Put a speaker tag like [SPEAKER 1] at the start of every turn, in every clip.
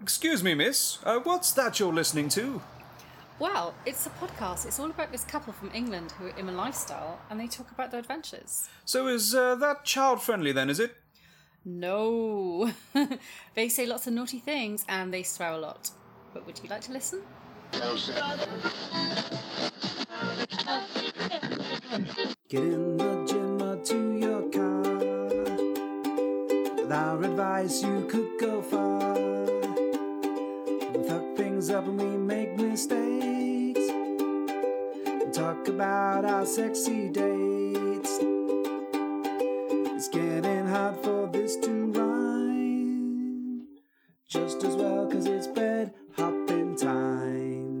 [SPEAKER 1] Excuse me, miss. Uh, what's that you're listening to?
[SPEAKER 2] Well, it's a podcast. It's all about this couple from England who are in a lifestyle and they talk about their adventures.
[SPEAKER 1] So is uh, that child friendly then, is it?
[SPEAKER 2] No. they say lots of naughty things and they swear a lot. But would you like to listen?
[SPEAKER 3] Get in the gym or to your car. With our advice, you could go far. We fuck things up and we make mistakes. And talk about our sexy dates. It's getting hard for this to rhyme. Just as well, cause it's bed hopping time.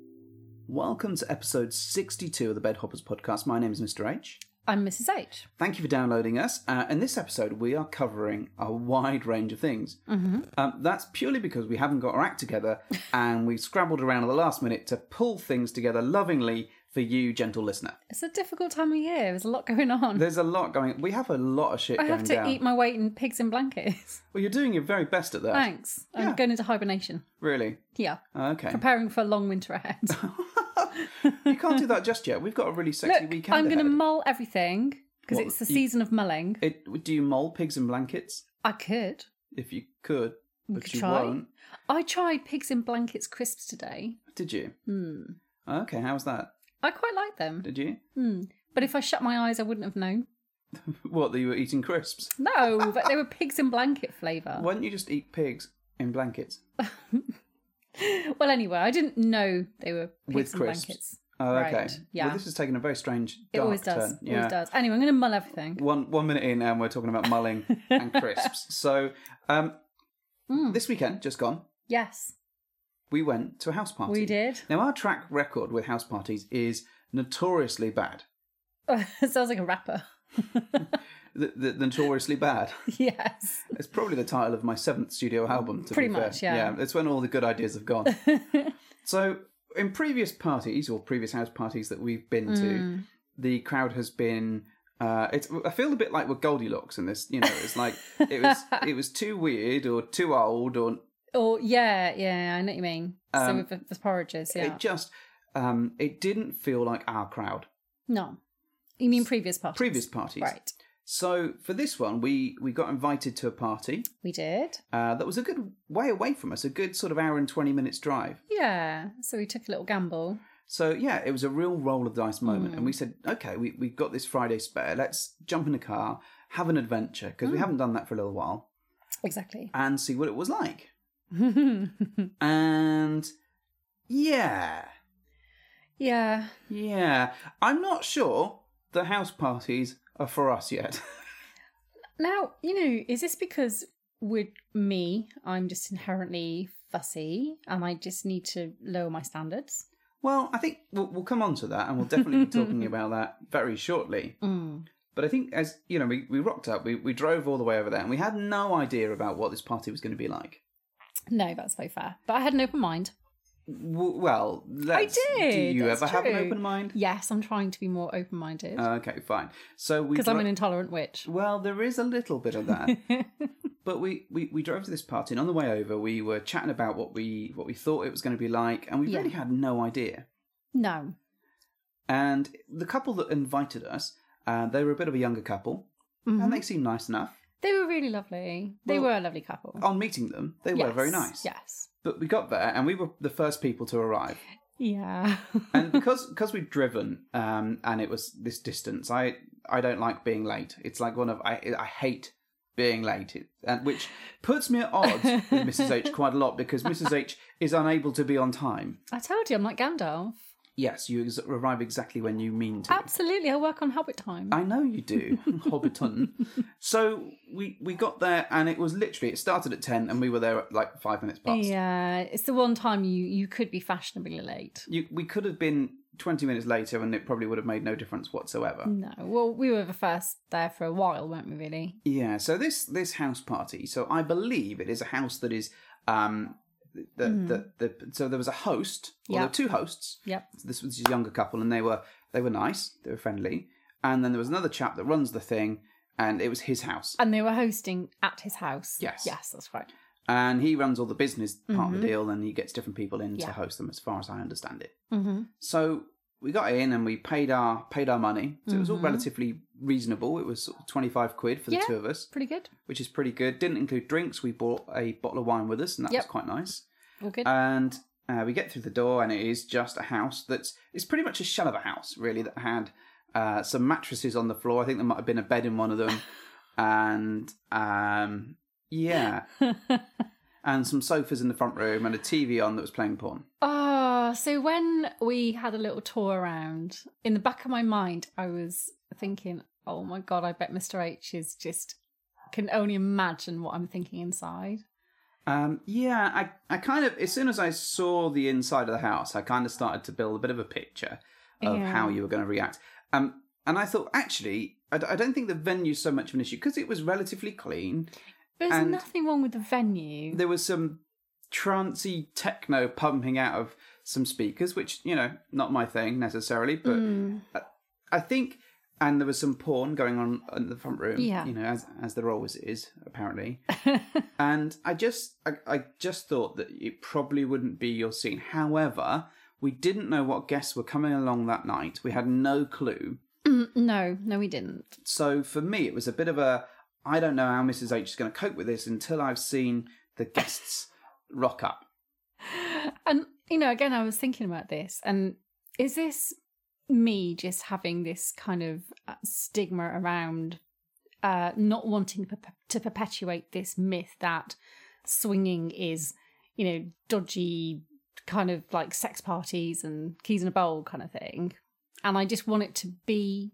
[SPEAKER 3] Welcome to episode 62 of the Bed Hoppers podcast. My name is Mr. H.
[SPEAKER 2] I'm Mrs. H.
[SPEAKER 3] Thank you for downloading us. Uh, in this episode, we are covering a wide range of things. Um, that's purely because we haven't got our act together and we scrambled around at the last minute to pull things together lovingly for you, gentle listener.
[SPEAKER 2] It's a difficult time of year. There's a lot going on.
[SPEAKER 3] There's a lot going We have a lot of shit
[SPEAKER 2] Um, I
[SPEAKER 3] going
[SPEAKER 2] have to
[SPEAKER 3] down.
[SPEAKER 2] eat my weight in pigs in blankets.
[SPEAKER 3] well, you're doing your very best at that,
[SPEAKER 2] Thanks. I'm
[SPEAKER 3] Yeah.
[SPEAKER 2] going into hibernation.
[SPEAKER 3] really.
[SPEAKER 2] Yeah.
[SPEAKER 3] Okay.
[SPEAKER 2] Preparing for a long winter ahead.
[SPEAKER 3] you can't do that just yet. We've got a really sexy
[SPEAKER 2] Look,
[SPEAKER 3] weekend.
[SPEAKER 2] I'm going to
[SPEAKER 3] ahead.
[SPEAKER 2] mull everything because
[SPEAKER 3] What,
[SPEAKER 2] it's the
[SPEAKER 3] you-
[SPEAKER 2] season of mulling.
[SPEAKER 3] It, do you mole pigs in blankets?
[SPEAKER 2] I could.
[SPEAKER 3] If you could, but
[SPEAKER 2] could
[SPEAKER 3] you
[SPEAKER 2] try.
[SPEAKER 3] won't.
[SPEAKER 2] I tried pigs in blankets crisps today.
[SPEAKER 3] Did you?
[SPEAKER 2] Hmm.
[SPEAKER 3] Okay, how was that?
[SPEAKER 2] I quite like them.
[SPEAKER 3] Did you?
[SPEAKER 2] Hmm. But if I shut my eyes, I wouldn't have known.
[SPEAKER 3] What, that you were eating crisps?
[SPEAKER 2] No, but they were pigs in blanket flavour.
[SPEAKER 3] Why don't you just eat pigs in blankets?
[SPEAKER 2] Well, anyway, I didn't know they were pigs
[SPEAKER 3] With
[SPEAKER 2] in
[SPEAKER 3] crisps.
[SPEAKER 2] blankets.
[SPEAKER 3] Oh,
[SPEAKER 2] Right,
[SPEAKER 3] okay.
[SPEAKER 2] yeah.
[SPEAKER 3] Well, this has taken a very strange
[SPEAKER 2] It
[SPEAKER 3] dark
[SPEAKER 2] always does.
[SPEAKER 3] turn. Yeah.
[SPEAKER 2] Always does. Anyway, I'm going to mull everything.
[SPEAKER 3] One one minute in, and we're talking about mulling and crisps. So, um,
[SPEAKER 2] Mm.
[SPEAKER 3] this weekend, just gone,
[SPEAKER 2] Yes,
[SPEAKER 3] we went to a house party.
[SPEAKER 2] we did.
[SPEAKER 3] Now, our track record with house parties is notoriously bad.
[SPEAKER 2] Sounds like a rapper.
[SPEAKER 3] The, the, notoriously bad.
[SPEAKER 2] yes.
[SPEAKER 3] It's probably the title of my seventh studio album. To
[SPEAKER 2] Pretty
[SPEAKER 3] be fair.
[SPEAKER 2] much, yeah.
[SPEAKER 3] It's when all the good ideas have gone. so, in previous parties or previous house parties that we've been
[SPEAKER 2] Mm.
[SPEAKER 3] to, the crowd has been. Uh, it's. I feel a bit like we're Goldilocks in this. You know, it's like it was. It was too weird or too old or
[SPEAKER 2] Or yeah, yeah. I know what you mean. so
[SPEAKER 3] Um,
[SPEAKER 2] with the, the porridges, yeah.
[SPEAKER 3] it just. Um, it didn't feel like our crowd.
[SPEAKER 2] no, you mean previous parties?
[SPEAKER 3] Previous parties.
[SPEAKER 2] right?
[SPEAKER 3] So for this one, we we got invited to a party
[SPEAKER 2] We did.
[SPEAKER 3] uh, that was a good way away from us, a good sort of hour and twenty minutes drive.
[SPEAKER 2] Yeah. So we took a little gamble.
[SPEAKER 3] So yeah, it was a real roll of dice moment, and we said, okay, we we've got this Friday spare. Let's jump in a car, have an adventure because we haven't done that for a little while,
[SPEAKER 2] Exactly.
[SPEAKER 3] and see what it was like. And yeah,
[SPEAKER 2] yeah.
[SPEAKER 3] yeah, I'm not sure the house parties are for us yet.
[SPEAKER 2] Now, you know, is this because with me, I'm just inherently fussy and I just need to lower my standards?
[SPEAKER 3] well, I think we'll, we'll come on to that, and we'll definitely be talking about that very shortly.
[SPEAKER 2] Mm.
[SPEAKER 3] But I think as you know, we, we rocked up, we, we drove all the way over there, and we had no idea about what this party was going to be like.
[SPEAKER 2] No, that's very fair. But I had an open mind.
[SPEAKER 3] W- well, let's,
[SPEAKER 2] did,
[SPEAKER 3] Do you
[SPEAKER 2] that's
[SPEAKER 3] ever have an
[SPEAKER 2] true.
[SPEAKER 3] open mind?
[SPEAKER 2] Yes, I'm trying to be more open minded
[SPEAKER 3] Okay, fine. So we
[SPEAKER 2] because I'm
[SPEAKER 3] dro-
[SPEAKER 2] an intolerant witch.
[SPEAKER 3] well, there is a little bit of that, but we, we we drove to this party, and on the way over, we were chatting about what we what we thought it was going to be like, and we
[SPEAKER 2] Yeah.
[SPEAKER 3] really had no idea.
[SPEAKER 2] No.
[SPEAKER 3] And the couple that invited us, uh, they were a bit of a younger couple, and they seemed nice enough.
[SPEAKER 2] Mm-hmm. They were really lovely. They
[SPEAKER 3] Well,
[SPEAKER 2] were a lovely couple.
[SPEAKER 3] On meeting them, they were very
[SPEAKER 2] Yes,
[SPEAKER 3] nice.
[SPEAKER 2] Yes.
[SPEAKER 3] But we got there, and we were the first people to arrive.
[SPEAKER 2] Yeah.
[SPEAKER 3] and because because we'd driven um and it was this distance i i don't like being late it's like one of i i hate being late It- and which puts me at odds with mrs h quite a lot because mrs h is unable to be on time
[SPEAKER 2] I told you, I'm like Gandalf.
[SPEAKER 3] yes you ex- arrive exactly when you mean to
[SPEAKER 2] Absolutely. I work on habit time.
[SPEAKER 3] I know you do, Hobbiton. So we we got there and it was literally it started at ten and we were there at like five minutes past.
[SPEAKER 2] yeah. It's the one time you, you could be fashionably late.
[SPEAKER 3] You, we could have been twenty minutes later and it probably would have made no difference whatsoever.
[SPEAKER 2] No, well, we were the first there for a while, weren't we? Really?
[SPEAKER 3] Yeah, so this this house party. So I believe it is a house that is um the the, the so there was a host,
[SPEAKER 2] Hmm.
[SPEAKER 3] or there
[SPEAKER 2] Yeah.
[SPEAKER 3] were two hosts.
[SPEAKER 2] Yep.
[SPEAKER 3] This was a younger couple and they were they were nice, they were friendly. And then there was another chap that runs the thing and it was his house.
[SPEAKER 2] Uh, And they were hosting at his house.
[SPEAKER 3] Yes.
[SPEAKER 2] yes, that's right.
[SPEAKER 3] and he runs all the business part of
[SPEAKER 2] Mhm.
[SPEAKER 3] the deal, and he gets different people in
[SPEAKER 2] Yeah.
[SPEAKER 3] to host them, as far as I understand it.
[SPEAKER 2] Mm-hmm.
[SPEAKER 3] So we got in and we paid our paid our money. So it was all
[SPEAKER 2] Mhm.
[SPEAKER 3] relatively reasonable. It was twenty five quid for the
[SPEAKER 2] Yeah.
[SPEAKER 3] two of us,
[SPEAKER 2] Pretty good.
[SPEAKER 3] which is pretty good. Didn't include drinks. We bought a bottle of wine with us, and that
[SPEAKER 2] Yep.
[SPEAKER 3] was quite nice.
[SPEAKER 2] All good.
[SPEAKER 3] And uh, we get through the door, and it is just a house that's it's pretty much a shell of a house, really, that had uh, some mattresses on the floor. I think there might have been a bed in one of them, and um, yeah, and some sofas in the front room, and a TV on that was playing porn.
[SPEAKER 2] Ah, so when we had a little tour around, in the back of my mind, I was thinking, oh my God, I bet Mr. H is just, can only imagine what I'm thinking inside.
[SPEAKER 3] Um, yeah, I, I kind of, as soon as I saw the inside of the house, I kind of started to build a bit of a picture of
[SPEAKER 2] Yeah.
[SPEAKER 3] how you were going to react. Um, and I thought, actually, I, d- I don't think the venue's so much of an issue because it was relatively clean.
[SPEAKER 2] There's
[SPEAKER 3] And-
[SPEAKER 2] nothing wrong with the venue.
[SPEAKER 3] There was some trancey techno pumping out of some speakers, which, you know, not my thing necessarily, but
[SPEAKER 2] Mm.
[SPEAKER 3] I think, and there was some porn going on in the front room.
[SPEAKER 2] Yeah.
[SPEAKER 3] you know, as as there always is, apparently. and I just, I, I just thought that it probably wouldn't be your scene. However, we didn't know what guests were coming along that night. We had no clue.
[SPEAKER 2] Mm, no, no, we didn't.
[SPEAKER 3] So for me, it was a bit of a, I don't know how Mrs H is going to cope with this until I've seen the guests rock up.
[SPEAKER 2] And, you know, again, I was thinking about this, and is this me just having this kind of uh, stigma around uh, not wanting perp- to perpetuate this myth that swinging is, you know, dodgy, kind of like sex parties and keys in a bowl kind of thing? And I just want it to be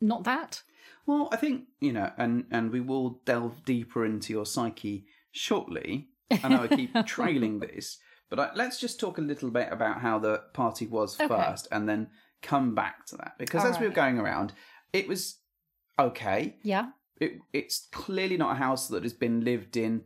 [SPEAKER 2] not that.
[SPEAKER 3] Well, I think you know, and and we will delve deeper into your psyche shortly. I know I keep trailing this, but I, let's just talk a little bit about how the party was
[SPEAKER 2] Okay.
[SPEAKER 3] first, and then come back to that because
[SPEAKER 2] All
[SPEAKER 3] as we were
[SPEAKER 2] right.
[SPEAKER 3] going around, it was okay.
[SPEAKER 2] Yeah.
[SPEAKER 3] It it's clearly not a house that has been lived in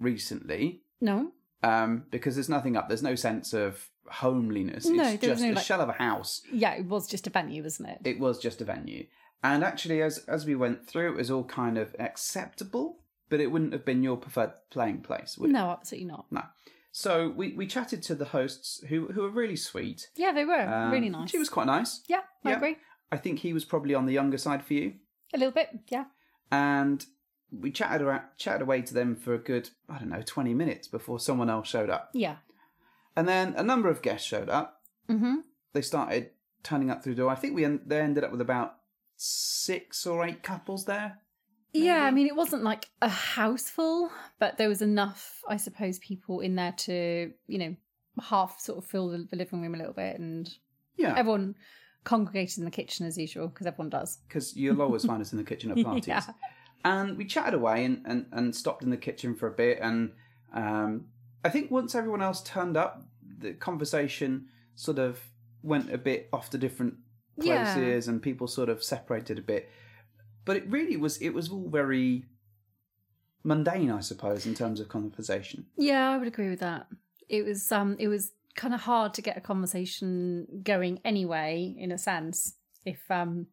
[SPEAKER 3] recently.
[SPEAKER 2] No.
[SPEAKER 3] Um, because there's nothing up. There's no sense of homeliness.
[SPEAKER 2] No,
[SPEAKER 3] it's
[SPEAKER 2] there was
[SPEAKER 3] just
[SPEAKER 2] no,
[SPEAKER 3] a
[SPEAKER 2] like-
[SPEAKER 3] shell of a house
[SPEAKER 2] Yeah, it was just a venue, wasn't it?
[SPEAKER 3] it was just a venue. And actually, as as we went through, it was all kind of acceptable, but it wouldn't have been your preferred playing place, would it?
[SPEAKER 2] no, absolutely not.
[SPEAKER 3] No. So we, we chatted to the hosts who who were really sweet.
[SPEAKER 2] Yeah, they were
[SPEAKER 3] Um,
[SPEAKER 2] really nice.
[SPEAKER 3] She was quite nice.
[SPEAKER 2] yeah, I
[SPEAKER 3] Yeah.
[SPEAKER 2] agree.
[SPEAKER 3] I think he was probably on the younger side for you.
[SPEAKER 2] A little bit, yeah.
[SPEAKER 3] And we chatted around, chatted away to them for a good I don't know twenty minutes before someone else showed up.
[SPEAKER 2] Yeah.
[SPEAKER 3] And then a number of guests showed up.
[SPEAKER 2] Mm-hmm.
[SPEAKER 3] They started turning up through the door. I think we en- they ended up with about six or eight couples there.
[SPEAKER 2] Yeah, I mean, it wasn't like a house full, but there was enough, I suppose, people in there to, you know, half sort of fill the, the living room a little bit, and
[SPEAKER 3] Yeah.
[SPEAKER 2] everyone congregated in the kitchen as usual because everyone does.
[SPEAKER 3] because you'll always find us in the kitchen at parties.
[SPEAKER 2] Yeah.
[SPEAKER 3] And we chatted away and, and, and stopped in the kitchen for a bit. And um, I think once everyone else turned up, the conversation sort of went a bit off to different
[SPEAKER 2] Yeah.
[SPEAKER 3] places, and people sort of separated a bit. But it really was it was all very mundane, I suppose, in terms of conversation.
[SPEAKER 2] Yeah, I would agree with that. It was, um, it was kind of hard to get a conversation going anyway, in a sense. If um,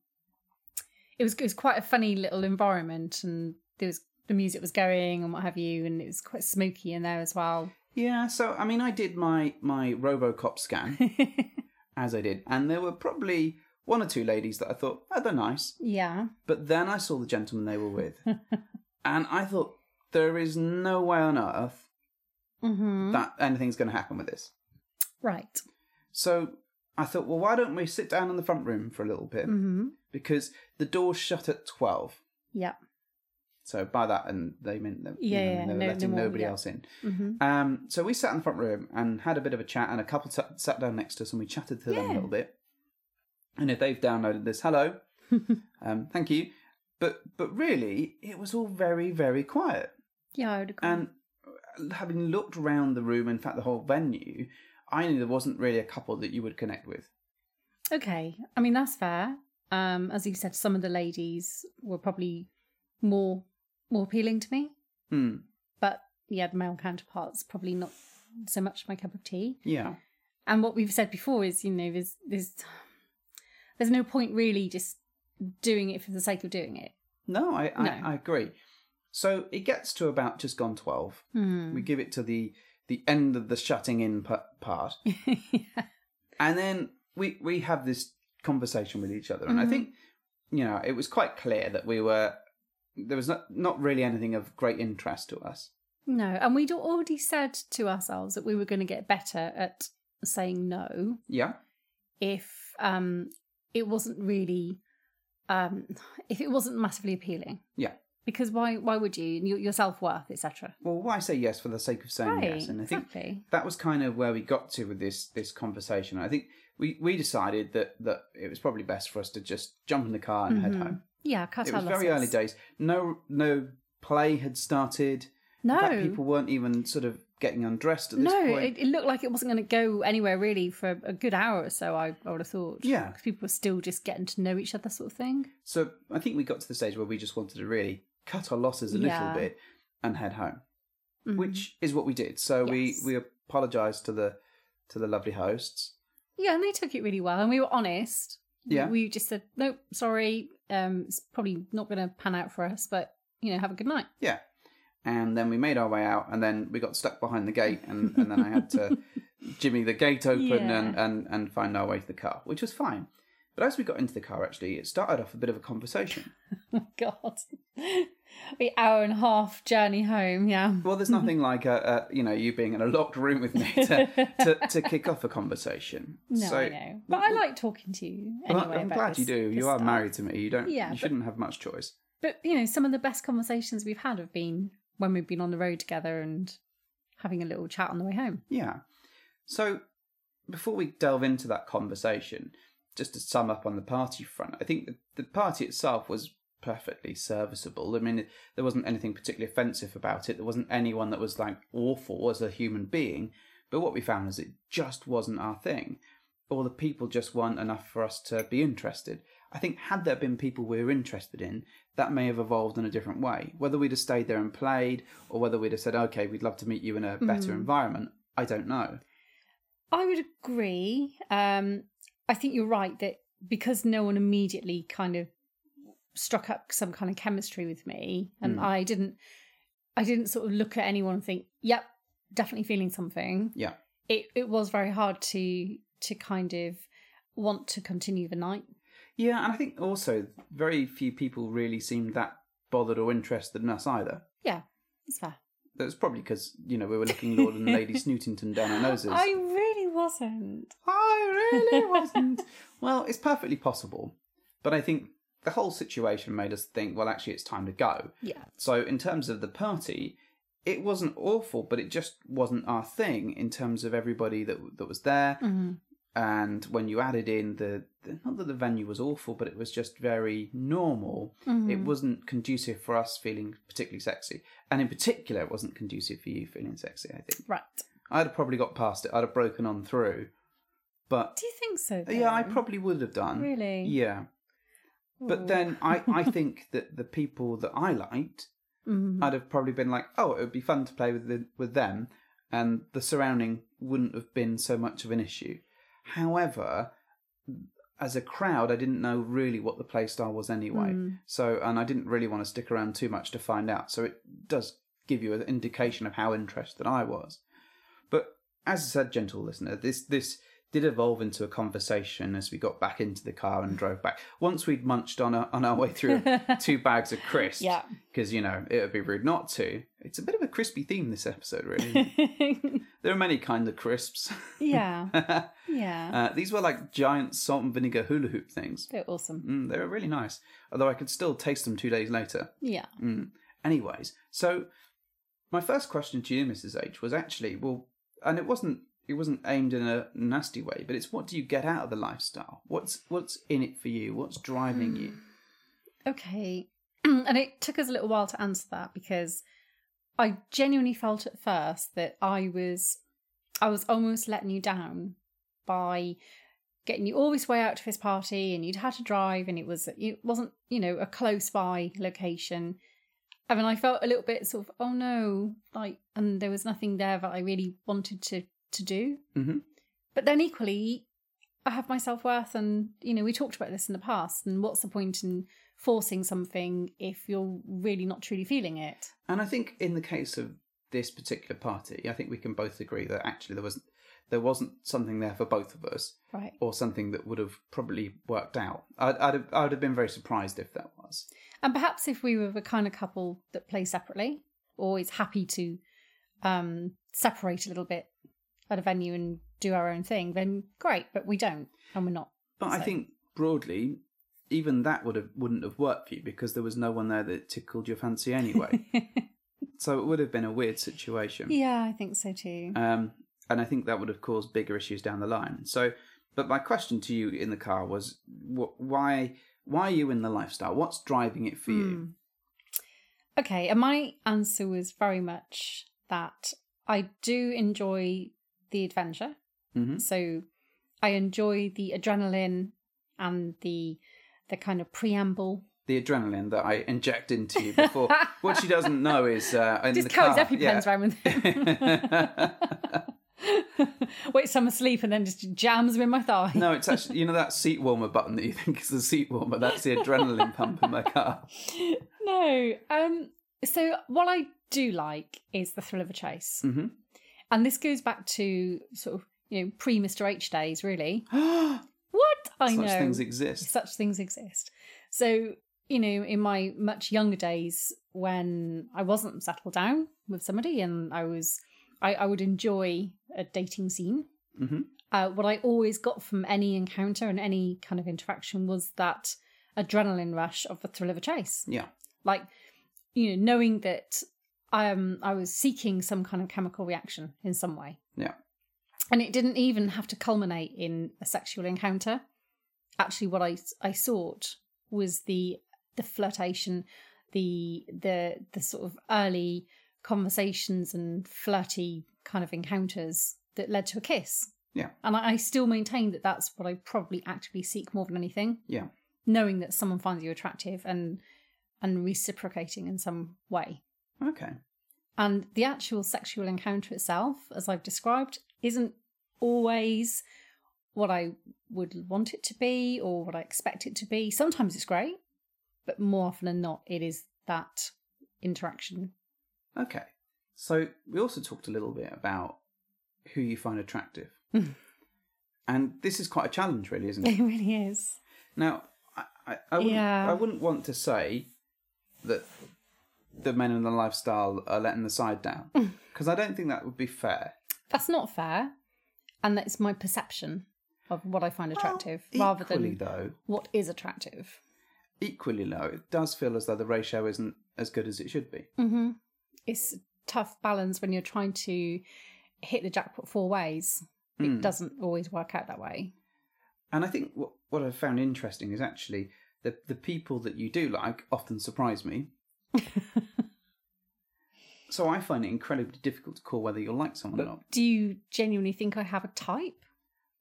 [SPEAKER 2] it was, it was quite a funny little environment, and there was the music was going and what have you, and it was quite smoky in there as well.
[SPEAKER 3] Yeah, so I mean, I did my my RoboCop scan as I did, and there were probably one or two ladies that I thought, oh, they're nice.
[SPEAKER 2] yeah.
[SPEAKER 3] But then I saw the gentleman they were with, and I thought, there is no way on earth
[SPEAKER 2] Mm-hmm.
[SPEAKER 3] that anything's going to happen with this.
[SPEAKER 2] Right.
[SPEAKER 3] So I thought, well, why don't we sit down in the front room for a little bit?
[SPEAKER 2] Mm-hmm.
[SPEAKER 3] Because the door shut at 12.
[SPEAKER 2] Yeah.
[SPEAKER 3] So by that, and they meant that you
[SPEAKER 2] Yeah, yeah,
[SPEAKER 3] know, they were
[SPEAKER 2] no- no
[SPEAKER 3] letting
[SPEAKER 2] more,
[SPEAKER 3] nobody
[SPEAKER 2] yeah.
[SPEAKER 3] else in.
[SPEAKER 2] Mm-hmm.
[SPEAKER 3] Um, so we sat in the front room and had a bit of a chat, and a couple t- sat down next to us and we chatted to them a
[SPEAKER 2] Yeah.
[SPEAKER 3] little bit. And if they've downloaded this, hello, um, thank you. But but really, it was all very very quiet.
[SPEAKER 2] Yeah, I would agree.
[SPEAKER 3] And having looked round the room, in fact, the whole venue, I knew there wasn't really a couple that you would connect with.
[SPEAKER 2] okay. I mean, that's fair. Um, as you said, some of the ladies were probably more more appealing to me,
[SPEAKER 3] Hmm.
[SPEAKER 2] but yeah, the male counterparts probably not so much my cup of tea.
[SPEAKER 3] Yeah.
[SPEAKER 2] And what we've said before is, you know, there's there's there's no point really just doing it for the sake of doing it.
[SPEAKER 3] No, I,
[SPEAKER 2] No.
[SPEAKER 3] I, I agree. So it gets to about just gone 12.
[SPEAKER 2] Hmm.
[SPEAKER 3] We give it to the the end of the shutting in p- part. And then we we have this conversation with each other and
[SPEAKER 2] Mm-hmm.
[SPEAKER 3] I think you know, it was quite clear that we were there was not not really anything of great interest to us.
[SPEAKER 2] No, and we'd already said to ourselves that we were going to get better at saying no
[SPEAKER 3] Yeah.
[SPEAKER 2] if um, it wasn't really um, if it wasn't massively appealing.
[SPEAKER 3] Yeah.
[SPEAKER 2] Because why? Why would you? Your, your self worth, etc.
[SPEAKER 3] Well, why say yes for the sake of saying
[SPEAKER 2] Right,
[SPEAKER 3] yes? And I think
[SPEAKER 2] exactly.
[SPEAKER 3] that was kind of where we got to with this this conversation. I think we we decided that that it was probably best for us to just jump in the car and head home.
[SPEAKER 2] Mm-hmm. Yeah, cut
[SPEAKER 3] It
[SPEAKER 2] our
[SPEAKER 3] was very early
[SPEAKER 2] losses.
[SPEAKER 3] days. No no play had started. In fact,
[SPEAKER 2] No.
[SPEAKER 3] people weren't even sort of getting undressed at this
[SPEAKER 2] No,
[SPEAKER 3] point.
[SPEAKER 2] it, it looked like it wasn't going to go anywhere really for a good hour or so. I, I would have thought.
[SPEAKER 3] Yeah.
[SPEAKER 2] because people were still just getting to know each other, sort of thing.
[SPEAKER 3] So I think we got to the stage where we just wanted to really cut our losses a
[SPEAKER 2] Yeah.
[SPEAKER 3] little bit and head home,
[SPEAKER 2] Mm-hmm.
[SPEAKER 3] which is what we did. So
[SPEAKER 2] Yes.
[SPEAKER 3] we we apologised to the to the lovely hosts.
[SPEAKER 2] Yeah, and they took it really well, and we were honest.
[SPEAKER 3] Yeah.
[SPEAKER 2] we just said, nope, sorry, um, it's probably not going to pan out for us, but you know, have a good night.
[SPEAKER 3] Yeah. And then we made our way out, and then we got stuck behind the gate, and, and then I had to jimmy the gate open and,
[SPEAKER 2] Yeah.
[SPEAKER 3] and, and find our way to the car, which was fine. But as we got into the car, actually, it started off a bit of a conversation.
[SPEAKER 2] God, the hour and a half journey home. Yeah,
[SPEAKER 3] Well, there's nothing like a, a you know you being in a locked room with me to to, to kick off a conversation.
[SPEAKER 2] no,
[SPEAKER 3] so,
[SPEAKER 2] I know, but I like talking to you
[SPEAKER 3] Well,
[SPEAKER 2] anyway.
[SPEAKER 3] I'm
[SPEAKER 2] about
[SPEAKER 3] glad
[SPEAKER 2] this-
[SPEAKER 3] you do.
[SPEAKER 2] this
[SPEAKER 3] You are
[SPEAKER 2] stuff.
[SPEAKER 3] married to me. You don't.
[SPEAKER 2] Yeah,
[SPEAKER 3] you
[SPEAKER 2] but-
[SPEAKER 3] shouldn't have much choice.
[SPEAKER 2] But you know, some of the best conversations we've had have been when we've been on the road together and having a little chat on the way home.
[SPEAKER 3] Yeah. So before we delve into that conversation, just to sum up on the party front, I think the, the party itself was perfectly serviceable. I mean, there wasn't anything particularly offensive about it. There wasn't anyone that was like awful as a human being. But what we found is it just wasn't our thing. Or the people just weren't enough for us to be interested. I think had there been people we were interested in, that may have evolved in a different way. Whether we'd have stayed there and played, or whether we'd have said, "Okay, we'd love to meet you in a better environment," I don't know.
[SPEAKER 2] I would agree. Um, I think you're right that because no one immediately kind of struck up some kind of chemistry with me,
[SPEAKER 3] Hmm.
[SPEAKER 2] and I didn't, I didn't sort of look at anyone and think, "Yep, definitely feeling something."
[SPEAKER 3] Yeah,
[SPEAKER 2] It it was very hard to to kind of want to continue the night.
[SPEAKER 3] yeah, and I think also very few people really seemed that bothered or interested in us either.
[SPEAKER 2] Yeah, it's fair.
[SPEAKER 3] That's probably because you know we were looking Lord and Lady Snootington down our noses.
[SPEAKER 2] I really wasn't.
[SPEAKER 3] I really wasn't. well, it's perfectly possible, but I think the whole situation made us think. Well, actually, it's time to go.
[SPEAKER 2] Yeah.
[SPEAKER 3] So, in terms of the party, it wasn't awful, but it just wasn't our thing in terms of everybody that that was there. And when you added in the, the not that the venue was awful, but it was just very normal. It
[SPEAKER 2] Mm-hmm.
[SPEAKER 3] wasn't conducive for us feeling particularly sexy, and in particular, it wasn't conducive for you feeling sexy. I think
[SPEAKER 2] Right.
[SPEAKER 3] I'd have probably got past it. I'd have broken on through, but
[SPEAKER 2] Do you think so?
[SPEAKER 3] yeah, I
[SPEAKER 2] though?
[SPEAKER 3] probably would have done.
[SPEAKER 2] Really?
[SPEAKER 3] Yeah. But then I, I think that the people that I liked,
[SPEAKER 1] Mm-hmm.
[SPEAKER 2] Mm-hmm.
[SPEAKER 3] I'd have probably been like, oh, it would be fun to play with the, with them, and the surrounding wouldn't have been so much of an issue. However, as a crowd, I didn't know really what the play style was anyway. So, and I didn't really want to stick around too much to find out. So it does give you an indication of how interested I was. But as I said, gentle listener, this this did evolve into a conversation as we got back into the car and drove back. Once we'd munched on our, on our way through two bags of crisps,
[SPEAKER 2] Yeah.
[SPEAKER 3] because you know it would be rude not to. It's a bit of a crispy theme this episode, really. there are many kind of crisps.
[SPEAKER 2] yeah. Yeah.
[SPEAKER 3] Uh, these were like giant salt and vinegar hula hoop things.
[SPEAKER 2] They're awesome.
[SPEAKER 3] Mm, they were really nice, although I could still taste them two days later.
[SPEAKER 2] Yeah.
[SPEAKER 3] Mm. Anyways, so my first question to you, Mrs. H, was actually, well, and it wasn't it wasn't aimed in a nasty way, but it's what do you get out of the lifestyle? What's what's in it for you? What's driving you?
[SPEAKER 2] Okay. and it took us a little while to answer that because I genuinely felt at first that I was I was almost letting you down by getting you all this way out to this party and you'd had to drive and it was it wasn't, you know, a close by location. And then I felt a little bit sort of, oh no, like and there was nothing there that I really wanted to to do.
[SPEAKER 3] Mm-hmm.
[SPEAKER 2] but then equally i have my self-worth and you know we talked about this in the past and what's the point in forcing something if you're really not truly feeling it.
[SPEAKER 3] And I think in the case of this particular party, I think we can both agree that actually there wasn't there wasn't something there for both of us,
[SPEAKER 2] Right.
[SPEAKER 3] or something that would have probably worked out. I'd I'd have, I'd have been very surprised if that was.
[SPEAKER 2] And perhaps if we were the kind of couple that play separately, or is happy to um, separate a little bit at a venue and do our own thing, then great. But we don't, and we're not.
[SPEAKER 3] But I
[SPEAKER 2] So-
[SPEAKER 3] think broadly, even that would have wouldn't have worked for you because there was no one there that tickled your fancy anyway. so it would have been a weird situation.
[SPEAKER 2] Yeah, I think so too.
[SPEAKER 3] Um, and I think that would have caused bigger issues down the line. So, but my question to you in the car was, wh- why why are you in the lifestyle? What's driving it for
[SPEAKER 2] Hmm.
[SPEAKER 3] you?
[SPEAKER 2] Okay, and my answer was very much that I do enjoy the adventure.
[SPEAKER 3] Mhm.
[SPEAKER 2] So I enjoy the adrenaline and the the kind of preamble.
[SPEAKER 3] The adrenaline that I inject into you before. what she doesn't know is uh, in
[SPEAKER 2] Just
[SPEAKER 3] the
[SPEAKER 2] carries
[SPEAKER 3] car.
[SPEAKER 2] EpiPens around with him. Waits till I'm asleep and then just jams them in my thigh.
[SPEAKER 3] No, it's actually you know that seat warmer button that you think is the seat warmer. That's the adrenaline pump in my car.
[SPEAKER 2] No. Um so what I do like is the thrill of a chase.
[SPEAKER 3] Mhm.
[SPEAKER 2] And this goes back to sort of, you know, pre Mr. H days really. what? I
[SPEAKER 3] Such
[SPEAKER 2] know.
[SPEAKER 3] things exist.
[SPEAKER 2] such things exist. So, you know, in my much younger days when I wasn't settled down with somebody and I was, I, I would enjoy a dating scene.
[SPEAKER 4] Mm-hmm.
[SPEAKER 3] Mhm.
[SPEAKER 2] Uh, what I always got from any encounter and any kind of interaction was that adrenaline rush of the thrill of a chase.
[SPEAKER 3] Yeah.
[SPEAKER 2] Like, you know, knowing that um, I was seeking some kind of chemical reaction in some way.
[SPEAKER 3] Yeah.
[SPEAKER 2] And it didn't even have to culminate in a sexual encounter actually what I I sought was the the flirtation, the the the sort of early conversations and flirty kind of encounters that led to a kiss.
[SPEAKER 3] Yeah.
[SPEAKER 2] And I, I still maintain that that's what I probably actively seek more than anything,
[SPEAKER 3] Yeah.
[SPEAKER 2] knowing that someone finds you attractive and and reciprocating in some way.
[SPEAKER 3] Okay.
[SPEAKER 2] And the actual sexual encounter itself, as I've described, isn't always what I would want it to be or what I expect it to be. Sometimes it's great, but more often than not, it is that interaction.
[SPEAKER 3] Okay. So we also talked a little bit about who you find attractive.
[SPEAKER 2] Mm.
[SPEAKER 3] and this is quite a challenge, really, isn't
[SPEAKER 2] It
[SPEAKER 3] it?
[SPEAKER 2] really is.
[SPEAKER 3] now, I, I, I, wouldn't,
[SPEAKER 2] Yeah.
[SPEAKER 3] I wouldn't want to say that the men in the lifestyle are letting the side down
[SPEAKER 2] Mm.
[SPEAKER 3] because I don't think that would be fair.
[SPEAKER 2] That's not fair. And that's my perception of what I find attractive rather
[SPEAKER 3] Equally,
[SPEAKER 2] than
[SPEAKER 3] though,
[SPEAKER 2] what is attractive.
[SPEAKER 3] equally low, it does feel as though the ratio isn't as good as it should be.
[SPEAKER 2] Mm-hmm. It's a tough balance when you're trying to hit the jackpot four ways.
[SPEAKER 3] Hmm.
[SPEAKER 2] It doesn't always work out that way.
[SPEAKER 3] And I think what, what I found interesting is actually the the people that you do like often surprise me. so I find it incredibly difficult to call whether you like someone or
[SPEAKER 2] Do you genuinely think I have a type?
[SPEAKER 3] not.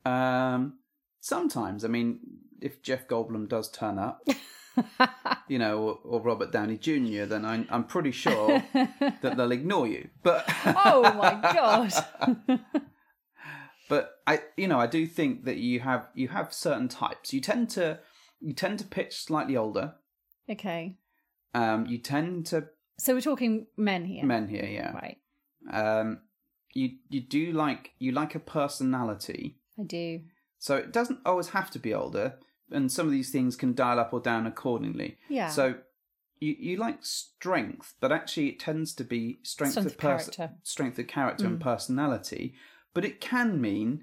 [SPEAKER 3] Um, sometimes, I mean, if Jeff Goldblum does turn up, you know, or, or Robert Downey Jr., then I'm, I'm pretty sure that they'll ignore you. But
[SPEAKER 2] oh my god!
[SPEAKER 3] but I you know I do think that you have you have certain types. You tend to you tend to pitch slightly older.
[SPEAKER 2] Okay,
[SPEAKER 3] Um, you tend to
[SPEAKER 2] so we're talking men here,
[SPEAKER 3] men here, yeah.
[SPEAKER 2] right?
[SPEAKER 3] Um, you you do like you like a personality,
[SPEAKER 2] I do.
[SPEAKER 3] so it doesn't always have to be older, and some of these things can dial up or down accordingly.
[SPEAKER 2] Yeah.
[SPEAKER 3] So you you like strength, but actually it tends to be strength,
[SPEAKER 2] Strength
[SPEAKER 3] of
[SPEAKER 2] of
[SPEAKER 3] pers-
[SPEAKER 2] character. Mm.
[SPEAKER 3] strength of character and personality, but it can mean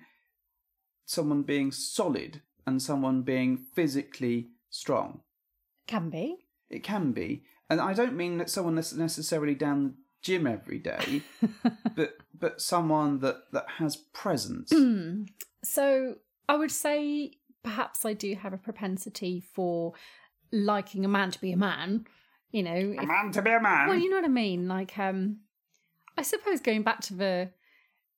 [SPEAKER 3] someone being solid and someone being physically strong.
[SPEAKER 2] Can be.
[SPEAKER 3] It can be, and I don't mean that someone that's necessarily down the gym every day, but but someone that that has presence.
[SPEAKER 2] Mm. So I would say perhaps I do have a propensity for liking a man to be a man. You know, if-
[SPEAKER 3] A man to be a man.
[SPEAKER 2] Well, you know what I mean. Like, um, I suppose going back to the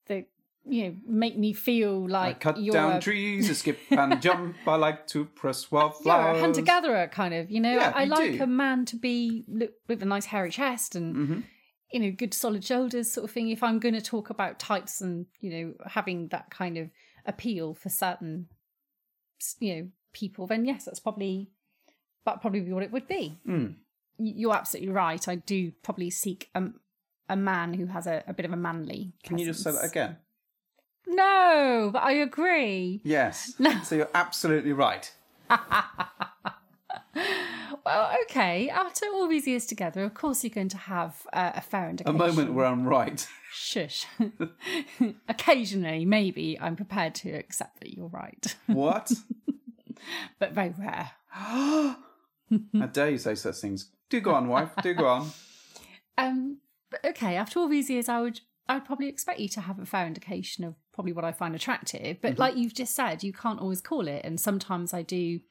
[SPEAKER 2] the you know make me feel
[SPEAKER 3] I
[SPEAKER 2] like
[SPEAKER 3] cut
[SPEAKER 2] you're
[SPEAKER 3] down
[SPEAKER 2] a,
[SPEAKER 3] trees, I skip and jump. I like to press while
[SPEAKER 2] you're
[SPEAKER 3] flowers.
[SPEAKER 2] a hunter gatherer kind of. You know,
[SPEAKER 3] Yeah,
[SPEAKER 2] I, I
[SPEAKER 3] you
[SPEAKER 2] like
[SPEAKER 3] do.
[SPEAKER 2] a man to be look, with a nice hairy chest and
[SPEAKER 3] Mhm.
[SPEAKER 2] you know good solid shoulders sort of thing. If I'm going to talk about types and you know having that kind of appeal for certain you know people, then yes, that's probably that probably be what it would be.
[SPEAKER 3] Mm.
[SPEAKER 2] Y- You're absolutely right. I do probably seek a, a man who has a, a bit of a manly.
[SPEAKER 3] Can you just say that
[SPEAKER 2] presence.
[SPEAKER 3] again?
[SPEAKER 2] No, but I agree.
[SPEAKER 3] Yes. So you're absolutely right.
[SPEAKER 2] Well, okay. After all these years together, of course you're going to have uh, a fair
[SPEAKER 3] A
[SPEAKER 2] indication.
[SPEAKER 3] moment where I'm right.
[SPEAKER 2] Shush. Occasionally, maybe I'm prepared to accept that you're right,
[SPEAKER 3] What?
[SPEAKER 2] but very rare.
[SPEAKER 3] How dare you say such things? Do go on, wife. Do go on.
[SPEAKER 2] Um, but okay, after all these years, I would I would probably expect you to have a fair indication of probably what I find attractive.
[SPEAKER 3] Mm-hmm.
[SPEAKER 2] But like you've just said, you can't always call it, and sometimes I do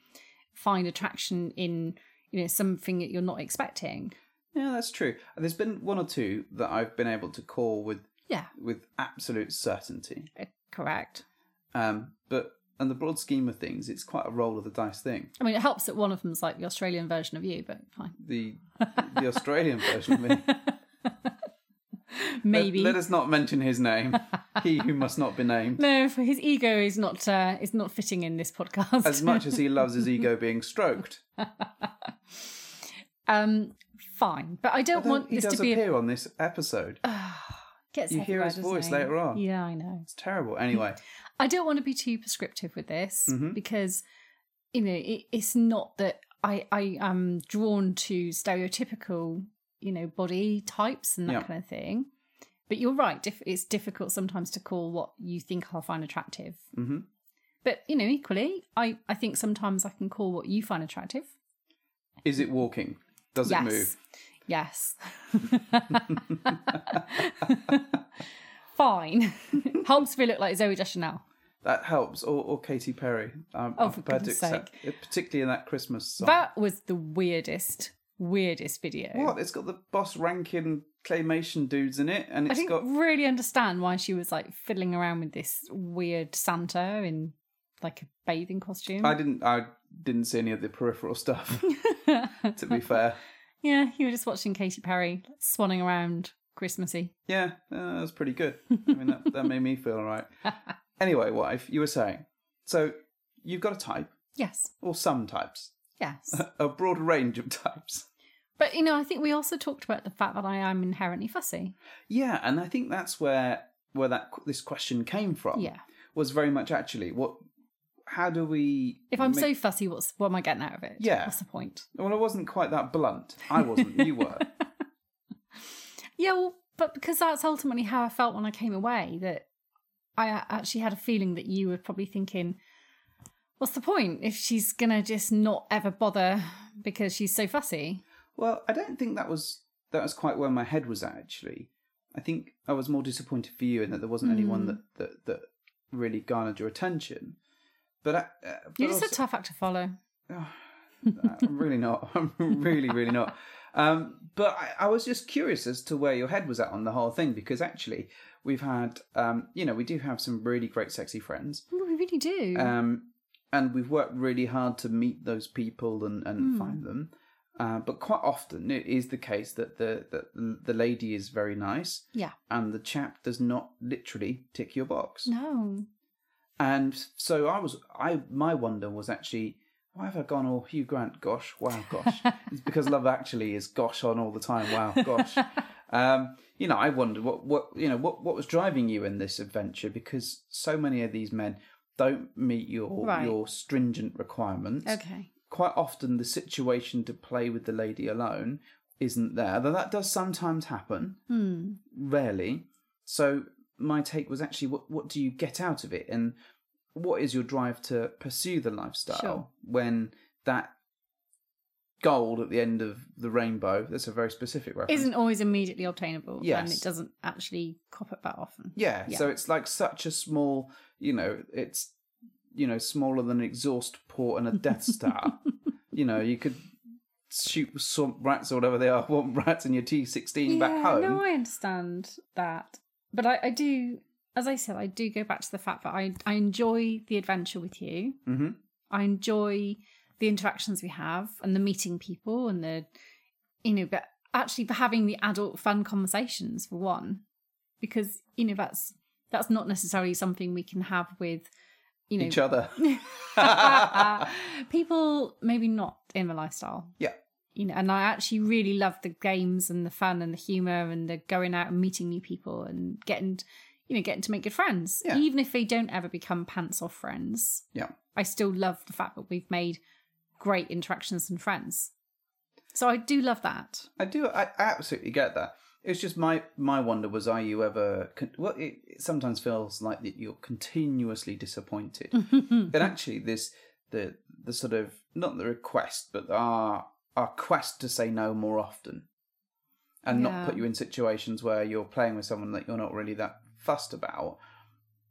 [SPEAKER 2] find attraction in you know something that you're not expecting.
[SPEAKER 3] Yeah, that's true. There's been one or two that I've been able to call with
[SPEAKER 2] Yeah,
[SPEAKER 3] with absolute certainty.
[SPEAKER 2] uh, correct.
[SPEAKER 3] Um, but on the broad scheme of things, it's quite a roll of the dice thing.
[SPEAKER 2] I mean, it helps that one of them's like the Australian version of you, but fine.
[SPEAKER 3] The the Australian version of me. Let-
[SPEAKER 2] Maybe
[SPEAKER 3] Let, us not mention his name. he who must not be named.
[SPEAKER 2] no, for his ego is not uh, is not fitting in this podcast.
[SPEAKER 3] As much as he loves his ego being stroked,
[SPEAKER 2] um, fine, but I don't
[SPEAKER 3] Although
[SPEAKER 2] want
[SPEAKER 3] he
[SPEAKER 2] this
[SPEAKER 3] does
[SPEAKER 2] to be. A,
[SPEAKER 3] appear on this episode.
[SPEAKER 2] gets
[SPEAKER 3] you hear
[SPEAKER 2] everywhere,
[SPEAKER 3] his
[SPEAKER 2] doesn't
[SPEAKER 3] voice
[SPEAKER 2] he?
[SPEAKER 3] later on.
[SPEAKER 2] Yeah, I know.
[SPEAKER 3] It's terrible. Anyway,
[SPEAKER 2] I don't want to be too prescriptive with this
[SPEAKER 3] Mm-hmm.
[SPEAKER 2] because you know it, it's not that I I am drawn to stereotypical you know body types and that
[SPEAKER 3] Yeah.
[SPEAKER 2] kind of thing. But you're right. Dif- it's difficult sometimes to call what you think I'll find attractive.
[SPEAKER 4] Mm-hmm.
[SPEAKER 3] hmm
[SPEAKER 2] But you know, equally, I I think sometimes I can call what you find attractive.
[SPEAKER 3] is it walking? Does
[SPEAKER 2] yes.
[SPEAKER 3] it move?
[SPEAKER 2] Yes. Fine. Helps me look like Zoe Deschanel.
[SPEAKER 3] That helps. Or, or Katy Perry. Um, I'm,
[SPEAKER 2] Oh,
[SPEAKER 3] I'm
[SPEAKER 2] for
[SPEAKER 3] prepared to
[SPEAKER 2] goodness
[SPEAKER 3] accept, particularly in that Christmas song.
[SPEAKER 2] That was the weirdest, weirdest video.
[SPEAKER 3] What? It's got the boss ranking claymation dudes in it, and
[SPEAKER 2] I
[SPEAKER 3] it's
[SPEAKER 2] didn't
[SPEAKER 3] got
[SPEAKER 2] really understand why she was like fiddling around with this weird Santa in like a bathing costume.
[SPEAKER 3] I didn't. I didn't see any of the peripheral stuff. to be fair,
[SPEAKER 2] yeah, you were just watching Katy Perry swanning around Christmassy.
[SPEAKER 3] yeah, uh, that was pretty good. I mean, that, that made me feel all right. Anyway, wife, you were saying, so you've got a type,
[SPEAKER 2] Yes,
[SPEAKER 3] or some types,
[SPEAKER 2] yes.
[SPEAKER 3] a broad range of types.
[SPEAKER 2] but you know, I think we also talked about the fact that I am inherently fussy.
[SPEAKER 3] Yeah, and I think that's where where that this question came from.
[SPEAKER 2] Yeah.
[SPEAKER 3] was very much actually what. How do we?
[SPEAKER 2] If I'm
[SPEAKER 3] make-
[SPEAKER 2] so fussy, what's what am I getting out of it?
[SPEAKER 3] Yeah.
[SPEAKER 2] what's the point?
[SPEAKER 3] well, I wasn't quite that blunt. I wasn't. You were.
[SPEAKER 2] Yeah, well, but because that's ultimately how I felt when I came away, that I a- actually had a feeling that you were probably thinking, what's the point if she's going to just not ever bother because she's so fussy?
[SPEAKER 3] Well, I don't think that was that was quite where my head was at actually. I think I was more disappointed for you in that there wasn't
[SPEAKER 2] Hmm.
[SPEAKER 3] anyone that, that that really garnered your attention. But I, uh, but
[SPEAKER 2] You're just a
[SPEAKER 3] also-
[SPEAKER 2] tough act to follow.
[SPEAKER 3] I'm really not. I'm really really not. Um, but I, I was just curious as to where your head was at on the whole thing because actually we've had um, you know we do have some really great sexy friends
[SPEAKER 2] Well, we really do.
[SPEAKER 3] um, and we've worked really hard to meet those people and, and find them. Uh, but quite often it is the case that the, the the lady is very nice
[SPEAKER 2] yeah.
[SPEAKER 3] and the chap does not literally tick your box.
[SPEAKER 2] No.
[SPEAKER 3] And so I was I my wonder was actually why have I gone all Hugh Grant? Gosh, wow, gosh. it's because Love Actually is gosh on all the time. Wow, gosh. um, you know, I wondered what what you know what what was driving you in this adventure because so many of these men don't meet your
[SPEAKER 2] Right.
[SPEAKER 3] your stringent requirements.
[SPEAKER 2] Okay.
[SPEAKER 3] Quite often, the situation to play with the lady alone isn't there. Though that does sometimes happen. Rarely. So my take was actually, what what do you get out of it, and what is your drive to pursue the lifestyle
[SPEAKER 2] Sure.
[SPEAKER 3] when that gold at the end of the rainbow? That's a very specific reference.
[SPEAKER 2] Isn't always immediately obtainable. And
[SPEAKER 3] Yes.
[SPEAKER 2] it doesn't actually crop up that often.
[SPEAKER 3] Yeah,
[SPEAKER 2] Yeah.
[SPEAKER 3] so it's like such a small, you know, it's you know smaller than an exhaust port and a Death Star. you know, you could shoot swamp rats or whatever they are, swamp rats, and your T sixteen back home.
[SPEAKER 2] No, I understand that. But I, I do, as I said, I do go back to the fact that I, I enjoy the adventure with you.
[SPEAKER 3] hmm
[SPEAKER 2] I enjoy the interactions we have and the meeting people and the, you know, but actually for having the adult fun conversations for one, because, you know, that's, that's not necessarily something we can have with, you know,
[SPEAKER 3] Each other.
[SPEAKER 2] people maybe not in my lifestyle.
[SPEAKER 3] Yeah.
[SPEAKER 2] You know, and I actually really love the games and the fun and the humor and the going out and meeting new people and getting, you know, getting to make good friends,
[SPEAKER 3] Yeah.
[SPEAKER 2] even if they don't ever become pants off friends.
[SPEAKER 3] Yeah.
[SPEAKER 2] I still love the fact that we've made great interactions and friends. So I do love that.
[SPEAKER 3] I do. I I absolutely get that. It's just my my wonder was: Are you ever? con- Well, it, it sometimes feels like that you're continuously disappointed. that actually, this the the sort of not the request, but our our quest to say no more often, and
[SPEAKER 2] Yeah.
[SPEAKER 3] not put you in situations where you're playing with someone that you're not really that fussed about.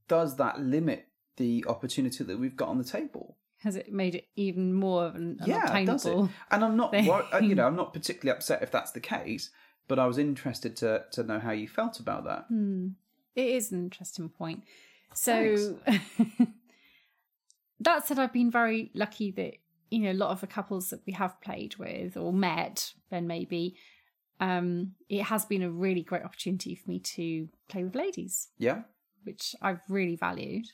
[SPEAKER 3] Does that limit the opportunity that we've got on the table?
[SPEAKER 2] Has it made it even more of an
[SPEAKER 3] it does it.
[SPEAKER 2] unattainable?
[SPEAKER 3] And I'm not,
[SPEAKER 2] thing.
[SPEAKER 3] wor- uh, you know, I'm not particularly upset if that's the case, but I was interested to to know how you felt about that.
[SPEAKER 2] Hmm. It is an interesting point. So that said, I've been very lucky that you know a lot of the couples that we have played with or met, then maybe um, it has been a really great opportunity for me to play with ladies,
[SPEAKER 3] Yeah,
[SPEAKER 2] which I've really valued.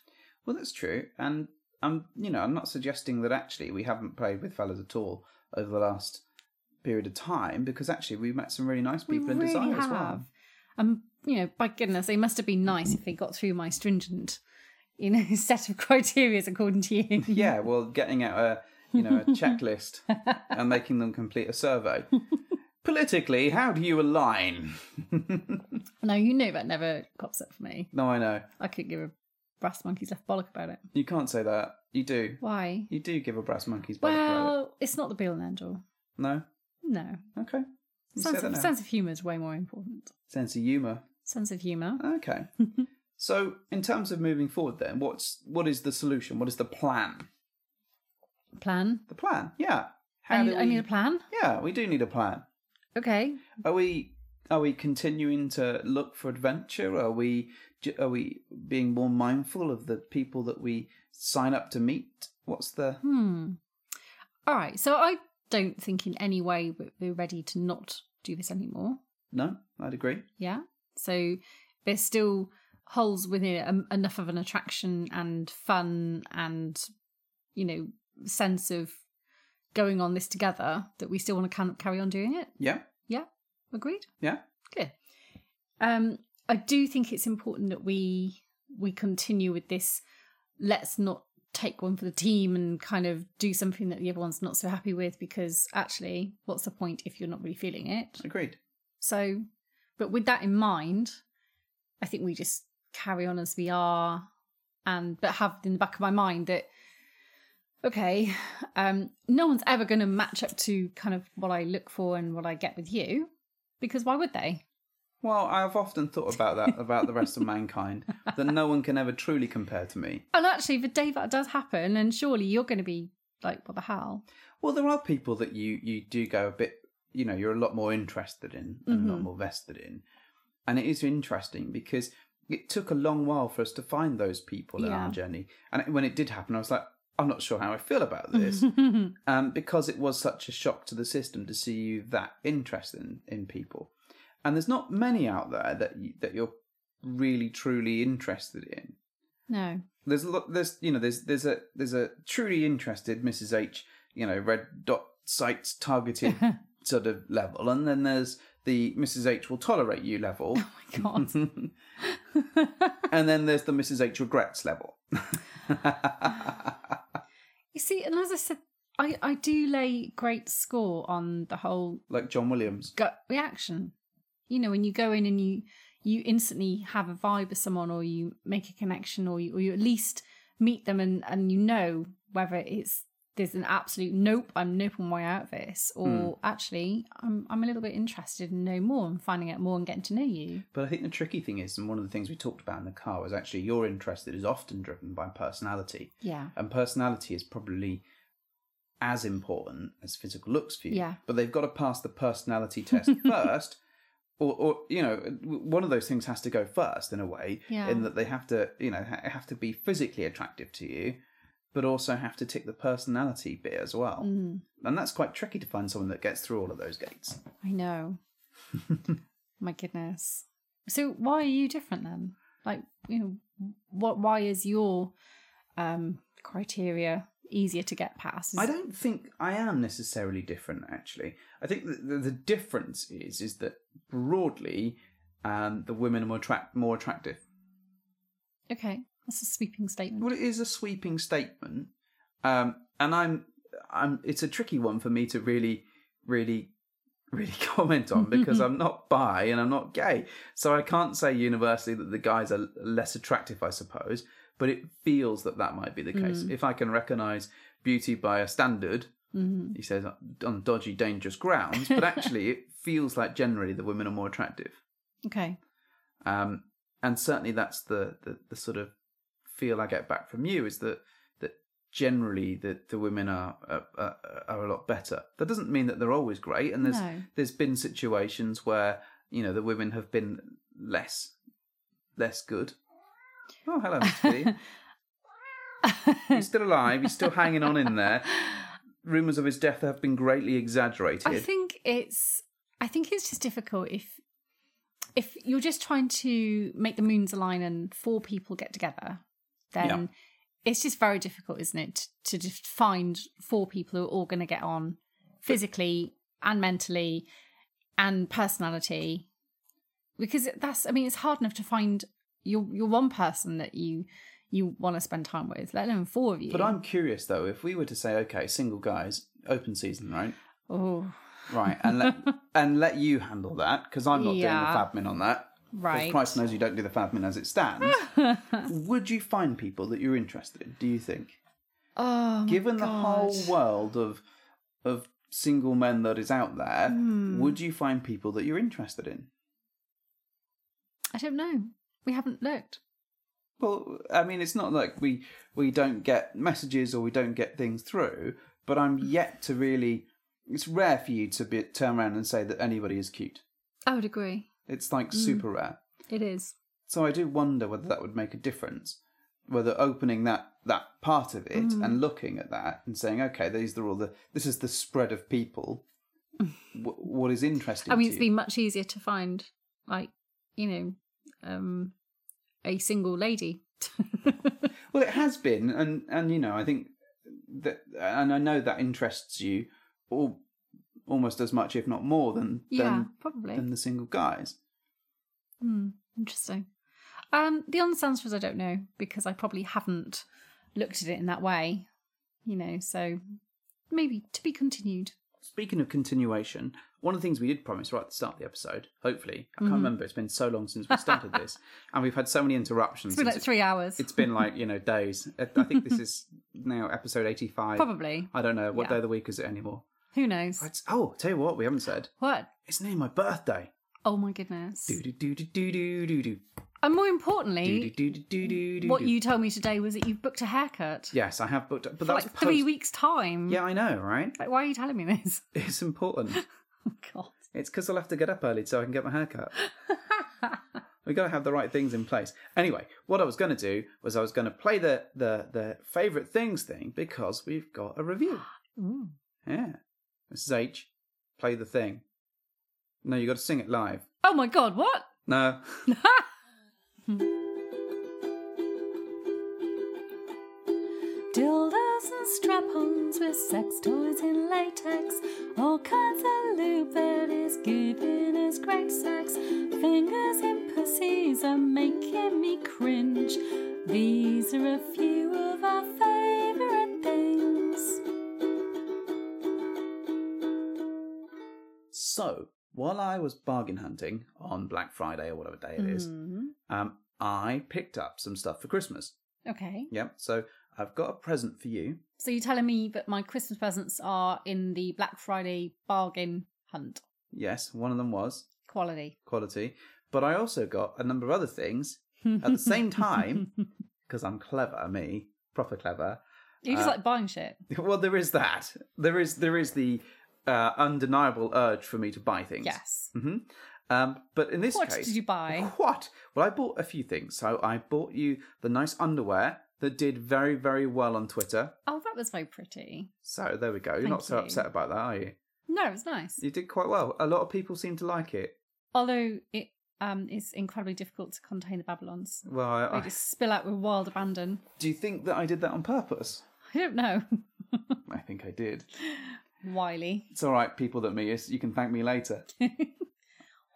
[SPEAKER 3] well, that's true. And I'm, you know, I'm not suggesting that actually we haven't played with fellas at all over the last period of time because actually we met some really nice
[SPEAKER 2] We
[SPEAKER 3] people in
[SPEAKER 2] really
[SPEAKER 3] design as
[SPEAKER 2] have.
[SPEAKER 3] well.
[SPEAKER 2] Um, you know, by goodness, they must have been nice if they got through my stringent, you know, set of criteria according to you.
[SPEAKER 3] Yeah, well, getting out a you know a checklist and making them complete a survey. Politically, how do you align?
[SPEAKER 2] No, you know that never pops up for me.
[SPEAKER 3] No, I know
[SPEAKER 2] I could give a brass monkey's left bollock about it.
[SPEAKER 3] you can't say that. You do.
[SPEAKER 2] Why?
[SPEAKER 3] You do give a brass monkey's back credit.
[SPEAKER 2] Well, it's not the be all and end all.
[SPEAKER 3] No?
[SPEAKER 2] No.
[SPEAKER 3] Okay. You say
[SPEAKER 2] Sense
[SPEAKER 3] that
[SPEAKER 2] of,
[SPEAKER 3] now.
[SPEAKER 2] sense of humour is way more important.
[SPEAKER 3] Sense of humour.
[SPEAKER 2] Sense of humour.
[SPEAKER 3] Okay. so in terms of moving forward then, what's what is the solution? What is the plan?
[SPEAKER 2] Plan.
[SPEAKER 3] The plan, yeah.
[SPEAKER 2] I need,
[SPEAKER 3] do
[SPEAKER 2] I
[SPEAKER 3] we-
[SPEAKER 2] need a plan.
[SPEAKER 3] Yeah, we do need a plan.
[SPEAKER 2] Okay.
[SPEAKER 3] Are we are we continuing to look for adventure? Are we ju- are we being more mindful of the people that we sign up to meet? What's the
[SPEAKER 2] Hmm. All right. So I don't think in any way we- we're ready to not do this anymore.
[SPEAKER 3] No, I'd agree.
[SPEAKER 2] Yeah. So there's still holes within it, um, enough of an attraction and fun and, you know, sense of going on this together that we still want to carry on doing it.
[SPEAKER 3] Yeah?
[SPEAKER 2] Agreed.
[SPEAKER 3] Yeah?
[SPEAKER 2] Good. Um, I do think it's important that we we continue with this. Let's not take one for the team and kind of do something that the other one's not so happy with because actually, what's the point if you're not really feeling it?
[SPEAKER 3] Agreed.
[SPEAKER 2] So, but with that in mind, I think we just carry on as we are, and but have in the back of my mind that okay, um, no one's ever going to match up to kind of what I look for and what I get with you, because why would they?
[SPEAKER 3] Well, I've often thought about that about the rest of mankind that no one can ever truly compare to me.
[SPEAKER 2] And actually, the day that does happen, and surely you're going to be like, what the hell?
[SPEAKER 3] Well, there are people that you you do go a bit, you know, you're a lot more interested in and a lot more vested in, and it is interesting because it took a long while for us to find those people in
[SPEAKER 2] Yeah.
[SPEAKER 3] our journey, and when it did happen, I was like, I'm not sure how I feel about
[SPEAKER 4] Mm-hmm.
[SPEAKER 3] this, um, because it was such a shock to the system to see you that interested in, in people, and there's not many out there that you, that you're really truly interested in
[SPEAKER 2] No.
[SPEAKER 3] there's a lot there's you know there's there's a there's a truly interested mrs h you know red dot sites targeted sort of level and then there's the mrs h will tolerate you level
[SPEAKER 2] My God.
[SPEAKER 3] and then there's the mrs h regrets level
[SPEAKER 2] you see, and as I said, I, I do lay great score on the whole
[SPEAKER 3] like john williams
[SPEAKER 2] gut reaction. You know, when you go in and you you instantly have a vibe with someone, or you make a connection, or you or you at least meet them and and you know whether it's there's an absolute nope, I'm nope on my way out of this, or actually I'm I'm a little bit interested in know more and finding out more and getting to know you.
[SPEAKER 3] but i think the tricky thing is and one of the things we talked about in the car was actually your interest that is often driven by personality
[SPEAKER 2] Yeah.
[SPEAKER 3] and personality is probably as important as physical looks for you.
[SPEAKER 2] Yeah.
[SPEAKER 3] But they've got to pass the personality test first, or, or you know, w- one of those things has to go first in a way,
[SPEAKER 2] Yeah.
[SPEAKER 3] in that they have to, you know, ha- have to be physically attractive to you, but also have to tick the personality bit as well.
[SPEAKER 2] Mm,
[SPEAKER 3] And that's quite tricky to find someone that gets through all of those gates.
[SPEAKER 2] I know. my goodness. So why are you different then? Like, you know, what why is your um criteria easier to get past. Is
[SPEAKER 3] I
[SPEAKER 2] it-
[SPEAKER 3] don't think I am necessarily different. Actually, I think the, the, the difference is is that broadly, um, the women are more attract more attractive.
[SPEAKER 2] Okay, that's a sweeping statement.
[SPEAKER 3] Well, it is a sweeping statement, um, and I'm I'm. It's a tricky one for me to really, really, really comment on because I'm not bi and I'm not gay, so I can't say universally that the guys are less attractive. I suppose, but it feels that that might be the case. If I can recognise beauty by a standard,
[SPEAKER 2] Mm-hmm.
[SPEAKER 3] he says on dodgy, dangerous grounds, but actually it feels like generally the women are more attractive.
[SPEAKER 2] Okay,
[SPEAKER 3] Um, and certainly that's the, the, the sort of feel I get back from you is that that generally the, the women are, are are a lot better. That doesn't mean that they're always great, and there's
[SPEAKER 2] No.
[SPEAKER 3] there's been situations where you know the women have been less less good. Oh, hello, Mr. B. He's still alive. He's still hanging on in there. Rumours of his death have been greatly exaggerated.
[SPEAKER 2] I think it's I think it's just difficult if if you're just trying to make the moons align and four people get together, then
[SPEAKER 3] Yeah.
[SPEAKER 2] it's just very difficult, isn't it, to just find four people who are all going to get on physically and mentally and personality because that's I mean it's hard enough to find your your one person that you you want to spend time with, let alone four of you.
[SPEAKER 3] But I'm curious though, if we were to say, okay, single guys, open season, right?
[SPEAKER 2] oh
[SPEAKER 3] Right, and let and let you handle that because I'm not
[SPEAKER 2] Yeah.
[SPEAKER 3] doing the fabmin on that. 'Cause
[SPEAKER 2] right.
[SPEAKER 3] Christ knows you don't do the fabmin as it stands. Would you find people that you're interested in? Do you think,
[SPEAKER 2] Oh, my
[SPEAKER 3] given the whole
[SPEAKER 2] God.
[SPEAKER 3] world of of single men that is out there,
[SPEAKER 2] Hmm.
[SPEAKER 3] would you find people that you're interested in?
[SPEAKER 2] I don't know. We haven't looked.
[SPEAKER 3] Well, I mean, it's not like we we don't get messages or we don't get things through, but I'm yet to really. It's rare for you to be, turn around and say that anybody is cute.
[SPEAKER 2] I would agree.
[SPEAKER 3] It's like
[SPEAKER 2] Hmm.
[SPEAKER 3] super rare.
[SPEAKER 2] It is.
[SPEAKER 3] So I do wonder whether that would make a difference, whether opening that that part of it
[SPEAKER 2] Hmm.
[SPEAKER 3] and looking at that and saying, okay, these are all the this is the spread of people. W- what is interesting?
[SPEAKER 2] I mean,
[SPEAKER 3] to
[SPEAKER 2] it's
[SPEAKER 3] you?
[SPEAKER 2] been much easier to find, like, you know, um, a single lady.
[SPEAKER 3] Well, it has been, and and you know, I think that, and I know that interests you all almost as much, if not more, than
[SPEAKER 2] yeah,
[SPEAKER 3] than,
[SPEAKER 2] probably.
[SPEAKER 3] than the single guys.
[SPEAKER 2] Hmm, interesting. Um, the honest answer is I don't know because I probably haven't looked at it in that way. You know, so maybe to be continued.
[SPEAKER 3] Speaking of continuation, one of the things we did promise right at the start of the episode, hopefully, I can't
[SPEAKER 2] Mm-hmm.
[SPEAKER 3] remember. It's been so long since we started this, and we've had so many interruptions.
[SPEAKER 2] It's been like
[SPEAKER 3] since it-
[SPEAKER 2] three hours,
[SPEAKER 3] It's been like you know days. I I think this is now episode eighty-five.
[SPEAKER 2] probably.
[SPEAKER 3] I don't know what
[SPEAKER 2] Yeah.
[SPEAKER 3] day of the week is it anymore.
[SPEAKER 2] Who knows?
[SPEAKER 3] It's, oh, tell you what, we haven't said.
[SPEAKER 2] What?
[SPEAKER 3] It's near my birthday.
[SPEAKER 2] Oh my goodness!
[SPEAKER 3] Do do do do do do do
[SPEAKER 2] And more
[SPEAKER 3] do
[SPEAKER 2] importantly,
[SPEAKER 3] do do do do.
[SPEAKER 2] what you told me today was that you've booked a haircut.
[SPEAKER 3] Yes, I have booked, but
[SPEAKER 2] for
[SPEAKER 3] that's
[SPEAKER 2] like three
[SPEAKER 3] post-
[SPEAKER 2] weeks' time.
[SPEAKER 3] Yeah, I know, right?
[SPEAKER 2] Like, why are you telling me this?
[SPEAKER 3] It's important.
[SPEAKER 2] Oh, God.
[SPEAKER 3] It's because I'll have to get up early so I can get my haircut. we got to have the right things in place. Anyway, what I was going to do was I was going to play the the the favorite things thing because we've got a review.
[SPEAKER 5] Mm.
[SPEAKER 2] Ooh.
[SPEAKER 3] Yeah, Mrs H, play the thing. No, you got to sing it live.
[SPEAKER 2] Oh, my God, what?
[SPEAKER 3] No.
[SPEAKER 2] Dildos and strap ons with sex toys in latex. All kinds of lube that is giving us great sex. Fingers in pussies are making me cringe. These are a few of our favourite things.
[SPEAKER 3] So while I was bargain hunting on Black Friday or whatever day it is, um, I picked up some stuff for Christmas.
[SPEAKER 2] Okay.
[SPEAKER 3] Yep. So I've got a present for you.
[SPEAKER 2] So you're telling me that my Christmas presents are in the Black Friday bargain hunt
[SPEAKER 3] Yes, one of them was
[SPEAKER 2] quality?
[SPEAKER 3] quality, but I also got a number of other things at the same time because I'm clever, me, proper clever.
[SPEAKER 2] You
[SPEAKER 3] Uh,
[SPEAKER 2] just like buying shit.
[SPEAKER 3] Well, there is that. There is there is the uh, undeniable urge for me to buy things.
[SPEAKER 2] Yes.
[SPEAKER 3] hmm Um, but in this
[SPEAKER 2] What
[SPEAKER 3] case,
[SPEAKER 2] did you buy?
[SPEAKER 3] What? Well, I bought a few things. So I bought you the nice underwear that did very very well on Twitter.
[SPEAKER 2] Oh, that was very pretty.
[SPEAKER 3] So there we go. You're not
[SPEAKER 2] Thank
[SPEAKER 3] so
[SPEAKER 2] you.
[SPEAKER 3] upset about that, are you?
[SPEAKER 2] No, it was nice.
[SPEAKER 3] You did quite well. A lot of people seem to like it.
[SPEAKER 2] Although it um is incredibly difficult to contain the Babylons.
[SPEAKER 3] Well, I,
[SPEAKER 2] They
[SPEAKER 3] I,
[SPEAKER 2] just spill out with wild abandon.
[SPEAKER 3] do you think that I did that on purpose?
[SPEAKER 2] I don't know.
[SPEAKER 3] I think I did.
[SPEAKER 2] Wiley.
[SPEAKER 3] It's all right, people that me is. You can thank me later.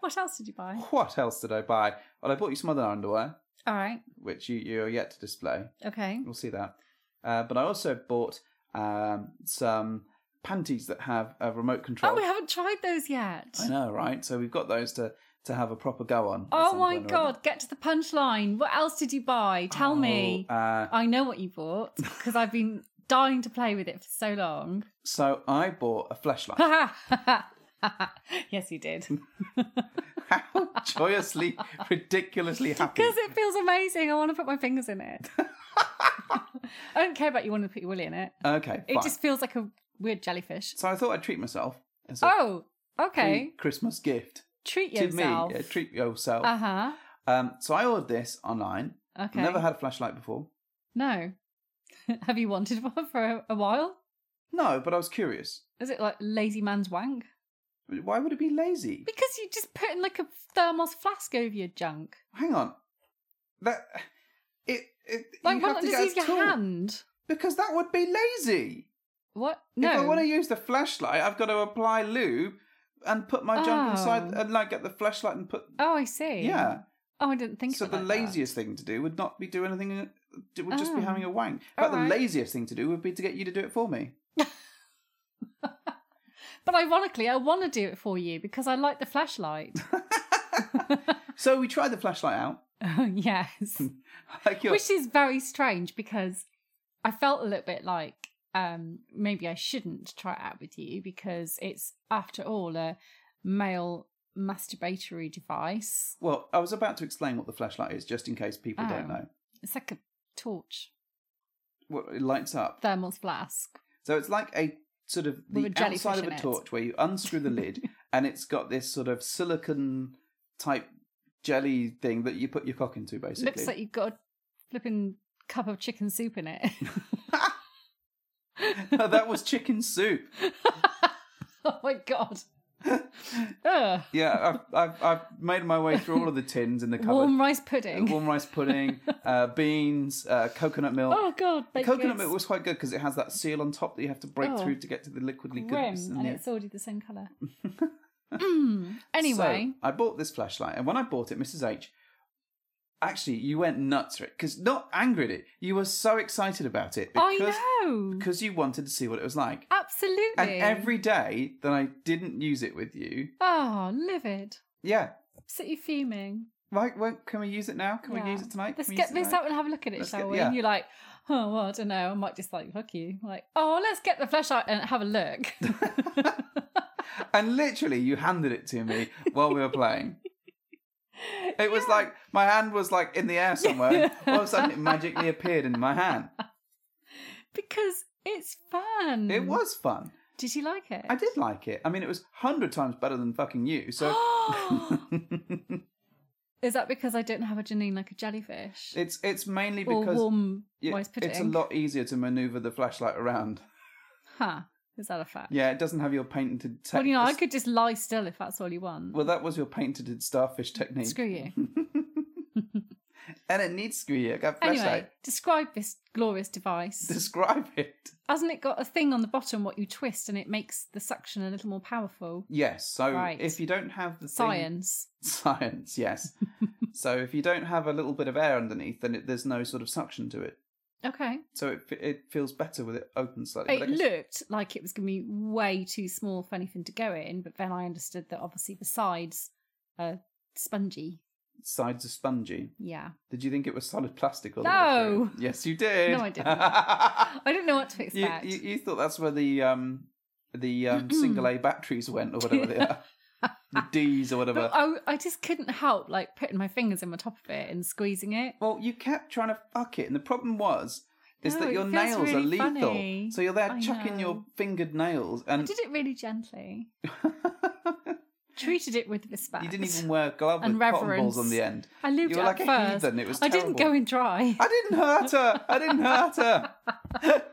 [SPEAKER 2] What else did you buy?
[SPEAKER 3] What else did I buy? Well, I bought you some other underwear,
[SPEAKER 2] All right.
[SPEAKER 3] which you, you are yet to display.
[SPEAKER 2] Okay.
[SPEAKER 3] We'll see that. Uh, but I also bought um, some panties that have a remote control.
[SPEAKER 2] Oh, we haven't tried those yet.
[SPEAKER 3] I know, right? So we've got those to to have a proper go on. at
[SPEAKER 2] Oh
[SPEAKER 3] some
[SPEAKER 2] my
[SPEAKER 3] point or other.
[SPEAKER 2] god, get to the punchline. What else did you buy? Tell me.
[SPEAKER 3] Oh, uh,
[SPEAKER 2] I know what you bought because I've been dying to play with it for so long.
[SPEAKER 3] so I bought a flashlight.
[SPEAKER 2] yes, you did.
[SPEAKER 3] How joyously, ridiculously happy!
[SPEAKER 2] Because it feels amazing. I want to put my fingers in it. I don't care about you wanting to put your willy in it.
[SPEAKER 3] Okay,
[SPEAKER 2] It
[SPEAKER 3] fine.
[SPEAKER 2] just feels like a weird jellyfish.
[SPEAKER 3] So I thought I'd treat myself as a
[SPEAKER 2] Oh, okay.
[SPEAKER 3] free Christmas gift
[SPEAKER 2] Treat,
[SPEAKER 3] to
[SPEAKER 2] yourself.
[SPEAKER 3] me. Yeah, treat yourself.
[SPEAKER 2] Uh huh.
[SPEAKER 3] um, so I ordered this online. I've
[SPEAKER 2] Okay.
[SPEAKER 3] Never had a flashlight before.
[SPEAKER 2] No. Have you wanted one for a, a while?
[SPEAKER 3] No, but I was curious.
[SPEAKER 2] Is it like lazy man's wank?
[SPEAKER 3] Why would it be lazy?
[SPEAKER 2] Because you just put in like a thermos flask over your junk.
[SPEAKER 3] Hang on. That it it
[SPEAKER 2] Like,
[SPEAKER 3] you
[SPEAKER 2] why not
[SPEAKER 3] have to
[SPEAKER 2] just
[SPEAKER 3] get a
[SPEAKER 2] use your
[SPEAKER 3] tool.
[SPEAKER 2] hand?
[SPEAKER 3] Because that would be lazy.
[SPEAKER 2] What? No.
[SPEAKER 3] If I want to use the flashlight, I've got to apply lube and put my junk inside
[SPEAKER 2] Oh.
[SPEAKER 3] and like get the flashlight and put
[SPEAKER 2] Oh, I see.
[SPEAKER 3] Yeah.
[SPEAKER 2] Oh, I didn't think
[SPEAKER 3] so
[SPEAKER 2] of it
[SPEAKER 3] the
[SPEAKER 2] like that.
[SPEAKER 3] laziest thing to do would not be do anything it would just be
[SPEAKER 2] Oh.
[SPEAKER 3] having a wank.
[SPEAKER 2] All
[SPEAKER 3] But the
[SPEAKER 2] right.
[SPEAKER 3] laziest thing to do would be to get you to do it for me.
[SPEAKER 2] But ironically, I want to do it for you because I like the flashlight.
[SPEAKER 3] So we tried the flashlight out. Hmm.
[SPEAKER 2] yes.
[SPEAKER 3] Like your
[SPEAKER 2] Which is very strange because I felt a little bit like um, maybe I shouldn't try it out with you because it's, after all, a male masturbatory device.
[SPEAKER 3] well, I was about to explain what the flashlight is, just in case people don't
[SPEAKER 2] Oh.
[SPEAKER 3] know.
[SPEAKER 2] It's like a torch,
[SPEAKER 3] Well, it lights up.
[SPEAKER 2] thermos flask.
[SPEAKER 3] So it's like a sort of
[SPEAKER 2] With a
[SPEAKER 3] the
[SPEAKER 2] jellyfish
[SPEAKER 3] outside of
[SPEAKER 2] in
[SPEAKER 3] a
[SPEAKER 2] it.
[SPEAKER 3] torch where you unscrew the lid and it's got this sort of silicon type jelly thing that you put your cock into basically.
[SPEAKER 2] Looks like you've got a flipping cup of chicken soup in it.
[SPEAKER 3] that was chicken soup.
[SPEAKER 2] oh my god. Ugh.
[SPEAKER 3] Yeah, I've, I've, I've made my way through all of the tins in the cupboard.
[SPEAKER 2] Warm rice pudding.
[SPEAKER 3] Warm rice pudding, uh, beans, uh, coconut milk.
[SPEAKER 2] Oh god, baked
[SPEAKER 3] coconut
[SPEAKER 2] goods.
[SPEAKER 3] milk was quite good because it has that seal on top that you have to break
[SPEAKER 2] Oh.
[SPEAKER 3] through to get to the liquidly
[SPEAKER 2] grim,
[SPEAKER 3] goodness. in
[SPEAKER 2] and
[SPEAKER 3] there.
[SPEAKER 2] it's already the same colour. Mm. Anyway,
[SPEAKER 3] So, I bought this flashlight, and when I bought it, Mrs. H, actually, you went nuts for it because not angry at it, you were so excited about it because
[SPEAKER 2] I know
[SPEAKER 3] because you wanted to see what it was like.
[SPEAKER 2] absolutely.
[SPEAKER 3] And every day that I didn't use it with you,
[SPEAKER 2] oh, livid,
[SPEAKER 3] yeah,
[SPEAKER 2] absolutely fuming.
[SPEAKER 3] right? Well, can we use it now? Can
[SPEAKER 2] Yeah.
[SPEAKER 3] we use it tonight?
[SPEAKER 2] Let's
[SPEAKER 3] Can we
[SPEAKER 2] get
[SPEAKER 3] use it
[SPEAKER 2] this
[SPEAKER 3] tonight?
[SPEAKER 2] out and have a look at it,
[SPEAKER 3] Let's
[SPEAKER 2] shall
[SPEAKER 3] get-
[SPEAKER 2] we?
[SPEAKER 3] yeah.
[SPEAKER 2] And you're like, oh, well, I don't know. I might just like hook you. Like, oh, let's get the flesh out and have a look.
[SPEAKER 3] And literally, you handed it to me while we were playing. It was like my hand was like in the air somewhere. and all of a sudden, it magically appeared in my hand.
[SPEAKER 2] because it's fun.
[SPEAKER 3] It was fun.
[SPEAKER 2] Did you like it?
[SPEAKER 3] I did like it. I mean, it was hundred times better than fucking you. So
[SPEAKER 2] Is that because I don't have a Janine like a jellyfish?
[SPEAKER 3] it's it's mainly
[SPEAKER 2] or
[SPEAKER 3] because
[SPEAKER 2] warm
[SPEAKER 3] it-
[SPEAKER 2] rice pudding?
[SPEAKER 3] it's a lot easier to maneuver the flashlight around.
[SPEAKER 2] Huh. Is that a fact?
[SPEAKER 3] Yeah, it doesn't have your patented. Te-
[SPEAKER 2] Well, you know, I could just lie still if that's all you want.
[SPEAKER 3] Well, that was your patented starfish technique,
[SPEAKER 2] Screw you.
[SPEAKER 3] and it needs screw you. I got flashlight.
[SPEAKER 2] Anyway, describe this glorious device.
[SPEAKER 3] Describe it.
[SPEAKER 2] Hasn't it got a thing on the bottom what you twist and it makes the suction a little more powerful?
[SPEAKER 3] Yes. So
[SPEAKER 2] Right.
[SPEAKER 3] if you don't have the thing-
[SPEAKER 2] Science.
[SPEAKER 3] science, yes. so if you don't have a little bit of air underneath, then it, there's no sort of suction to it.
[SPEAKER 2] Okay.
[SPEAKER 3] So it it feels better with it open slightly. but
[SPEAKER 2] It
[SPEAKER 3] I guess-
[SPEAKER 2] looked like it was going to be way too small for anything to go in, but then I understood that obviously besides uh, spongy,
[SPEAKER 3] sides are spongy.
[SPEAKER 2] yeah.
[SPEAKER 3] Did you think it was solid plastic all the way
[SPEAKER 2] No.
[SPEAKER 3] through? Yes, you did.
[SPEAKER 2] No, I
[SPEAKER 3] didn't.
[SPEAKER 2] I didn't know what to
[SPEAKER 3] you,
[SPEAKER 2] expect.
[SPEAKER 3] you, you thought that's where the um the um, single A batteries went or whatever they are. the D's or whatever.
[SPEAKER 2] but um, I, I just couldn't help like putting my fingers in the top of it and squeezing it.
[SPEAKER 3] Well, you kept trying to fuck it, and the problem was is
[SPEAKER 2] No,
[SPEAKER 3] that
[SPEAKER 2] it
[SPEAKER 3] your
[SPEAKER 2] feels
[SPEAKER 3] nails are
[SPEAKER 2] really
[SPEAKER 3] lethal.
[SPEAKER 2] funny.
[SPEAKER 3] So you're there
[SPEAKER 2] I
[SPEAKER 3] chucking your
[SPEAKER 2] know.
[SPEAKER 3] fingered nails, and
[SPEAKER 2] Did it really gently. Treated it with respect.
[SPEAKER 3] you didn't even wear a glove with
[SPEAKER 2] And
[SPEAKER 3] cotton balls
[SPEAKER 2] reverence.
[SPEAKER 3] on the end.
[SPEAKER 2] I lived
[SPEAKER 3] you were
[SPEAKER 2] it
[SPEAKER 3] like
[SPEAKER 2] at
[SPEAKER 3] a
[SPEAKER 2] first.
[SPEAKER 3] heathen. It was.
[SPEAKER 2] I didn't go
[SPEAKER 3] terrible.
[SPEAKER 2] in dry.
[SPEAKER 3] I didn't hurt her. I didn't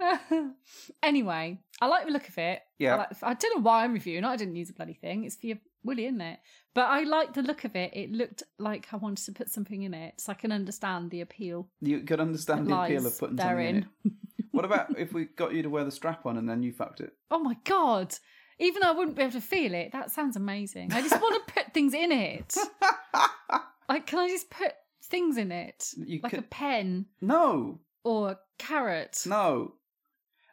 [SPEAKER 3] hurt her.
[SPEAKER 2] anyway, I like the look of it.
[SPEAKER 3] Yeah.
[SPEAKER 2] I, like the f- I don't know why I'm reviewing. it. I didn't use a bloody thing. It's for your woolly, isn't it? But I liked the look of it. It looked like I wanted to put something in it, so I can understand the appeal.
[SPEAKER 3] You could understand the
[SPEAKER 2] Lies
[SPEAKER 3] appeal of putting
[SPEAKER 2] therein.
[SPEAKER 3] something in it. What about if we got you to wear the strap on and then you fucked it?
[SPEAKER 2] Oh my god! Even though I wouldn't be able to feel it, that sounds amazing. I just want to put things in it. Like, can I just put things in it?
[SPEAKER 3] You
[SPEAKER 2] like a
[SPEAKER 3] could-
[SPEAKER 2] pen
[SPEAKER 3] No,
[SPEAKER 2] or a carrot.
[SPEAKER 3] no.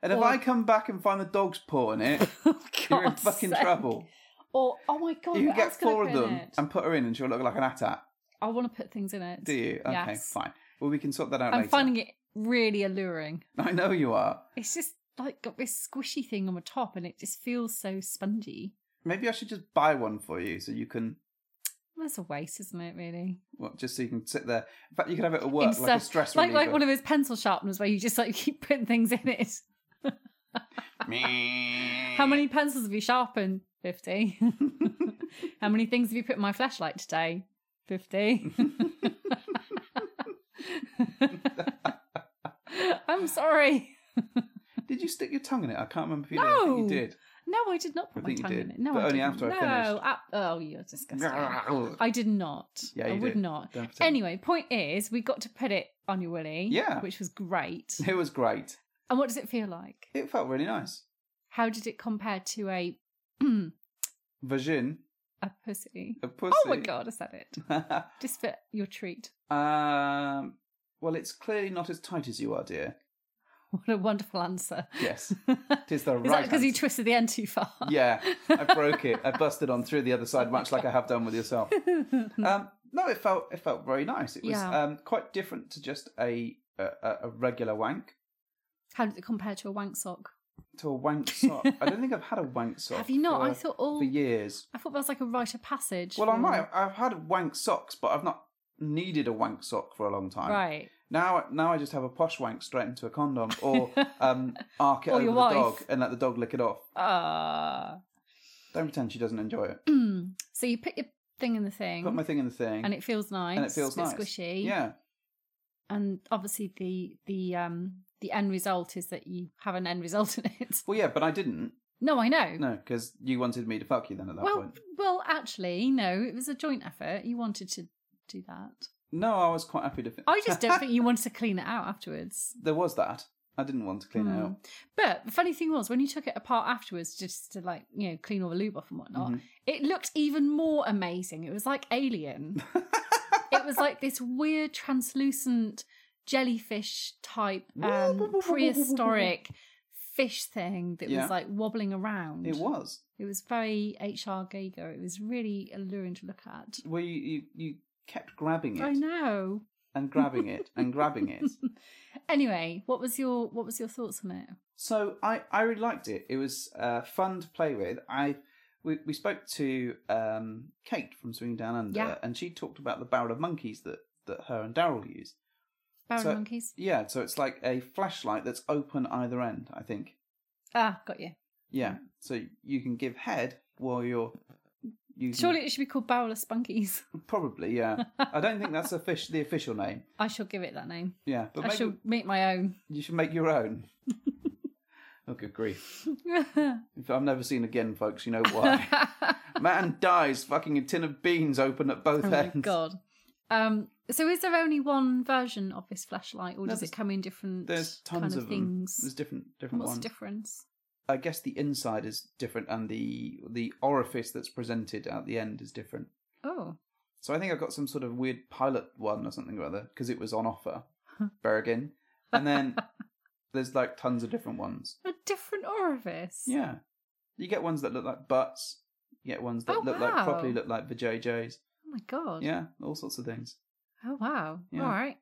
[SPEAKER 3] And if
[SPEAKER 2] Or-
[SPEAKER 3] I come back and find the dog's paw in it,
[SPEAKER 2] Oh,
[SPEAKER 3] you're in
[SPEAKER 2] God's
[SPEAKER 3] fucking
[SPEAKER 2] sake.
[SPEAKER 3] trouble.
[SPEAKER 2] Or oh my god,
[SPEAKER 3] you
[SPEAKER 2] what
[SPEAKER 3] get
[SPEAKER 2] else can I
[SPEAKER 3] four of
[SPEAKER 2] put in
[SPEAKER 3] them
[SPEAKER 2] it?
[SPEAKER 3] and put her in, and she'll look like an atat.
[SPEAKER 2] I want to put things in it.
[SPEAKER 3] Do you? Okay,
[SPEAKER 2] Yes.
[SPEAKER 3] fine. Well, we can sort that out
[SPEAKER 2] I'm
[SPEAKER 3] later.
[SPEAKER 2] finding it really alluring.
[SPEAKER 3] I know you are.
[SPEAKER 2] It's just like got this squishy thing on the top, and it just feels so spongy.
[SPEAKER 3] Maybe I should just buy one for you, so you can,
[SPEAKER 2] That's a waste, isn't it? Really.
[SPEAKER 3] well, just so you can sit there. In fact, you could have it at work, like a
[SPEAKER 2] Insert-
[SPEAKER 3] stress
[SPEAKER 2] like,
[SPEAKER 3] reliever.
[SPEAKER 2] like one of those pencil sharpeners where you just like keep putting things in it. How many pencils have you sharpened? Fifty. How many things have you put in my flashlight today? Fifty. I'm sorry.
[SPEAKER 3] Did you stick your tongue in it? I can't remember if you did. I think
[SPEAKER 2] No.
[SPEAKER 3] you did.
[SPEAKER 2] No, I did not put
[SPEAKER 3] I
[SPEAKER 2] my
[SPEAKER 3] think you
[SPEAKER 2] tongue in
[SPEAKER 3] did,
[SPEAKER 2] it. No,
[SPEAKER 3] but
[SPEAKER 2] I
[SPEAKER 3] only
[SPEAKER 2] didn't.
[SPEAKER 3] after I
[SPEAKER 2] no,
[SPEAKER 3] finished.
[SPEAKER 2] ab- oh, you're disgusting.
[SPEAKER 3] yeah,
[SPEAKER 2] I did not.
[SPEAKER 3] you
[SPEAKER 2] I would
[SPEAKER 3] did.
[SPEAKER 2] not.
[SPEAKER 3] Don't pretend.
[SPEAKER 2] Anyway, point is, we got to put it on your willy.
[SPEAKER 3] Yeah.
[SPEAKER 2] which was great.
[SPEAKER 3] It was great.
[SPEAKER 2] And what does it feel like?
[SPEAKER 3] It felt really nice.
[SPEAKER 2] How did it compare to a a
[SPEAKER 3] Virgin,
[SPEAKER 2] pussy?
[SPEAKER 3] a pussy.
[SPEAKER 2] Oh my god, I said it.
[SPEAKER 3] god.
[SPEAKER 2] Just for your treat.
[SPEAKER 3] um, well, it's clearly not as tight as you are, dear.
[SPEAKER 2] What a wonderful answer.
[SPEAKER 3] Yes,
[SPEAKER 2] Is
[SPEAKER 3] it is the
[SPEAKER 2] that
[SPEAKER 3] right
[SPEAKER 2] because you
[SPEAKER 3] answer.
[SPEAKER 2] twisted the end too far?
[SPEAKER 3] yeah, I broke it. I busted on through the other side, much like I have done with yourself. Um, no, it felt it felt very nice. It was
[SPEAKER 2] Yeah.
[SPEAKER 3] um, quite different to just a, a a- a regular wank
[SPEAKER 2] How did it compare to a wank sock?
[SPEAKER 3] to a wank sock. I don't think I've had a wank sock.
[SPEAKER 2] Have you not?
[SPEAKER 3] for-
[SPEAKER 2] I thought all-
[SPEAKER 3] for years.
[SPEAKER 2] I thought that was like a rite of passage.
[SPEAKER 3] Well, I
[SPEAKER 2] for-
[SPEAKER 3] might. I've had wank socks, but I've not needed a wank sock for a long time.
[SPEAKER 2] Right.
[SPEAKER 3] Now, now I just have a posh wank straight into a condom, or um, arc it
[SPEAKER 2] Or
[SPEAKER 3] over the
[SPEAKER 2] your
[SPEAKER 3] dog
[SPEAKER 2] wife.
[SPEAKER 3] and let the dog lick it off.
[SPEAKER 2] Ah.
[SPEAKER 3] Don't pretend she doesn't enjoy it.
[SPEAKER 2] so you put your thing in the thing,
[SPEAKER 3] Put my thing in the thing,
[SPEAKER 2] and it feels nice.
[SPEAKER 3] and it feels
[SPEAKER 2] a bit
[SPEAKER 3] nice,
[SPEAKER 2] squishy.
[SPEAKER 3] Yeah,
[SPEAKER 2] And obviously the the um the end result is that you have an end result in it.
[SPEAKER 3] well, yeah, but I didn't.
[SPEAKER 2] No, I know.
[SPEAKER 3] No, because you wanted me to fuck you then at that
[SPEAKER 2] well,
[SPEAKER 3] point.
[SPEAKER 2] well, actually, no. It was a joint effort. You wanted to do that.
[SPEAKER 3] No, I was quite happy to. Fi-
[SPEAKER 2] I just don't think you wanted to clean it out afterwards.
[SPEAKER 3] there was that. I didn't want to clean
[SPEAKER 2] Hmm.
[SPEAKER 3] it out.
[SPEAKER 2] But the funny thing was, when you took it apart afterwards, just to like you know clean all the lube off and
[SPEAKER 3] Mm-hmm.
[SPEAKER 2] whatnot, it looked even more amazing. It was like Alien. it was like this weird translucent jellyfish type um, prehistoric fish thing that
[SPEAKER 3] Yeah.
[SPEAKER 2] was like wobbling around.
[SPEAKER 3] It was.
[SPEAKER 2] It was very H.R. Geiger. It was really alluring to look at.
[SPEAKER 3] Well, you you, you kept grabbing it
[SPEAKER 2] I know.
[SPEAKER 3] and grabbing it and grabbing it.
[SPEAKER 2] Anyway, what was your what was your thoughts on it?
[SPEAKER 3] So I, I really liked it. It was uh, fun to play with. I we, we spoke to um, Kate from Swinging Down Under,
[SPEAKER 2] Yeah.
[SPEAKER 3] and she talked about the barrel of monkeys that, that her and Daryl use.
[SPEAKER 2] Baron
[SPEAKER 3] So-
[SPEAKER 2] monkeys.
[SPEAKER 3] Yeah, so it's like a flashlight that's open either end. I think.
[SPEAKER 2] Ah, got you.
[SPEAKER 3] Yeah, so you can give head while you're using.
[SPEAKER 2] Surely it should be called Barrel of Spunkies.
[SPEAKER 3] Probably, yeah. I don't think that's offic- the official name.
[SPEAKER 2] I shall give it that name.
[SPEAKER 3] Yeah, but
[SPEAKER 2] I
[SPEAKER 3] maybe
[SPEAKER 2] shall make my own.
[SPEAKER 3] you should make your own. oh, good grief! If I'm never seen again, folks, you know why.
[SPEAKER 2] oh
[SPEAKER 3] Man dies fucking a tin of beans open at both
[SPEAKER 2] my
[SPEAKER 3] ends.
[SPEAKER 2] god. Um, so is there only one version of this flashlight, or
[SPEAKER 3] No,
[SPEAKER 2] does
[SPEAKER 3] there's-
[SPEAKER 2] it come in different
[SPEAKER 3] There's tons
[SPEAKER 2] kind
[SPEAKER 3] of,
[SPEAKER 2] of,
[SPEAKER 3] them.
[SPEAKER 2] things?
[SPEAKER 3] There's different different
[SPEAKER 2] What's the
[SPEAKER 3] ones.
[SPEAKER 2] difference?
[SPEAKER 3] I guess the inside is different, and the the orifice that's presented at the end is different.
[SPEAKER 2] Oh,
[SPEAKER 3] So I think I got some sort of weird pilot one or something or other because it was on offer, Bergen, and then there's like tons of different ones.
[SPEAKER 2] a different orifice.
[SPEAKER 3] Yeah, you get ones that look like butts. You get ones that
[SPEAKER 2] Oh,
[SPEAKER 3] look like properly
[SPEAKER 2] wow.
[SPEAKER 3] look like vajayjays.
[SPEAKER 2] Oh my god.
[SPEAKER 3] Yeah, all sorts of things.
[SPEAKER 2] Oh wow.
[SPEAKER 3] Yeah.
[SPEAKER 2] All right.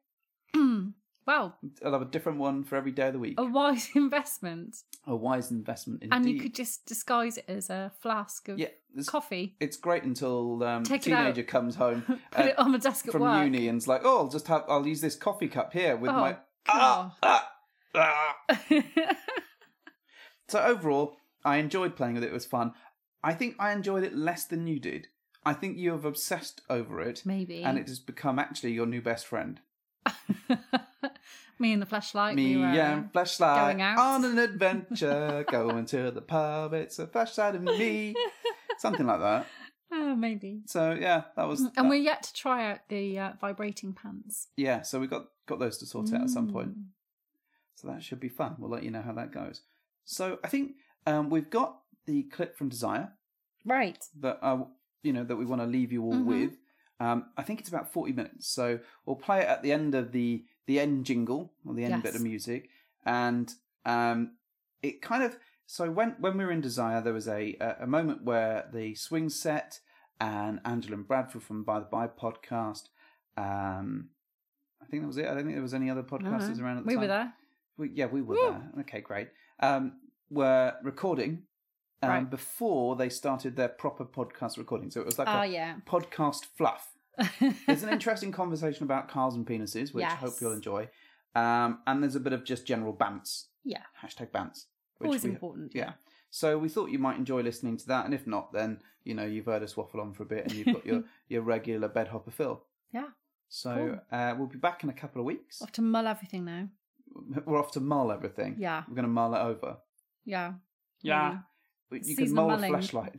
[SPEAKER 2] well,
[SPEAKER 3] I'll have a different one for every day of the week.
[SPEAKER 2] a wise investment,
[SPEAKER 3] A wise investment, indeed.
[SPEAKER 2] Oh. and you could just disguise it as a flask of
[SPEAKER 3] yeah, it's,
[SPEAKER 2] coffee.
[SPEAKER 3] it's great until um,
[SPEAKER 2] Take it out.
[SPEAKER 3] teenager comes home
[SPEAKER 2] Put
[SPEAKER 3] uh,
[SPEAKER 2] it on the desk at
[SPEAKER 3] from
[SPEAKER 2] work.
[SPEAKER 3] uni and's like, oh, I'll just have I'll use this coffee cup here with
[SPEAKER 2] Oh,
[SPEAKER 3] my
[SPEAKER 2] God.
[SPEAKER 3] ah, ah. So overall, I enjoyed playing with it. It was fun. I think I enjoyed it less than you did. I think you have obsessed over it,
[SPEAKER 2] Maybe.
[SPEAKER 3] and it has become actually your new best friend.
[SPEAKER 2] me and the flashlight.
[SPEAKER 3] Me
[SPEAKER 2] we were,
[SPEAKER 3] and flashlight
[SPEAKER 2] going out.
[SPEAKER 3] on an adventure, going to the pub. It's a flashlight of me, something like that.
[SPEAKER 2] Oh, maybe. Mm,
[SPEAKER 3] So yeah, that was
[SPEAKER 2] And we're yet to try out the uh, vibrating pants.
[SPEAKER 3] yeah. So we got got those to sort out at some point.
[SPEAKER 2] Mm.
[SPEAKER 3] So that should be fun. We'll let you know how that goes. So I think um, we've got the clip from Desire
[SPEAKER 2] Right.
[SPEAKER 3] that I, you know that we want to leave you all
[SPEAKER 2] Mhm.
[SPEAKER 3] with. Um, I think it's about forty minutes, so we'll play it at the end of the the end jingle or the end bit
[SPEAKER 2] Yes.
[SPEAKER 3] of music, and um, it kind of so when when we were in Desire, there was a a- a moment where the swing set and Angela and Bradford from By the By podcast. Um, I think that was it. I don't think there was any other podcasters around at the
[SPEAKER 2] we
[SPEAKER 3] time.
[SPEAKER 2] were there.
[SPEAKER 3] We, yeah, we were
[SPEAKER 2] Woo.
[SPEAKER 3] there. Okay, great. Um, were recording um,
[SPEAKER 2] Right.
[SPEAKER 3] before they started their proper podcast recording. So it was like
[SPEAKER 2] Ah,
[SPEAKER 3] a
[SPEAKER 2] yeah.
[SPEAKER 3] podcast fluff. There's an interesting conversation about cars and penises, which I hope
[SPEAKER 2] Yes.
[SPEAKER 3] you'll enjoy. Um, and there's a bit of just general bants.
[SPEAKER 2] Yeah.
[SPEAKER 3] Hashtag bants. which
[SPEAKER 2] Always
[SPEAKER 3] we-
[SPEAKER 2] important.
[SPEAKER 3] yeah. So we thought you might enjoy listening to that. And if not, then, you know, you've heard us waffle on for a bit and you've got your, your regular bed hopper fill.
[SPEAKER 2] Yeah.
[SPEAKER 3] So uh, we'll be back in a couple of weeks.
[SPEAKER 2] I'll have to mull everything now.
[SPEAKER 3] We're off to mull everything.
[SPEAKER 2] Yeah.
[SPEAKER 3] We're going to mull it over.
[SPEAKER 2] Yeah. Mm.
[SPEAKER 3] But You can
[SPEAKER 2] Seasonal
[SPEAKER 3] mull a
[SPEAKER 2] mulling.
[SPEAKER 3] flashlight.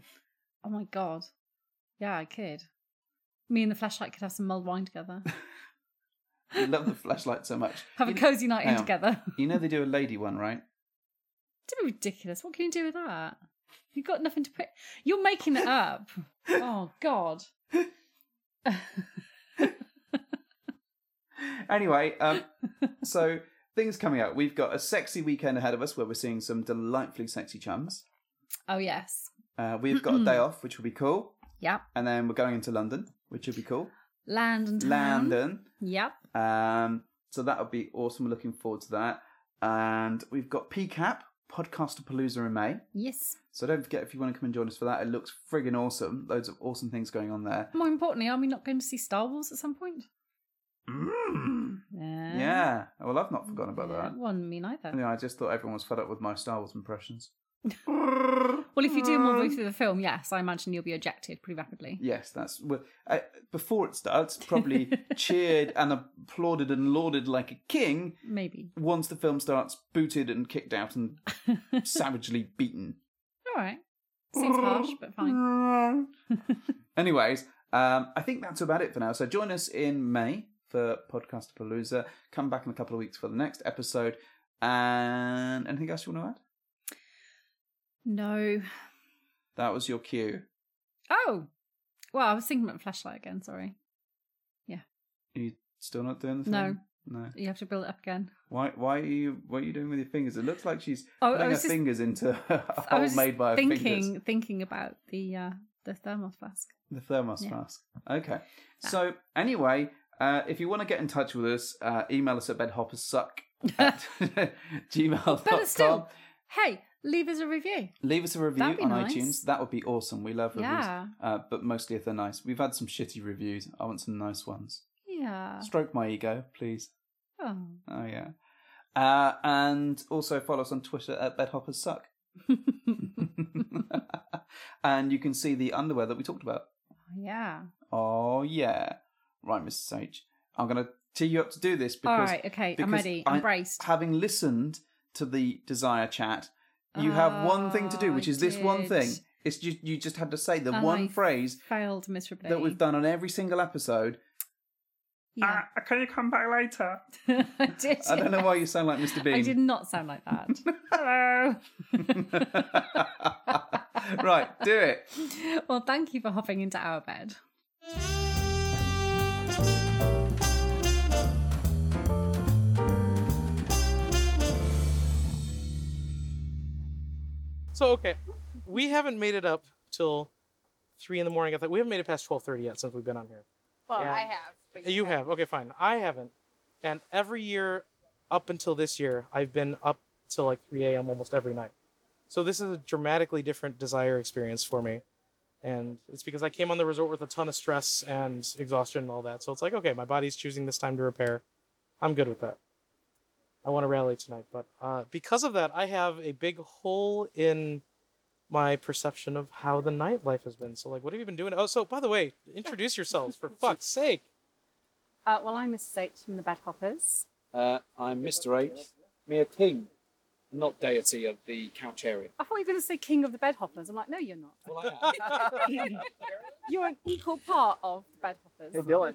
[SPEAKER 2] Oh my god. Yeah, I could. Me and the flashlight could have some mulled wine together.
[SPEAKER 3] You love the flashlight so much.
[SPEAKER 2] Have a
[SPEAKER 3] you,
[SPEAKER 2] cozy night
[SPEAKER 3] hang
[SPEAKER 2] in
[SPEAKER 3] on.
[SPEAKER 2] together.
[SPEAKER 3] you know they do a lady one, right?
[SPEAKER 2] Don't be ridiculous. What can you do with that? You've got nothing to put. You're making it up. oh god.
[SPEAKER 3] Anyway, um, so things coming out. We've got a sexy weekend ahead of us where we're seeing some delightfully sexy chums.
[SPEAKER 2] Oh yes.
[SPEAKER 3] Uh, we've got a day off, which will be cool.
[SPEAKER 2] Yep.
[SPEAKER 3] And then we're going into London, which will be cool.
[SPEAKER 2] Land and town.
[SPEAKER 3] London.
[SPEAKER 2] Yep.
[SPEAKER 3] Um, so that'll be awesome. We're looking forward to that. And we've got PCAP, Podcaster Palooza in May.
[SPEAKER 2] Yes.
[SPEAKER 3] So don't forget if you want to come and join us for that. It looks friggin' awesome. Loads of awesome things going on there.
[SPEAKER 2] More importantly, are we not going to see Star Wars at some point?
[SPEAKER 3] Mm.
[SPEAKER 2] Yeah.
[SPEAKER 3] Yeah. Well, I've not forgotten about that.
[SPEAKER 2] Well, me neither.
[SPEAKER 3] Yeah, I just thought everyone was fed up with my Star Wars impressions.
[SPEAKER 2] Well, if you do more through the film, yes, I imagine you'll be ejected pretty rapidly.
[SPEAKER 3] Yes, that's well, I, before it starts. Probably cheered and applauded and lauded like a king.
[SPEAKER 2] Maybe.
[SPEAKER 3] Once the film starts, booted and kicked out and savagely beaten.
[SPEAKER 2] All right. Seems harsh, but fine.
[SPEAKER 3] Anyways, um, I think that's about it for now. So join us in May for Podcast Palooza. Come back in a couple of weeks for the next episode. And anything else you want to add?
[SPEAKER 2] No.
[SPEAKER 3] That was your cue.
[SPEAKER 2] Oh. Well, I was thinking about the flashlight again. Sorry.
[SPEAKER 3] Are you still not doing the thing?
[SPEAKER 2] No.
[SPEAKER 3] No.
[SPEAKER 2] You have to build it up again.
[SPEAKER 3] Why? Why are you? What are you doing with your fingers? It looks like she's
[SPEAKER 2] Oh, I
[SPEAKER 3] putting her
[SPEAKER 2] was just-
[SPEAKER 3] fingers into a
[SPEAKER 2] I
[SPEAKER 3] hole
[SPEAKER 2] was just
[SPEAKER 3] made by her
[SPEAKER 2] thinking,
[SPEAKER 3] fingers.
[SPEAKER 2] thinking about the uh, the thermos flask.
[SPEAKER 3] The thermos
[SPEAKER 2] Yeah. Ah.
[SPEAKER 3] mask. Okay. So anyway, uh, if you want to get in touch with us, uh, email us at bedhoppersuck at
[SPEAKER 2] Better
[SPEAKER 3] gmail.com.
[SPEAKER 2] still, hey, leave us a review.
[SPEAKER 3] Leave us a review
[SPEAKER 2] That'd be
[SPEAKER 3] on
[SPEAKER 2] nice.
[SPEAKER 3] iTunes. That would be awesome. We love reviews.
[SPEAKER 2] Yeah.
[SPEAKER 3] Uh, but mostly if they're nice. We've had some shitty reviews. I want some nice ones.
[SPEAKER 2] Yeah.
[SPEAKER 3] Stroke my ego, please.
[SPEAKER 2] Oh.
[SPEAKER 3] Oh yeah. Uh, and also follow us on Twitter at bedhoppersuck. and you can see the underwear that we talked about.
[SPEAKER 2] Yeah.
[SPEAKER 3] Oh yeah. Right, Mrs. H. I'm gonna tee you up to do this because
[SPEAKER 2] All right. Okay. I'm
[SPEAKER 3] because
[SPEAKER 2] ready.
[SPEAKER 3] I-
[SPEAKER 2] I'm braced.
[SPEAKER 3] having listened to the desire chat, you have one thing to do,
[SPEAKER 2] Ah,
[SPEAKER 3] which
[SPEAKER 2] I
[SPEAKER 3] is this one
[SPEAKER 2] did.
[SPEAKER 3] thing. It's just you just had to say the
[SPEAKER 2] And
[SPEAKER 3] one
[SPEAKER 2] I
[SPEAKER 3] phrase
[SPEAKER 2] Failed miserably.
[SPEAKER 3] that we've done on every single episode.
[SPEAKER 2] Yeah.
[SPEAKER 3] Ah, can you come back later?
[SPEAKER 2] I did.
[SPEAKER 3] I don't know
[SPEAKER 2] yeah.
[SPEAKER 3] why you sound like Mr. Bean.
[SPEAKER 2] I did not sound like that. Hello.
[SPEAKER 3] right, do it.
[SPEAKER 2] Well, thank you for hopping into our bed.
[SPEAKER 4] So okay, we haven't made it up till three in the morning. I think we haven't made it past twelve thirty yet since we've been on here.
[SPEAKER 1] Well,
[SPEAKER 4] Yeah.
[SPEAKER 1] I have. But
[SPEAKER 4] You have okay, fine. I haven't, and every year up until this year, I've been up till like three a.m. almost every night. So this is a dramatically different desire experience for me, and it's because I came on the resort with a ton of stress and exhaustion and all that. So it's like okay, my body's choosing this time to repair. I'm good with that. I want to rally tonight, but uh, because of that, I have a big hole in my perception of how the nightlife has been. So, like, what have you been doing? Oh, so by the way, introduce yourselves for fuck's sake.
[SPEAKER 1] Uh, well, I'm Mrs. H from the Bed Hoppers.
[SPEAKER 6] Uh, I'm Mr. H. Mia King.
[SPEAKER 1] not deity of the couch area.
[SPEAKER 6] I thought you were going to say king of the bed hoppers. I'm like, no, you're not.
[SPEAKER 1] Well, I am.
[SPEAKER 6] You're an equal part of the bed hoppers.
[SPEAKER 4] Hey, Dylan.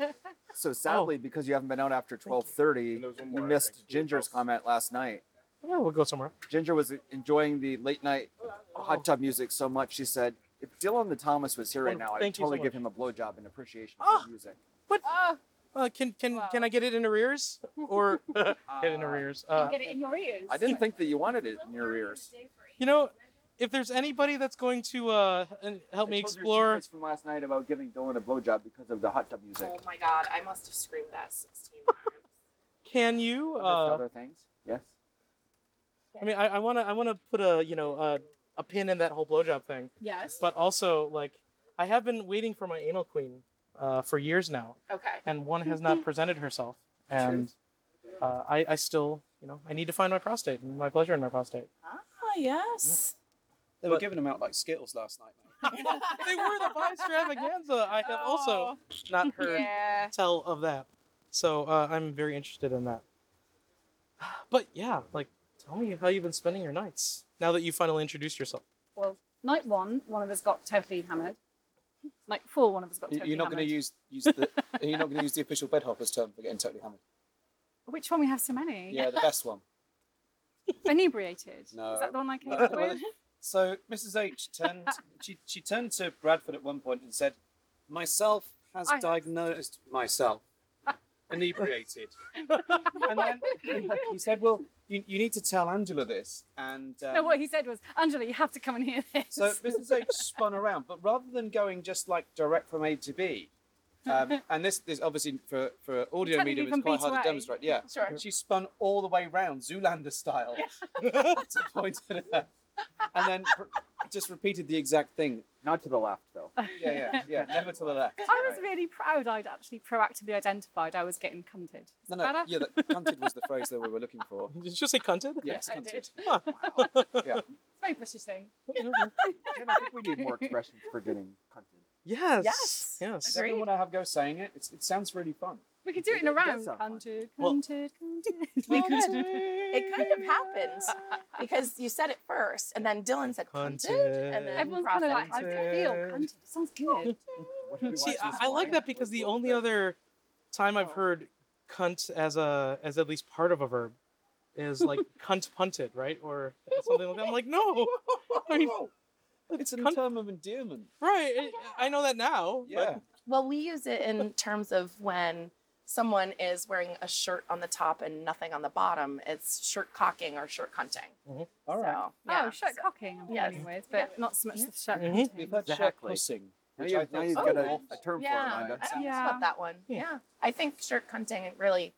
[SPEAKER 4] Oh.
[SPEAKER 7] So sadly, because you haven't been out after twelve thirty,
[SPEAKER 8] And there was one
[SPEAKER 7] you
[SPEAKER 8] more, I
[SPEAKER 7] missed
[SPEAKER 8] think.
[SPEAKER 7] Ginger's comment last night.
[SPEAKER 4] Yeah, we'll go somewhere.
[SPEAKER 7] Ginger was enjoying the late night
[SPEAKER 4] Oh.
[SPEAKER 7] hot tub music so much. She said, "If Dylan the Thomas was here right now, I'd
[SPEAKER 4] Thank you so
[SPEAKER 7] totally give
[SPEAKER 4] much.
[SPEAKER 7] him a blowjob in appreciation
[SPEAKER 4] Ah!
[SPEAKER 7] for music."
[SPEAKER 6] Oh,
[SPEAKER 4] Uh, can can
[SPEAKER 6] Wow.
[SPEAKER 4] can I get it in arrears or get it in arrears? Uh,
[SPEAKER 6] get it in your ears.
[SPEAKER 7] I didn't think that you wanted it in your ears.
[SPEAKER 4] you know, if there's anybody that's going to uh, and help me
[SPEAKER 7] I told your
[SPEAKER 4] explore,
[SPEAKER 7] secrets from last night about giving Dylan a blowjob because of the hot tub music.
[SPEAKER 9] Oh my god, I must have screamed that 16 times.
[SPEAKER 4] can you? Uh,
[SPEAKER 7] other things. Yes.
[SPEAKER 4] I mean, I, I wanna I wanna put a you know a, a pin in that whole blowjob thing,
[SPEAKER 9] Yes.
[SPEAKER 4] but also like I have been waiting for my anal queen uh, for years now,
[SPEAKER 9] Okay.
[SPEAKER 4] and one has not presented herself, and uh, I I still you know I need to find my prostate and my pleasure in my prostate.
[SPEAKER 9] Ah, yes.
[SPEAKER 3] They were giving them out like Skittles last night.
[SPEAKER 4] they were the pie extravaganza. I have also not heard
[SPEAKER 9] Oh. Yeah.
[SPEAKER 4] tell of that. So uh, I'm very interested in that. But yeah, like, tell me how you've been spending your nights now that you finally introduced yourself.
[SPEAKER 6] Well, night one, one of us got totally hammered. Night four, one of us got
[SPEAKER 1] You-
[SPEAKER 6] totally
[SPEAKER 1] You're not
[SPEAKER 6] hammered.
[SPEAKER 1] going to use use the you're not going to use the official bed hoppers term for getting totally hammered.
[SPEAKER 6] Which one we have so many?
[SPEAKER 1] Yeah, the best one.
[SPEAKER 6] Inebriated.
[SPEAKER 1] No.
[SPEAKER 6] Is that the one I came
[SPEAKER 1] Well,
[SPEAKER 6] up with?
[SPEAKER 1] So Mrs. H turned she, she turned to Bradford at one point and said, "Myself has
[SPEAKER 6] I have-
[SPEAKER 1] diagnosed myself inebriated." and then he said, "Well, you, you need to tell Angela this." And um,
[SPEAKER 6] No, what he said was, Angela, you have to come and hear this.
[SPEAKER 1] so Mrs. H spun around, but rather than going just like direct from A to B, um, and this is obviously for for audio
[SPEAKER 6] Technically
[SPEAKER 1] medium
[SPEAKER 6] from
[SPEAKER 1] it's
[SPEAKER 6] B
[SPEAKER 1] quite
[SPEAKER 6] to
[SPEAKER 1] hard
[SPEAKER 6] A.
[SPEAKER 1] to demonstrate. Yeah,
[SPEAKER 9] Sure.
[SPEAKER 1] she spun all the way round, Zoolander style, to point at her, and then r- just repeated the exact thing.
[SPEAKER 7] Not to the left, though.
[SPEAKER 1] Yeah, yeah, yeah. Never to the left.
[SPEAKER 6] I was really proud I'd actually proactively identified I was getting cunted. Is
[SPEAKER 1] No,
[SPEAKER 6] that
[SPEAKER 1] no.
[SPEAKER 6] better?
[SPEAKER 1] Yeah, that cunted was the phrase that we were looking for.
[SPEAKER 4] Did you just say cunted?
[SPEAKER 1] Yes,
[SPEAKER 6] I
[SPEAKER 1] cunted.
[SPEAKER 6] did.
[SPEAKER 1] Yeah.
[SPEAKER 6] It's a very British thing.
[SPEAKER 7] Jen, I think we need more expressions for getting cunted.
[SPEAKER 4] Yes.
[SPEAKER 9] Yes.
[SPEAKER 4] Yes.
[SPEAKER 1] Does everyone want to have a go saying it? It's, it sounds really fun.
[SPEAKER 6] We could do it in a
[SPEAKER 7] It does
[SPEAKER 6] round.
[SPEAKER 7] sound fun.
[SPEAKER 6] Cunted,
[SPEAKER 4] Well-
[SPEAKER 6] cunted, cunted.
[SPEAKER 9] We could, it kind of happens because you said it first, and then Dylan said
[SPEAKER 4] Cunted.
[SPEAKER 9] cunted, and then
[SPEAKER 6] Everyone's kind of like, I
[SPEAKER 4] Cunted.
[SPEAKER 6] feel cunted. It sounds good.
[SPEAKER 7] What did we
[SPEAKER 4] See,
[SPEAKER 7] watch
[SPEAKER 4] I,
[SPEAKER 7] this
[SPEAKER 4] I like
[SPEAKER 7] morning?
[SPEAKER 4] that because the only other time I've heard cunt as a as at least part of a verb is like cunt punted, right? Or something like that. I'm like, no. I mean,
[SPEAKER 1] It's a
[SPEAKER 4] cunt-
[SPEAKER 1] term of endearment.
[SPEAKER 4] right. I, I know that now. but-
[SPEAKER 1] Yeah.
[SPEAKER 9] Well, we use it in terms of when someone is wearing a shirt on the top and nothing on the bottom. It's shirt cocking or shirt cunting.
[SPEAKER 1] All right.
[SPEAKER 9] So, yeah.
[SPEAKER 6] Oh, shirt cocking, I'm
[SPEAKER 9] Yes.
[SPEAKER 6] familiar with, but not so much the shirt
[SPEAKER 4] Mhm.
[SPEAKER 9] Mm-hmm.
[SPEAKER 6] cunting.
[SPEAKER 1] We've had
[SPEAKER 7] Exactly.
[SPEAKER 1] shirt pussing.
[SPEAKER 7] Now
[SPEAKER 1] which
[SPEAKER 7] you-
[SPEAKER 1] I
[SPEAKER 7] now
[SPEAKER 1] thought
[SPEAKER 7] you've
[SPEAKER 1] was
[SPEAKER 7] got a,
[SPEAKER 1] awful.
[SPEAKER 7] a term
[SPEAKER 9] Yeah,
[SPEAKER 7] for it, Amanda.
[SPEAKER 9] I-
[SPEAKER 6] Yeah.
[SPEAKER 9] about that one.
[SPEAKER 4] Yeah.
[SPEAKER 9] Yeah. I think shirt cunting really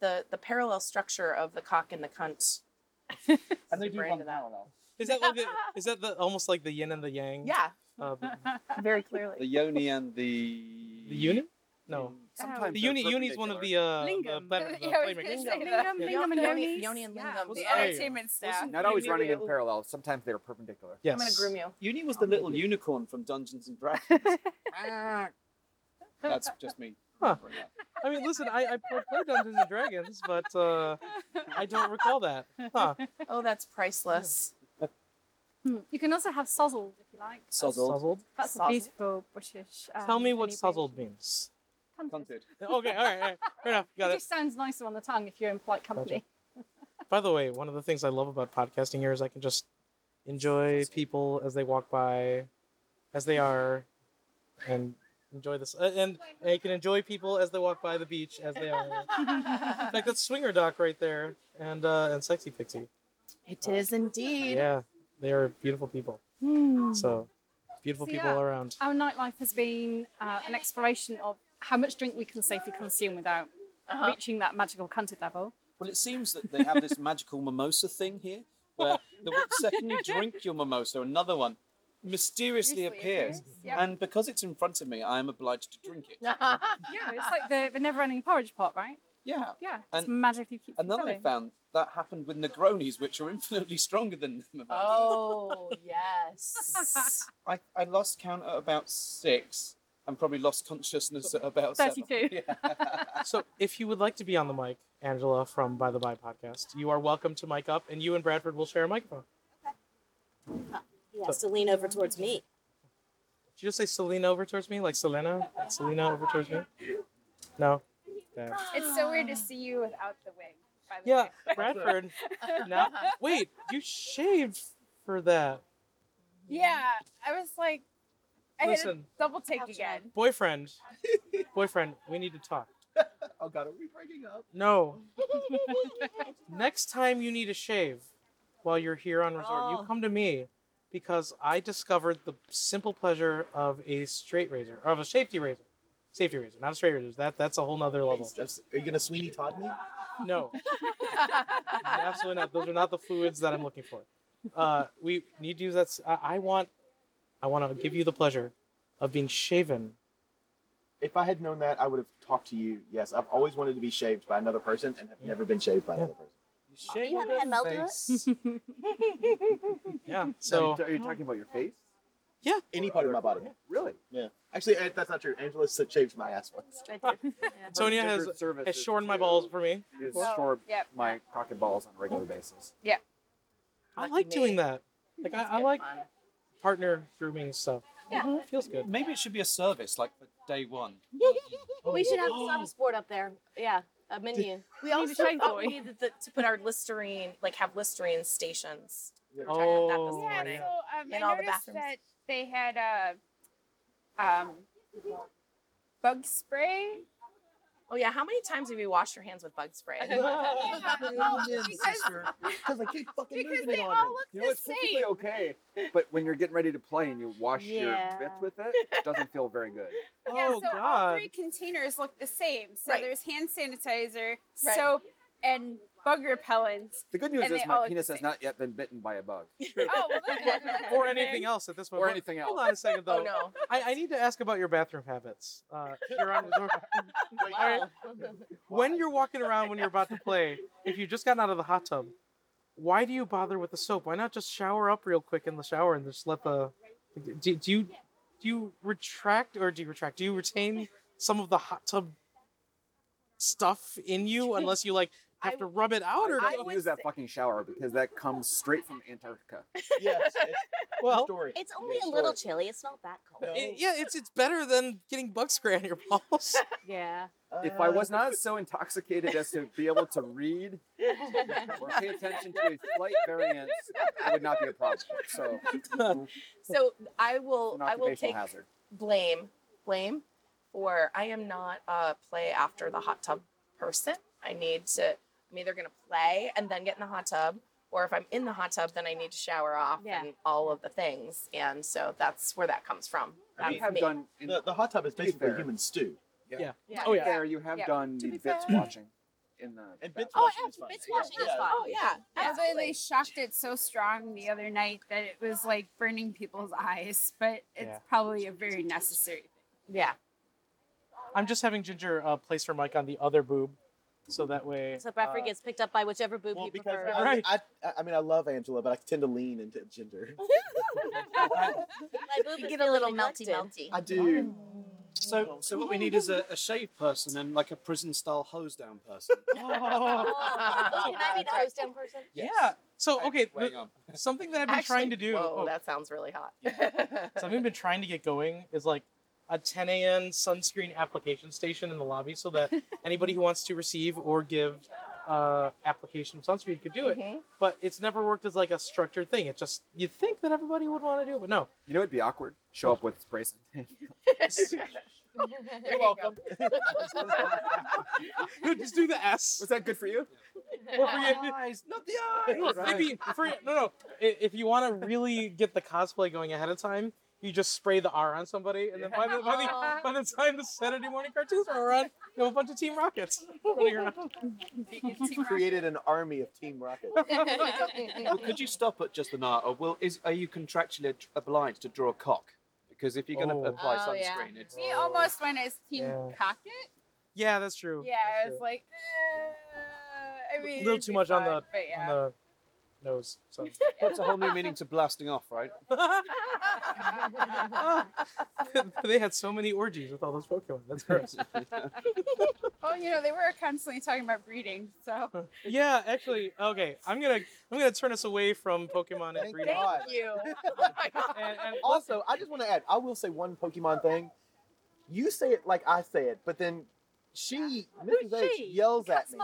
[SPEAKER 9] the the parallel structure of the cock and the cunt.
[SPEAKER 1] And they
[SPEAKER 9] Super
[SPEAKER 1] do
[SPEAKER 9] into
[SPEAKER 1] run
[SPEAKER 9] that.
[SPEAKER 1] parallel.
[SPEAKER 4] Is that like the, is that the almost like the yin and the yang?
[SPEAKER 9] Yeah,
[SPEAKER 4] Of
[SPEAKER 9] very
[SPEAKER 1] The
[SPEAKER 9] clearly.
[SPEAKER 1] yoni and the Mm.
[SPEAKER 4] the uni? No.
[SPEAKER 7] Sometimes
[SPEAKER 4] The
[SPEAKER 7] they're
[SPEAKER 4] uni uni is one of the uh
[SPEAKER 6] Lingam.
[SPEAKER 4] The, pla- the
[SPEAKER 2] Yeah, I was
[SPEAKER 4] playmakers.
[SPEAKER 2] gonna
[SPEAKER 6] Lingam,
[SPEAKER 2] say that.
[SPEAKER 6] lingam,
[SPEAKER 4] Yeah.
[SPEAKER 6] lingam, and
[SPEAKER 9] Yoni,
[SPEAKER 6] yonis.
[SPEAKER 9] yoni and
[SPEAKER 6] Yeah.
[SPEAKER 9] lingam.
[SPEAKER 4] What's
[SPEAKER 9] the
[SPEAKER 4] that?
[SPEAKER 9] entertainment staff.
[SPEAKER 7] Not always
[SPEAKER 1] Maybe
[SPEAKER 7] running in
[SPEAKER 1] it'll-
[SPEAKER 7] parallel. Sometimes they're perpendicular.
[SPEAKER 4] Yes. Oh,
[SPEAKER 9] I'm gonna groom you.
[SPEAKER 1] uni was the little unicorn from Dungeons and Dragons. Ah. That's just me.
[SPEAKER 4] Huh.
[SPEAKER 1] remembering that.
[SPEAKER 4] I mean, listen, I, I pl- played Dungeons and Dragons, but uh, I don't recall that. Huh.
[SPEAKER 9] Oh, that's priceless.
[SPEAKER 6] Hmm. You can also have sozzled if you like.
[SPEAKER 1] Sozzled.
[SPEAKER 4] Suzzled.
[SPEAKER 6] That's a
[SPEAKER 9] Sozzled.
[SPEAKER 6] beautiful British. Um,
[SPEAKER 4] Tell me what
[SPEAKER 6] inebriation.
[SPEAKER 4] suzzled means.
[SPEAKER 6] Cunted.
[SPEAKER 1] Cunted.
[SPEAKER 4] Okay, all right, all right. Fair enough. Got
[SPEAKER 6] it
[SPEAKER 4] it.
[SPEAKER 6] just sounds nicer on the tongue if you're in polite company.
[SPEAKER 4] By the way, one of the things I love about podcasting here is I can just enjoy people as they walk by, as they are, and enjoy this. uh, And I can enjoy people as they walk by the beach as they are. In fact, that's Swinger Doc right there, and uh, and Sexy Pixie.
[SPEAKER 9] It is indeed.
[SPEAKER 4] Yeah, they are beautiful people. So beautiful
[SPEAKER 6] Hmm. So,
[SPEAKER 4] people
[SPEAKER 6] yeah.
[SPEAKER 4] around.
[SPEAKER 6] Our nightlife has been uh, an exploration of how much drink we can safely consume without
[SPEAKER 9] Uh-huh.
[SPEAKER 6] reaching that magical cunted level.
[SPEAKER 1] Well, it seems that they have this magical mimosa thing here, where the second you drink your mimosa, another one mysteriously appears. And because it's in front of me, I am obliged to drink it.
[SPEAKER 6] Yeah, it's like the, the never-ending porridge pot, right?
[SPEAKER 1] Yeah.
[SPEAKER 6] Yeah, it's
[SPEAKER 1] And-
[SPEAKER 6] magically keeps you
[SPEAKER 1] And then I
[SPEAKER 6] going.
[SPEAKER 1] found that happened with Negronis, which are infinitely stronger than mimosas.
[SPEAKER 9] oh yes.
[SPEAKER 1] I, I lost count at about six. and probably lost consciousness at about seven.
[SPEAKER 6] 32.
[SPEAKER 4] So, if you would like to be on the mic, Angela from By the By podcast, you are welcome to mic up, and you and Bradford will share a microphone.
[SPEAKER 8] He has to lean over towards me.
[SPEAKER 4] Did you just say Selena over towards me, like Selena? Selena over towards me? No. Yeah.
[SPEAKER 10] It's so weird to see you without the wig. By the
[SPEAKER 4] Yeah,
[SPEAKER 10] way.
[SPEAKER 4] Bradford. now, wait, you shaved for that.
[SPEAKER 10] Yeah. I was like, I had a
[SPEAKER 4] Listen.
[SPEAKER 10] double take again.
[SPEAKER 4] Boyfriend, boyfriend, we need to talk.
[SPEAKER 5] Uh,
[SPEAKER 3] Oh god, are we breaking up?
[SPEAKER 4] No. Next time you need a shave while you're here on resort, you come to me because I discovered the simple pleasure of a straight razor, of a safety razor. Safety razor, not a straight razor. That that's a whole nother level.
[SPEAKER 5] Are you gonna Sweeney Todd me?
[SPEAKER 4] No. Absolutely not. Those are not the fluids that I'm looking for. Uh, we need to use that. s- I, I want, I want to give you the pleasure of being shaven.
[SPEAKER 5] If I had known that, I would have talked to you. Yes, I've always wanted to be shaved by another person and have never been shaved by another person.
[SPEAKER 8] You haven't had Mel do
[SPEAKER 4] it. yeah.
[SPEAKER 5] So,
[SPEAKER 4] So
[SPEAKER 5] are you talking about your face?
[SPEAKER 4] Yeah.
[SPEAKER 5] Any part of my body. Really? Yeah. Actually, eh, that's not true. Angela s- shaved my ass once.
[SPEAKER 4] Sonia has,
[SPEAKER 7] Different services
[SPEAKER 4] has shorn my balls for me.
[SPEAKER 7] Is
[SPEAKER 10] Oh,
[SPEAKER 7] short
[SPEAKER 10] yep.
[SPEAKER 7] my pocket balls on a regular basis.
[SPEAKER 4] I
[SPEAKER 9] Lucky
[SPEAKER 4] like doing
[SPEAKER 9] me.
[SPEAKER 4] that. Like I, I
[SPEAKER 9] Good
[SPEAKER 4] like
[SPEAKER 9] fun.
[SPEAKER 4] partner grooming stuff.
[SPEAKER 8] Yeah.
[SPEAKER 4] Mhm, Feels good.
[SPEAKER 1] Maybe it should be a service like for day one.
[SPEAKER 8] We should have a service board up there. Yeah, a menu.
[SPEAKER 9] We also
[SPEAKER 6] to change
[SPEAKER 9] thought
[SPEAKER 6] the
[SPEAKER 9] we needed to, to put our Listerine, like have Listerine stations. We were talking about that
[SPEAKER 4] Oh,
[SPEAKER 10] Yeah,
[SPEAKER 9] this morning.
[SPEAKER 10] so um,
[SPEAKER 9] In
[SPEAKER 10] I
[SPEAKER 9] all the
[SPEAKER 10] noticed
[SPEAKER 9] bathrooms.
[SPEAKER 10] that they had uh, um, bug spray.
[SPEAKER 9] Oh yeah, how many times have you washed your hands with bug spray?
[SPEAKER 5] Because I keep fucking
[SPEAKER 10] Because
[SPEAKER 5] losing
[SPEAKER 10] they
[SPEAKER 5] it
[SPEAKER 10] all
[SPEAKER 5] on
[SPEAKER 10] look
[SPEAKER 7] You know,
[SPEAKER 10] the
[SPEAKER 7] it's
[SPEAKER 10] same.
[SPEAKER 7] perfectly okay, but when you're getting ready to play and you wash
[SPEAKER 8] Yeah.
[SPEAKER 7] your bits with it, it doesn't feel very good.
[SPEAKER 10] yeah,
[SPEAKER 4] oh
[SPEAKER 10] so all
[SPEAKER 4] god.
[SPEAKER 10] three containers look the same. So
[SPEAKER 9] Right.
[SPEAKER 10] there's hand sanitizer,
[SPEAKER 9] Right.
[SPEAKER 10] soap, and bug repellents.
[SPEAKER 7] The good news
[SPEAKER 10] And
[SPEAKER 7] is
[SPEAKER 10] they all
[SPEAKER 7] my
[SPEAKER 10] look
[SPEAKER 7] penis
[SPEAKER 10] the
[SPEAKER 7] has
[SPEAKER 10] same.
[SPEAKER 7] not yet been bitten by a bug.
[SPEAKER 10] Oh, well, that- that's
[SPEAKER 4] Oh. Or
[SPEAKER 10] okay.
[SPEAKER 4] anything else at this point.
[SPEAKER 7] Or
[SPEAKER 4] Hold-
[SPEAKER 7] anything
[SPEAKER 4] Hold
[SPEAKER 7] else.
[SPEAKER 4] on a second though.
[SPEAKER 9] oh no.
[SPEAKER 4] I, I need to ask about your bathroom habits. Uh, you're on resort.
[SPEAKER 9] Wow.
[SPEAKER 4] when you're walking around when you're about to play, if you've just gotten out of the hot tub, why do you bother with the soap? Why not just shower up real quick in the shower and just let the do, do you do you retract or do you retract? Do you retain some of the hot tub stuff in you unless you like have
[SPEAKER 9] I-
[SPEAKER 4] to rub it out or
[SPEAKER 7] I
[SPEAKER 9] would
[SPEAKER 7] don't use that
[SPEAKER 9] say-
[SPEAKER 7] fucking shower because that comes straight from Antarctica.
[SPEAKER 5] Yes. It's
[SPEAKER 4] well
[SPEAKER 5] story.
[SPEAKER 8] It's only
[SPEAKER 5] Yeah,
[SPEAKER 8] a little
[SPEAKER 5] story.
[SPEAKER 8] chilly. It's not that cold.
[SPEAKER 4] it- yeah it's it's better than getting bug spray on your balls.
[SPEAKER 8] Yeah.
[SPEAKER 7] If I was not so intoxicated as to be able to read or pay attention to a slight variance, it would not be a problem. So,
[SPEAKER 9] So I
[SPEAKER 7] it's
[SPEAKER 9] will
[SPEAKER 7] an
[SPEAKER 9] I will
[SPEAKER 7] occupational
[SPEAKER 9] take
[SPEAKER 7] hazard.
[SPEAKER 9] blame blame for I am not a play after the hot tub person. I need to I'm either gonna play and then get in the hot tub, or if I'm in the hot tub, then I need to shower off
[SPEAKER 8] Yeah.
[SPEAKER 9] and all of the things. And so that's where that comes from.
[SPEAKER 5] I
[SPEAKER 9] That's
[SPEAKER 5] mean,
[SPEAKER 7] You have
[SPEAKER 9] me.
[SPEAKER 7] done. In,
[SPEAKER 5] The, the hot tub is
[SPEAKER 7] To be
[SPEAKER 5] basically
[SPEAKER 7] fair.
[SPEAKER 5] human stew.
[SPEAKER 9] Yeah.
[SPEAKER 4] Oh, yeah.
[SPEAKER 7] There, you have
[SPEAKER 10] Yeah.
[SPEAKER 7] done
[SPEAKER 9] To
[SPEAKER 7] the
[SPEAKER 9] be
[SPEAKER 7] bits
[SPEAKER 9] fair.
[SPEAKER 7] watching. In the
[SPEAKER 5] And bits
[SPEAKER 8] Oh,
[SPEAKER 5] washing is
[SPEAKER 8] yeah,
[SPEAKER 5] fine.
[SPEAKER 8] bits washing is fine.
[SPEAKER 9] Oh yeah.
[SPEAKER 10] I literally
[SPEAKER 9] Absolutely.
[SPEAKER 10] shocked it so strong the other night that it was like burning people's eyes, but it's
[SPEAKER 4] Yeah.
[SPEAKER 10] probably a very necessary
[SPEAKER 9] Yeah.
[SPEAKER 4] I'm just having Ginger uh, place her mic on the other boob, so that way.
[SPEAKER 8] So Bradford
[SPEAKER 4] uh,
[SPEAKER 8] gets picked up by whichever boob
[SPEAKER 5] Well,
[SPEAKER 8] he
[SPEAKER 5] because
[SPEAKER 8] prefers.
[SPEAKER 5] I,
[SPEAKER 4] Right.
[SPEAKER 5] I, I, I mean, I love Angela, but I tend to lean into ginger.
[SPEAKER 8] My boob
[SPEAKER 9] You
[SPEAKER 8] is
[SPEAKER 9] get a little
[SPEAKER 8] feeling
[SPEAKER 9] melty
[SPEAKER 8] neglected.
[SPEAKER 9] melty.
[SPEAKER 5] I do.
[SPEAKER 1] So, so what we need is a, a shaved person and like a prison style hose down person.
[SPEAKER 4] Oh.
[SPEAKER 8] Oh, can I be the host down person?
[SPEAKER 4] Yeah. So
[SPEAKER 1] Right,
[SPEAKER 4] okay,
[SPEAKER 1] weighing
[SPEAKER 4] the-
[SPEAKER 7] um,
[SPEAKER 1] on.
[SPEAKER 4] something that I've been
[SPEAKER 9] Actually,
[SPEAKER 4] trying to do.
[SPEAKER 9] Whoa,
[SPEAKER 4] oh,
[SPEAKER 9] that sounds really hot.
[SPEAKER 4] something I've been trying to get going is like a 10 a.m. sunscreen application station in the lobby, so that anybody who wants to receive or give uh, application of sunscreen could do it.
[SPEAKER 9] Mhm.
[SPEAKER 4] But it's never worked as like a structured thing. It's just you think that everybody would want to do it, but no.
[SPEAKER 7] You know, it'd be awkward. Show up with spray tan.
[SPEAKER 9] You're welcome.
[SPEAKER 4] just do the S.
[SPEAKER 7] Was that good for you?
[SPEAKER 4] Or forget-
[SPEAKER 5] Eyes, not the
[SPEAKER 4] Look, maybe for, no, no. I- If you want to really get the cosplay going ahead of time, you just spray the R on somebody, and then by the, by the, by the time the Saturday morning cartoons are around, you have a bunch of Team Rockets running around.
[SPEAKER 5] Created an army of Team Rocket.
[SPEAKER 1] Well, could you stop at just an art, or will is are you contractually ad- obliged to draw a cock? Because if you're going to
[SPEAKER 4] Oh.
[SPEAKER 1] apply
[SPEAKER 6] Oh, yeah.
[SPEAKER 1] sunscreen, it's
[SPEAKER 10] We almost went as Team
[SPEAKER 4] Yeah.
[SPEAKER 10] Cocket.
[SPEAKER 4] Yeah, that's true.
[SPEAKER 10] Yeah, I was like, uh, I mean,
[SPEAKER 4] little
[SPEAKER 10] it'd
[SPEAKER 4] too
[SPEAKER 10] be
[SPEAKER 4] much on
[SPEAKER 10] fun,
[SPEAKER 4] the-
[SPEAKER 10] but yeah.
[SPEAKER 4] on knows. So
[SPEAKER 1] That's a whole new meaning to blasting off, right?
[SPEAKER 4] they had so many orgies with all those Pokemon. That's gross.
[SPEAKER 10] Well, Oh, you know, they were constantly talking about breeding, so.
[SPEAKER 4] yeah, actually, okay. I'm gonna I'm gonna turn us away from Pokemon and
[SPEAKER 5] Thank
[SPEAKER 4] breeding.
[SPEAKER 5] God.
[SPEAKER 10] you.
[SPEAKER 5] also, I just want to add, I will say one Pokemon thing. You say it like I say it, but then she, Mrs. H, yells at me.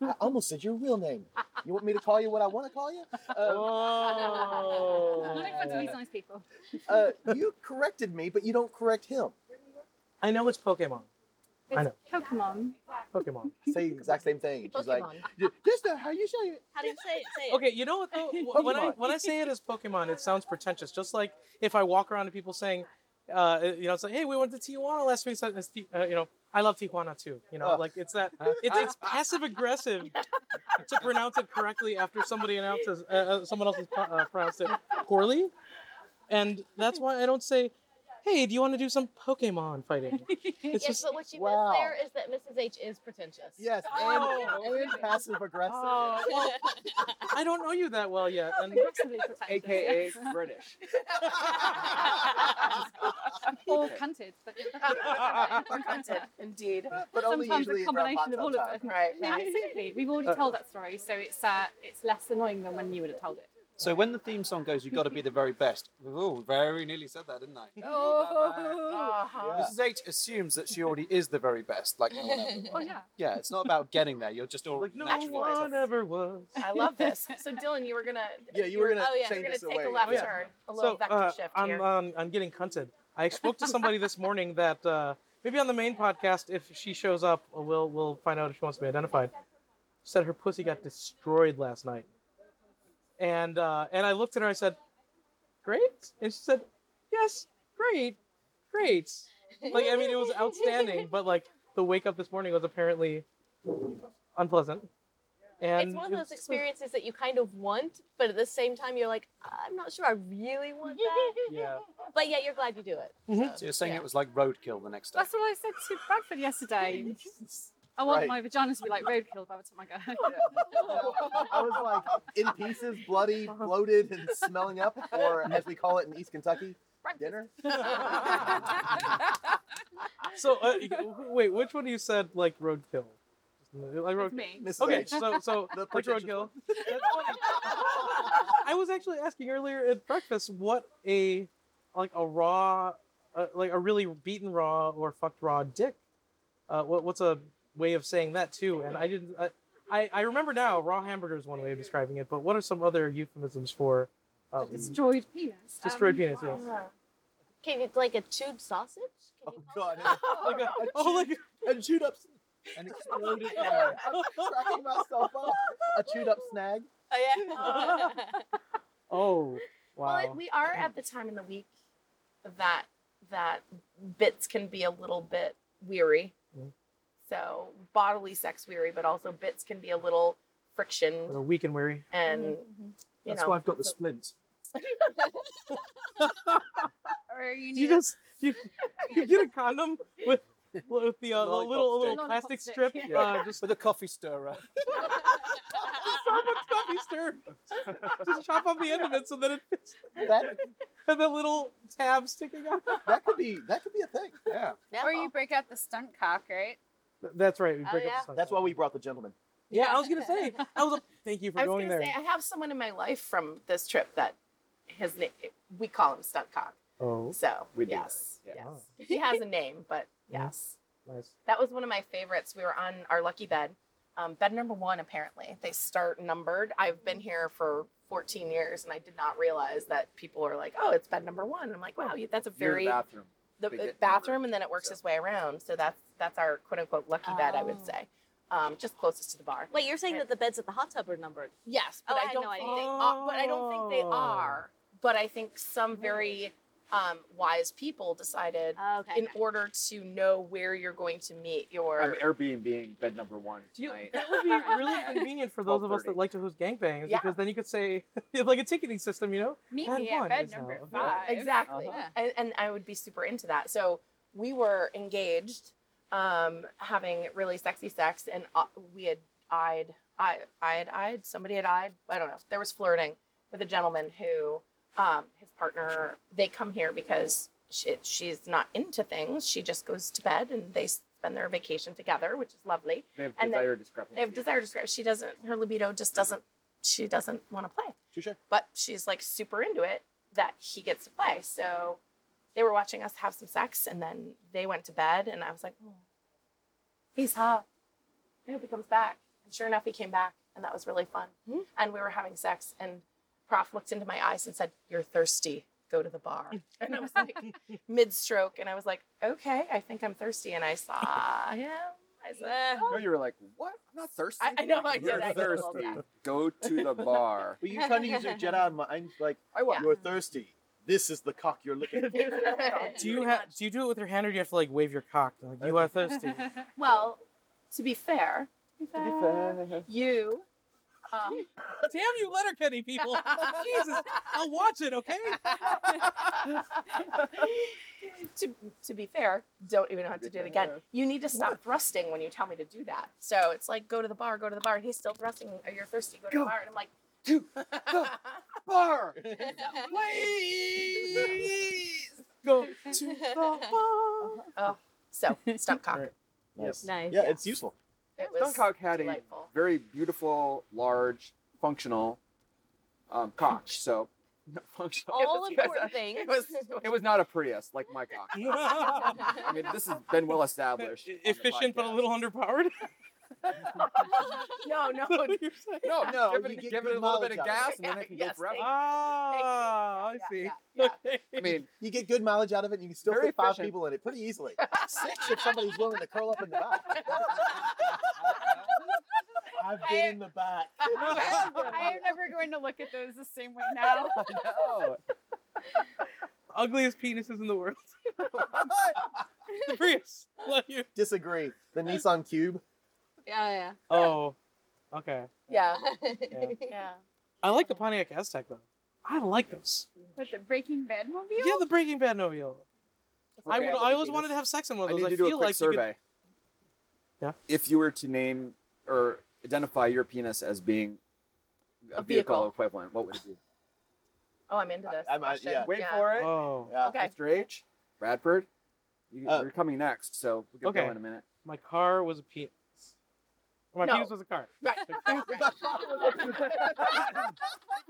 [SPEAKER 5] I almost said your real name. You want me to call you what I want to call you? Um,
[SPEAKER 8] Not in front of these nice people.
[SPEAKER 5] oh. uh, you corrected me, but you don't correct him.
[SPEAKER 4] I know it's Pokemon. I know.
[SPEAKER 8] Pokemon.
[SPEAKER 4] Pokemon.
[SPEAKER 5] Say the exact same thing. She's like,
[SPEAKER 8] Pokemon.
[SPEAKER 5] this is how you say it.
[SPEAKER 8] How do you say it? Say it.
[SPEAKER 4] Okay, you know what though? Wh- When I
[SPEAKER 5] Pokemon.
[SPEAKER 4] when I say it as Pokemon, it sounds pretentious. Just like if I walk around to people saying, uh, you know, it's like, hey, we went to Tijuana last week. so it's Ti- Uh, you know, I love Tijuana too. You know,
[SPEAKER 5] Oh.
[SPEAKER 4] like it's that it's, it's passive aggressive to pronounce it correctly after somebody announces uh, uh, someone else has pro- uh, pronounced it poorly, and that's why I don't say, hey, do you want to do some Pokemon fighting?
[SPEAKER 8] yes,
[SPEAKER 4] just-
[SPEAKER 8] but what you
[SPEAKER 5] Wow.
[SPEAKER 8] missed there is that Mrs. H is pretentious.
[SPEAKER 5] Yes, and,
[SPEAKER 6] Oh.
[SPEAKER 5] and passive aggressive.
[SPEAKER 4] Oh, well, I don't know you that well yet, and
[SPEAKER 8] Aggressively pretentious.
[SPEAKER 7] AKA British.
[SPEAKER 6] Or cunted. But
[SPEAKER 9] Content, indeed.
[SPEAKER 5] But only
[SPEAKER 6] Sometimes
[SPEAKER 5] usually
[SPEAKER 6] a
[SPEAKER 5] for our
[SPEAKER 6] combination of all
[SPEAKER 5] podcast
[SPEAKER 6] of them.
[SPEAKER 9] Right.
[SPEAKER 6] No, absolutely. We've
[SPEAKER 4] Uh,
[SPEAKER 6] already told that story, so it's uh, it's less annoying than when you would have told it.
[SPEAKER 1] So when the theme song goes, you've got to be the very best. Ooh, very nearly said that, didn't I?
[SPEAKER 9] Uh-huh.
[SPEAKER 1] Mrs. H assumes that she already is the very best, like no one ever.
[SPEAKER 6] Oh yeah.
[SPEAKER 1] Yeah, it's not about getting there. You're just all
[SPEAKER 4] like no
[SPEAKER 1] natural.
[SPEAKER 4] one ever was.
[SPEAKER 9] I love this. So Dylan, you were gonna
[SPEAKER 5] Yeah, you were gonna
[SPEAKER 9] oh, yeah,
[SPEAKER 5] change
[SPEAKER 9] you were gonna
[SPEAKER 5] this
[SPEAKER 9] take a
[SPEAKER 5] away.
[SPEAKER 9] left
[SPEAKER 4] Oh, yeah.
[SPEAKER 9] turn, a little vector
[SPEAKER 4] uh,
[SPEAKER 9] shift
[SPEAKER 4] I'm,
[SPEAKER 9] here.
[SPEAKER 4] Um, I'm getting cunted. I spoke to somebody this morning that uh, maybe on the main podcast, if she shows up, we'll we'll find out if she wants to be identified. Said her pussy got destroyed last night, and uh, and I looked at her. I said, "Great," and she said, "Yes, great, great." Like I mean, it was outstanding, but like the wake up this morning was apparently unpleasant. And
[SPEAKER 8] it's one
[SPEAKER 4] it
[SPEAKER 8] of those
[SPEAKER 4] was-
[SPEAKER 8] experiences that you kind of want, but at the same time you're like, I'm not sure I really want that.
[SPEAKER 4] Yeah. Mm-hmm.
[SPEAKER 8] but yet you're glad you do it.
[SPEAKER 1] So you're saying
[SPEAKER 8] Yeah.
[SPEAKER 1] it was like roadkill the next day.
[SPEAKER 6] That's what I said to Bradford yesterday. I want
[SPEAKER 5] Right.
[SPEAKER 6] my vagina to be like roadkill by the time I go home.
[SPEAKER 5] I was like in pieces, bloody, bloated, and smelling up, or as we call it in East Kentucky, dinner.
[SPEAKER 4] So uh, wait, which one of you said like roadkill? Like roadkill.
[SPEAKER 6] Me.
[SPEAKER 5] Mrs.
[SPEAKER 4] Okay,
[SPEAKER 5] H.
[SPEAKER 4] so so
[SPEAKER 5] The
[SPEAKER 4] like
[SPEAKER 5] pretentious
[SPEAKER 4] roadkill. I was actually asking earlier at breakfast what a like a raw, uh, like a really beaten raw or fucked raw dick. Uh, what, what's a way of saying that too? And I didn't. I, I I remember now. Raw hamburger is one way of describing it. But what are some other euphemisms for um,
[SPEAKER 6] Destroyed penis.
[SPEAKER 4] destroyed
[SPEAKER 6] Um,
[SPEAKER 4] penis? Yes.
[SPEAKER 8] Can you like a tube sausage? Can
[SPEAKER 5] Oh
[SPEAKER 8] you
[SPEAKER 5] God!
[SPEAKER 4] Like a, oh, like
[SPEAKER 5] A chewed up,
[SPEAKER 1] An exploded
[SPEAKER 5] I'm cracking myself up. uh, A chewed up snag.
[SPEAKER 8] Oh yeah.
[SPEAKER 4] oh
[SPEAKER 9] Well,
[SPEAKER 4] wow.
[SPEAKER 9] like, we are at the time in the week that that bits can be a little bit weary.
[SPEAKER 4] Mhm.
[SPEAKER 9] So bodily sex weary, but also bits can be a little friction
[SPEAKER 4] We're weak and weary.
[SPEAKER 9] and you
[SPEAKER 1] That's
[SPEAKER 9] know.
[SPEAKER 1] why I've got the splint.
[SPEAKER 10] Or you
[SPEAKER 4] You
[SPEAKER 10] need
[SPEAKER 4] just you, you get a condom with with the uh, the
[SPEAKER 1] Lollipop
[SPEAKER 4] little little
[SPEAKER 1] stick.
[SPEAKER 4] plastic
[SPEAKER 6] Lollipop
[SPEAKER 4] strip.
[SPEAKER 6] stick,
[SPEAKER 4] Uh, just
[SPEAKER 1] With a coffee stirrer.
[SPEAKER 4] so much coffee stir. Just chop off the end of it so that it fits,
[SPEAKER 5] That
[SPEAKER 4] and the little tab sticking out.
[SPEAKER 5] that could be that could be a thing. Yeah.
[SPEAKER 10] or you break out the stunt cock, right?
[SPEAKER 4] That's right. We
[SPEAKER 8] Oh,
[SPEAKER 4] break up
[SPEAKER 8] yeah.
[SPEAKER 4] the song.
[SPEAKER 5] That's why we brought the gentleman.
[SPEAKER 4] Yeah, I was gonna say. I was. Thank you for
[SPEAKER 9] I was
[SPEAKER 4] going
[SPEAKER 9] gonna
[SPEAKER 4] there.
[SPEAKER 9] say I have someone in my life from this trip that his name we call him stunt cock.
[SPEAKER 4] oh,
[SPEAKER 9] So
[SPEAKER 5] We do.
[SPEAKER 9] yes,
[SPEAKER 5] Yeah.
[SPEAKER 9] yes,
[SPEAKER 4] Wow.
[SPEAKER 9] he has a name, but yes.
[SPEAKER 4] nice.
[SPEAKER 9] That was one of my favorites. We were on our lucky bed, um, bed number one. Apparently, they start numbered. I've been here for 14 years, and I did not realize that people are like, "Oh, it's bed number one." I'm like, "Wow, you- that's a very
[SPEAKER 7] Your bathroom.
[SPEAKER 9] the
[SPEAKER 7] they get
[SPEAKER 9] bathroom,"
[SPEAKER 7] numbered,
[SPEAKER 9] and then it works
[SPEAKER 7] so.
[SPEAKER 9] its way around. So that's that's our quote unquote lucky bed, I would
[SPEAKER 8] Oh.
[SPEAKER 9] say, um, just closest to the bar.
[SPEAKER 8] Wait, you're saying that the beds at the hot tub are numbered.
[SPEAKER 9] Yes, but
[SPEAKER 8] Oh, I
[SPEAKER 9] I
[SPEAKER 8] had
[SPEAKER 9] don't
[SPEAKER 8] no
[SPEAKER 9] think
[SPEAKER 8] idea.
[SPEAKER 9] they are. But I don't think they
[SPEAKER 4] Oh.
[SPEAKER 9] are. But I think some very um, wise people decided
[SPEAKER 8] Oh, okay.
[SPEAKER 9] in order to know where you're going to meet your.
[SPEAKER 7] I'm Airbnb bed number one tonight.
[SPEAKER 4] That would be really convenient for those of us
[SPEAKER 7] 12:30.
[SPEAKER 4] that like to host gangbangs
[SPEAKER 9] Yeah.
[SPEAKER 4] because then you could say it's like a ticketing system, you know.
[SPEAKER 10] Meet
[SPEAKER 4] Bed
[SPEAKER 10] me
[SPEAKER 4] one
[SPEAKER 10] at bed
[SPEAKER 4] is
[SPEAKER 10] number
[SPEAKER 4] now available.
[SPEAKER 10] five.
[SPEAKER 9] Exactly.
[SPEAKER 10] Uh-huh.
[SPEAKER 9] And, and I would be super into that. So we were engaged, um, having really sexy sex, and uh, we had eyed I I had eyed somebody had eyed I don't know. There was flirting with a gentleman who um, his partner they come here because she, she's not into things. She just goes to bed and they spend their vacation together, which is lovely.
[SPEAKER 7] They have
[SPEAKER 9] and
[SPEAKER 7] desire
[SPEAKER 9] then,
[SPEAKER 7] discrepancy.
[SPEAKER 9] They have desire discrepancy. She doesn't. Her libido just doesn't. She doesn't want to play. But she's like super into it that he gets to play. So they were watching us have some sex, and then they went to bed, and I was like, "Oh, he's hot. I hope he comes back. And sure enough, he came back, and that was really fun. And we were having sex, and Prof looked into my eyes and said, You're thirsty. Go to the bar. And I was like, mid stroke. And I was like, Okay, I think I'm thirsty. And I saw him. I said, "Oh,
[SPEAKER 7] No, you were like, what? I'm not thirsty.
[SPEAKER 9] I, I know I did.
[SPEAKER 7] You're
[SPEAKER 9] I did a little
[SPEAKER 7] thirsty.
[SPEAKER 9] bit.
[SPEAKER 7] Go to the bar.
[SPEAKER 5] But you trying to use your Jedi mind, like I want. You're thirsty. This is the cock you're looking for. Uh-huh.
[SPEAKER 4] do you have? Do you do it with your hand, or do you have to like wave your cock? Like you are thirsty.
[SPEAKER 9] Well, to be fair, you. Um,
[SPEAKER 4] Damn you, Letterkenny people! Jesus, I'll watch it. Okay.
[SPEAKER 9] to, to be fair, don't even have to do it again. You need to stop thrusting when you tell me to do that. So it's like, go to the bar, go to the bar. And he's still thrusting. Are you thirsty? Go to the bar. And I'm like,
[SPEAKER 7] bar.
[SPEAKER 9] please
[SPEAKER 4] go
[SPEAKER 9] to the bar. Oh, so stump cock.
[SPEAKER 7] Yes.
[SPEAKER 9] Nice.
[SPEAKER 5] Yeah, it's useful.
[SPEAKER 9] It was
[SPEAKER 7] Stuncock had a
[SPEAKER 9] delightful.
[SPEAKER 7] very beautiful, large, functional um, cock. So functional.
[SPEAKER 8] All
[SPEAKER 7] Yes,
[SPEAKER 8] important things.
[SPEAKER 7] It was, it was not a Prius like my cock. I mean, this has been well established.
[SPEAKER 4] Efficient but a little underpowered.
[SPEAKER 9] no, no,
[SPEAKER 7] No,
[SPEAKER 5] No,
[SPEAKER 7] give
[SPEAKER 5] you
[SPEAKER 7] it,
[SPEAKER 5] get
[SPEAKER 7] give
[SPEAKER 5] good
[SPEAKER 7] it a little bit
[SPEAKER 5] mileage out
[SPEAKER 7] of
[SPEAKER 5] of
[SPEAKER 7] gas
[SPEAKER 5] it.
[SPEAKER 7] and then it can
[SPEAKER 5] Yes,
[SPEAKER 7] go forever.
[SPEAKER 5] thank
[SPEAKER 4] Ah, I see. Okay.
[SPEAKER 7] I mean,
[SPEAKER 5] you get good mileage out of it, and you can still
[SPEAKER 7] Very
[SPEAKER 5] fit five
[SPEAKER 7] efficient.
[SPEAKER 5] people in it pretty easily. Six if somebody's willing to curl up in the back. I've been in the back.
[SPEAKER 10] I am never going to look at those the same way now.
[SPEAKER 7] No.
[SPEAKER 4] Ugliest penises in the world. the Prius. Love you.
[SPEAKER 5] Disagree. The Nissan Cube.
[SPEAKER 8] Yeah,
[SPEAKER 4] Oh. Okay.
[SPEAKER 8] yeah.
[SPEAKER 4] Yeah.
[SPEAKER 10] yeah.
[SPEAKER 4] I like the Pontiac Aztec though. I like those.
[SPEAKER 10] With the Breaking Bad movie?
[SPEAKER 4] Yeah, the Breaking Bad novio. I,
[SPEAKER 7] Okay.
[SPEAKER 4] would, I always wanted to have sex in one
[SPEAKER 7] I
[SPEAKER 4] of those.
[SPEAKER 7] need
[SPEAKER 4] I,
[SPEAKER 7] to do
[SPEAKER 4] feel
[SPEAKER 7] a quick
[SPEAKER 4] like you could-
[SPEAKER 7] survey.
[SPEAKER 4] Yeah.
[SPEAKER 7] If you were to name or identify your penis as being a,
[SPEAKER 9] A
[SPEAKER 7] vehicle.
[SPEAKER 9] vehicle.
[SPEAKER 7] equivalent, what would it be?
[SPEAKER 9] Oh, I'm into this.
[SPEAKER 5] I'm- I-
[SPEAKER 9] question.
[SPEAKER 5] yeah.
[SPEAKER 7] Wait for it.
[SPEAKER 4] Oh.
[SPEAKER 5] Yeah.
[SPEAKER 9] Okay.
[SPEAKER 7] Mr. H, Bradford, you,
[SPEAKER 5] Uh,
[SPEAKER 7] you're coming next, so we can
[SPEAKER 4] okay.
[SPEAKER 7] go in a minute.
[SPEAKER 4] My car was a penis. Or my
[SPEAKER 9] No.
[SPEAKER 4] penis was a car.
[SPEAKER 9] Right.
[SPEAKER 4] If I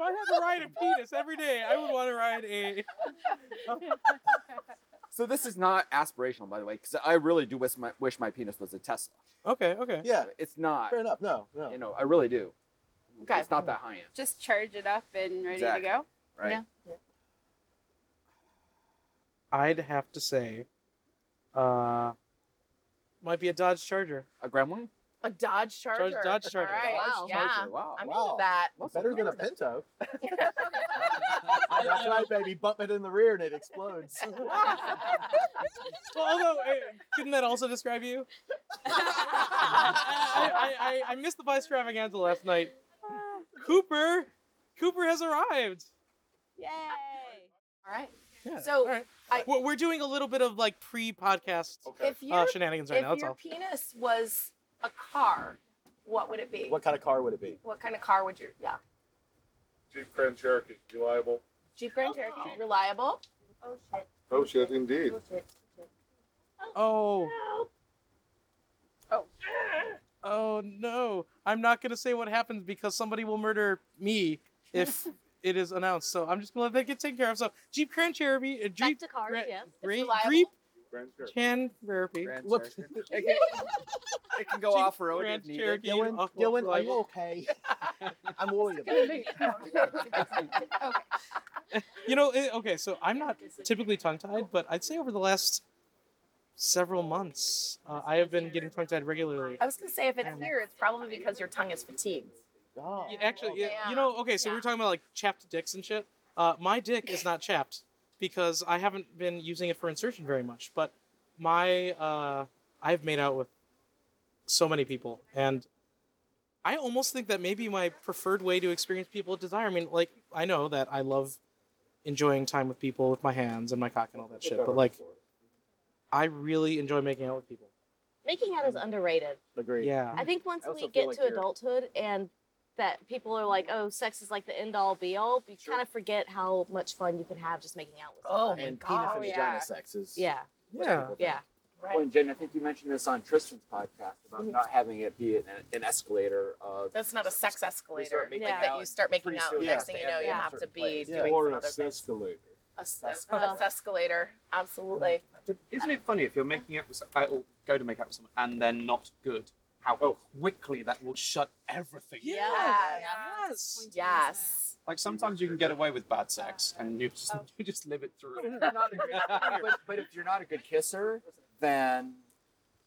[SPEAKER 4] had to ride a penis every day, I would want to ride a.
[SPEAKER 7] So this is not aspirational, by the way, because I really do wish my wish my penis was a Tesla.
[SPEAKER 4] Okay, okay.
[SPEAKER 5] Yeah.
[SPEAKER 7] It's not.
[SPEAKER 5] Fair enough. No. No.
[SPEAKER 7] You know, I really do.
[SPEAKER 9] Okay.
[SPEAKER 7] It's not that high end,
[SPEAKER 10] Just charge it up and ready
[SPEAKER 7] Exactly.
[SPEAKER 10] to go.
[SPEAKER 7] right?
[SPEAKER 10] Yeah.
[SPEAKER 4] I'd have to say, uh, might be a Dodge Charger.
[SPEAKER 7] A Gremlin.
[SPEAKER 9] A Dodge Charger.
[SPEAKER 4] Dodge Charger.
[SPEAKER 9] All right.
[SPEAKER 8] Wow.
[SPEAKER 9] Yeah.
[SPEAKER 7] Charger, Wow.
[SPEAKER 9] I'm
[SPEAKER 5] Wow.
[SPEAKER 9] into that.
[SPEAKER 5] Better than a Pinto. That's right, baby. Bump it in the rear and it explodes.
[SPEAKER 4] Well, although, eh, couldn't that also describe you? I, I, I, I missed the extravaganza last night. Cooper, Cooper has arrived.
[SPEAKER 8] Yay.
[SPEAKER 9] All right.
[SPEAKER 4] Yeah.
[SPEAKER 9] So,
[SPEAKER 4] all right.
[SPEAKER 9] I-
[SPEAKER 4] We're- we're doing a little bit of like pre-podcast
[SPEAKER 9] If your
[SPEAKER 4] uh, shenanigans right
[SPEAKER 9] if
[SPEAKER 4] now. That's
[SPEAKER 9] your
[SPEAKER 4] all.
[SPEAKER 9] penis was a car, what would it be?
[SPEAKER 5] what kind of car would it be?
[SPEAKER 9] What kind of car would you? Yeah.
[SPEAKER 11] Jeep Grand Cherokee, reliable.
[SPEAKER 9] Jeep
[SPEAKER 4] Oh,
[SPEAKER 9] Grand Cherokee, reliable. Oh shit.
[SPEAKER 11] Oh shit, indeed.
[SPEAKER 4] Oh.
[SPEAKER 9] Oh.
[SPEAKER 4] Oh no! I'm not gonna say what happens because somebody will murder me if it is announced. So I'm just gonna let that get taken care of. So Jeep Grand Cherokee, uh,
[SPEAKER 8] Back
[SPEAKER 4] Jeep,
[SPEAKER 8] to cars,
[SPEAKER 4] Grand-
[SPEAKER 8] yeah.
[SPEAKER 4] Jeep,
[SPEAKER 9] reliable.
[SPEAKER 4] Jeep
[SPEAKER 11] Grand Cherokee.
[SPEAKER 4] Grand Cherokee.
[SPEAKER 7] Grand
[SPEAKER 4] Look,
[SPEAKER 7] Cherokee. It can, it can go
[SPEAKER 4] Jeep
[SPEAKER 7] off road
[SPEAKER 4] Grand
[SPEAKER 7] if needed.
[SPEAKER 4] Cherokee.
[SPEAKER 5] Dylan,
[SPEAKER 4] off-
[SPEAKER 5] Dylan, are you
[SPEAKER 4] reliable.
[SPEAKER 5] okay? I'm worried about
[SPEAKER 10] Gonna
[SPEAKER 5] you.
[SPEAKER 10] be-
[SPEAKER 4] You know, it, okay, so I'm not typically tongue tied, but I'd say over the last several months, uh, I have been getting tongue tied regularly.
[SPEAKER 9] I was gonna say if it's
[SPEAKER 4] Um,
[SPEAKER 9] here, it's probably because your tongue is fatigued.
[SPEAKER 5] Oh.
[SPEAKER 4] Yeah, actually, yeah,
[SPEAKER 9] Yeah.
[SPEAKER 4] you know, okay, so we we're talking about like chapped dicks and shit. Uh, my dick is not chapped because I haven't been using it for insertion very much, but my, uh, I've made out with so many people, and I almost think that maybe my preferred way to experience people with desire. I mean, like, I know that I love enjoying time with people with my hands and my cock and all that shit, but like, I really enjoy making out with people.
[SPEAKER 8] Making out is underrated.
[SPEAKER 5] Agreed.
[SPEAKER 4] Yeah.
[SPEAKER 8] I think once
[SPEAKER 5] I also
[SPEAKER 8] we
[SPEAKER 5] feel
[SPEAKER 8] get
[SPEAKER 5] like
[SPEAKER 8] to
[SPEAKER 5] you're-
[SPEAKER 8] adulthood and that people are like, "Oh, sex is like the end all be all," you kind of forget how much fun you can have just making out with.
[SPEAKER 5] Oh,
[SPEAKER 8] someone.
[SPEAKER 5] and penis and vagina sex is.
[SPEAKER 8] Yeah.
[SPEAKER 4] Yeah.
[SPEAKER 8] Yeah.
[SPEAKER 7] Well, and Jen, I think you mentioned this on Tristan's podcast about not having it be an, an escalator of.
[SPEAKER 9] That's not a sex escalator.
[SPEAKER 7] making
[SPEAKER 9] Like that
[SPEAKER 7] out
[SPEAKER 9] you start making
[SPEAKER 7] pretty
[SPEAKER 9] out,
[SPEAKER 7] soon
[SPEAKER 9] next
[SPEAKER 7] it
[SPEAKER 9] thing
[SPEAKER 7] has
[SPEAKER 9] you
[SPEAKER 7] to
[SPEAKER 9] know,
[SPEAKER 7] end
[SPEAKER 9] you
[SPEAKER 7] in a
[SPEAKER 9] have
[SPEAKER 7] certain
[SPEAKER 9] to be
[SPEAKER 7] place.
[SPEAKER 9] doing
[SPEAKER 7] or
[SPEAKER 9] some
[SPEAKER 7] a
[SPEAKER 9] other things.
[SPEAKER 7] sescalator.
[SPEAKER 9] A ses- a sescalator, absolutely.
[SPEAKER 12] Isn't it funny if you're making out with some- I'll go to make out with someone and they're not good? How
[SPEAKER 7] Oh.
[SPEAKER 12] quickly that will shut everything. down.
[SPEAKER 9] Yes. Yes.
[SPEAKER 12] Like sometimes you can get away with bad sex and you
[SPEAKER 9] Oh.
[SPEAKER 12] just, you just live it through.
[SPEAKER 7] but, but if you're not a good kisser, then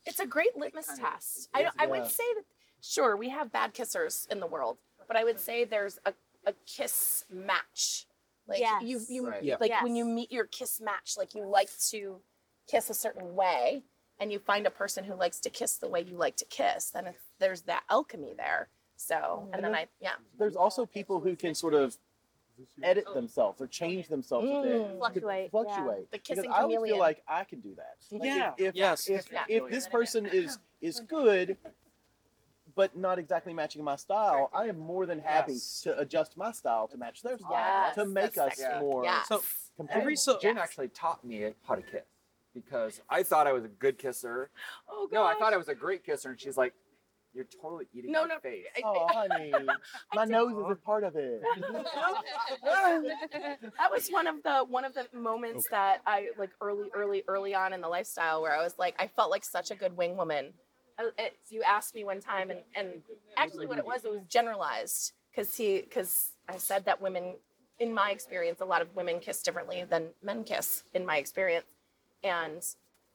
[SPEAKER 9] It's a great litmus test. I, don't, I
[SPEAKER 7] yeah.
[SPEAKER 9] would say that, sure, we have bad kissers in the world, but I would say there's a, a kiss match. Like
[SPEAKER 8] Yes.
[SPEAKER 9] you, you
[SPEAKER 8] Right.
[SPEAKER 9] like
[SPEAKER 8] Yes.
[SPEAKER 9] when you meet your kiss match, like you like to kiss a certain way, and you find a person who likes to kiss the way you like to kiss. Then it's, there's that alchemy there. So, and
[SPEAKER 8] Mm-hmm.
[SPEAKER 9] then I, yeah,
[SPEAKER 5] There's also people who can sort of edit themselves or change themselves a bit.
[SPEAKER 8] Mm. Fluctuate, yeah.
[SPEAKER 5] Fluctuate.
[SPEAKER 8] The
[SPEAKER 5] Because
[SPEAKER 8] kissing
[SPEAKER 5] I always
[SPEAKER 8] chameleon.
[SPEAKER 5] feel like I can do that. Like, if-
[SPEAKER 8] Yeah.
[SPEAKER 5] If,
[SPEAKER 8] Yes.
[SPEAKER 5] If,
[SPEAKER 8] Yeah.
[SPEAKER 5] if this person is is good, but not exactly matching my style, I am more than happy to adjust my style to match their style
[SPEAKER 9] Yes,
[SPEAKER 5] to make us
[SPEAKER 9] that's sexy.
[SPEAKER 5] more.
[SPEAKER 9] Yes.
[SPEAKER 5] So
[SPEAKER 7] every
[SPEAKER 5] compatible.
[SPEAKER 7] so Jen actually taught me how to kiss because I thought I was a good kisser.
[SPEAKER 9] Oh,
[SPEAKER 7] no, I thought I was a great kisser, and she's like, "You're totally eating
[SPEAKER 9] No,
[SPEAKER 7] my
[SPEAKER 9] no,
[SPEAKER 7] face."
[SPEAKER 9] I-
[SPEAKER 5] Oh, honey, my nose is a part of it.
[SPEAKER 9] that was one of the one of the moments that I like early, early, early on in the lifestyle where I was like, I felt like such a good wing woman. I, it, you asked me one time, and, and actually, what it was, it was generalized because he because I said that women, in my experience, a lot of women kiss differently than men kiss in my experience, and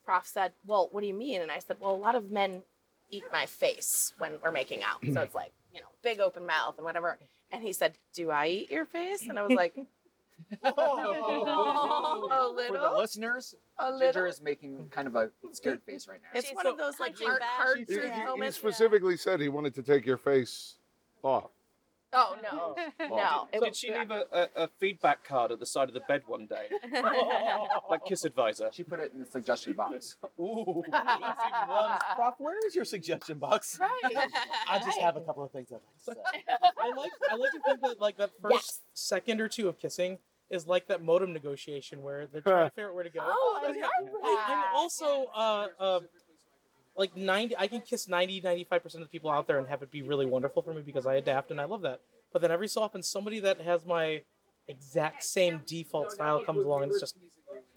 [SPEAKER 9] Prof said, "Well, what do you mean?" And I said, "Well, a lot of men eat my face when we're making out, so it's like you know, big open mouth and whatever." And he said, "Do I eat your face?" And I was like,
[SPEAKER 7] Oh,
[SPEAKER 9] "A
[SPEAKER 7] For the
[SPEAKER 9] little."
[SPEAKER 7] listeners,
[SPEAKER 9] A
[SPEAKER 7] Ginger
[SPEAKER 9] little.
[SPEAKER 7] is making kind of a scared face right now.
[SPEAKER 9] It's one of those like hard, hard
[SPEAKER 11] You,
[SPEAKER 9] truth
[SPEAKER 11] you- you
[SPEAKER 4] uh,
[SPEAKER 9] moments.
[SPEAKER 11] specifically said he wanted to take your face off.
[SPEAKER 9] Oh no, no.
[SPEAKER 12] Did she leave a, a, a feedback card at the side of the bed one day? like kiss advisor.
[SPEAKER 7] She put it in the suggestion box.
[SPEAKER 12] Ooh.
[SPEAKER 5] Prof, where is your suggestion box?
[SPEAKER 9] Right.
[SPEAKER 5] I just have a couple of things I'd like to say.
[SPEAKER 4] I like I like to think that like that first second or two of kissing is like that modem negotiation where they're trying to figure out where to go.
[SPEAKER 9] Oh, I love
[SPEAKER 4] I, am also uh, uh, like 90 I can kiss 90 95% of the people out there and have it be really wonderful for me because I adapt and I love that. But then every so often somebody that has my exact same default style comes along and it's just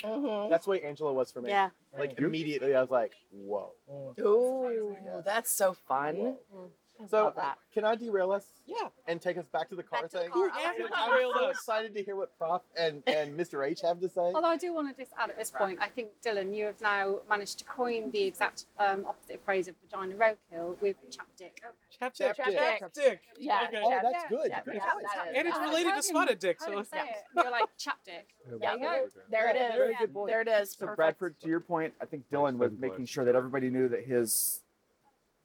[SPEAKER 9] Mm-hmm.
[SPEAKER 5] That's the way Angela was for me.
[SPEAKER 4] Yeah.
[SPEAKER 5] Like immediately, I was like, "Whoa."
[SPEAKER 4] Oh.
[SPEAKER 9] Ooh, that's so fun.
[SPEAKER 5] So,
[SPEAKER 9] Love that.
[SPEAKER 5] can I derail us?
[SPEAKER 4] Yeah.
[SPEAKER 5] And take us back to the car
[SPEAKER 9] Back to the
[SPEAKER 5] thing.
[SPEAKER 9] car. I like that.
[SPEAKER 5] I'm so excited to hear what Prof and, and Mr. H have to say.
[SPEAKER 10] Although I do want to just add at this point, I think Dylan, you have now managed to coin the exact um, opposite phrase of vagina roadkill with chap dick.
[SPEAKER 4] Chap dick.
[SPEAKER 10] Chap dick.
[SPEAKER 4] Chap dick.
[SPEAKER 10] Yeah.
[SPEAKER 4] Okay.
[SPEAKER 10] Oh, that's Yeah. good. Yeah.
[SPEAKER 4] Good
[SPEAKER 10] Yeah,
[SPEAKER 4] choice.
[SPEAKER 10] that is.
[SPEAKER 4] And it's
[SPEAKER 10] I
[SPEAKER 4] related to
[SPEAKER 10] heard him-
[SPEAKER 4] spotted dick.
[SPEAKER 10] I
[SPEAKER 4] So
[SPEAKER 10] didn't
[SPEAKER 4] it's
[SPEAKER 10] say it. You're like chap dick. There
[SPEAKER 9] Yeah.
[SPEAKER 10] you go.
[SPEAKER 9] There it
[SPEAKER 5] Yeah,
[SPEAKER 9] is.
[SPEAKER 5] very good point.
[SPEAKER 9] There it is.
[SPEAKER 7] So Bradford, to your point, I think Dylan was making sure that everybody knew that his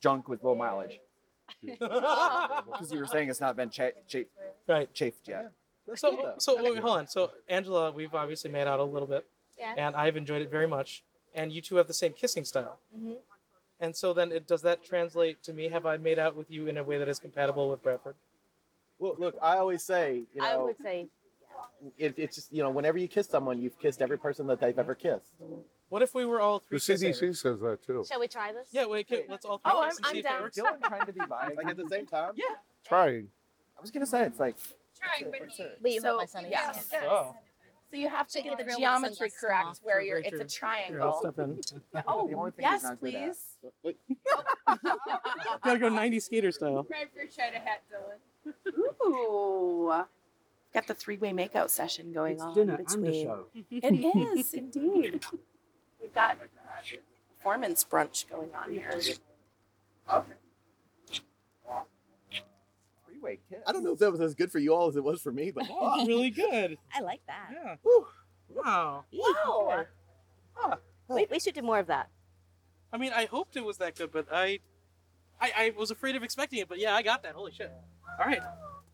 [SPEAKER 7] junk was low mileage. Because you were saying it's not been cha- cha-
[SPEAKER 4] right.
[SPEAKER 7] chafed yet.
[SPEAKER 4] So, so wait, hold on. So, Angela, we've obviously made out a little bit,
[SPEAKER 10] Yeah.
[SPEAKER 4] and I've enjoyed it very much. And you two have the same kissing style.
[SPEAKER 5] Mm-hmm.
[SPEAKER 10] Mhm.
[SPEAKER 4] And so, then, it, does that translate to me? Have I made out with you in a way that is compatible with Bradford?
[SPEAKER 5] Well, look, I always say, you know,
[SPEAKER 8] I would say
[SPEAKER 5] it, it's just you know, whenever you kiss someone, you've kissed every person that they've ever kissed.
[SPEAKER 4] What if we were all
[SPEAKER 11] The
[SPEAKER 4] three?
[SPEAKER 11] CDC says that too.
[SPEAKER 8] Shall we try this?
[SPEAKER 4] Yeah, wait, okay, let's all three
[SPEAKER 9] Oh,
[SPEAKER 4] kiss
[SPEAKER 9] I'm-
[SPEAKER 4] and see
[SPEAKER 9] I'm down.
[SPEAKER 4] if it works.
[SPEAKER 7] trying to be bi.
[SPEAKER 5] Like at the same time.
[SPEAKER 4] Yeah.
[SPEAKER 11] Trying.
[SPEAKER 7] I was gonna say it's like
[SPEAKER 10] Trying, but
[SPEAKER 8] But you
[SPEAKER 9] So,
[SPEAKER 8] hurt my sunny
[SPEAKER 9] yeah.
[SPEAKER 8] side.
[SPEAKER 4] Oh.
[SPEAKER 9] So you have to
[SPEAKER 8] Chicken
[SPEAKER 9] get the
[SPEAKER 8] grill with
[SPEAKER 9] geometry
[SPEAKER 8] sunglasses
[SPEAKER 9] correct
[SPEAKER 8] off.
[SPEAKER 9] where
[SPEAKER 4] True,
[SPEAKER 9] you're
[SPEAKER 4] very
[SPEAKER 9] it's a
[SPEAKER 4] true.
[SPEAKER 9] triangle.
[SPEAKER 4] in.
[SPEAKER 9] Oh,
[SPEAKER 7] the only thing he's
[SPEAKER 9] yes,
[SPEAKER 7] not good at.
[SPEAKER 9] please.
[SPEAKER 4] Gotta go 90 skater style.
[SPEAKER 10] Bradford showed a hat, Dylan.
[SPEAKER 9] Ooh. Got the three-way makeout session going on between. It is indeed. We've got performance brunch going on here.
[SPEAKER 7] freeway kiss.
[SPEAKER 5] I don't know if that was as good for you all as it was for me, but
[SPEAKER 4] Oh, really good.
[SPEAKER 8] I like that.
[SPEAKER 4] Yeah.
[SPEAKER 5] Whew.
[SPEAKER 4] Wow.
[SPEAKER 8] Wow. We, we should do more of that.
[SPEAKER 4] I mean, I hoped it was that good, but I, I, I was afraid of expecting it. But yeah, I got that. Holy shit! All right.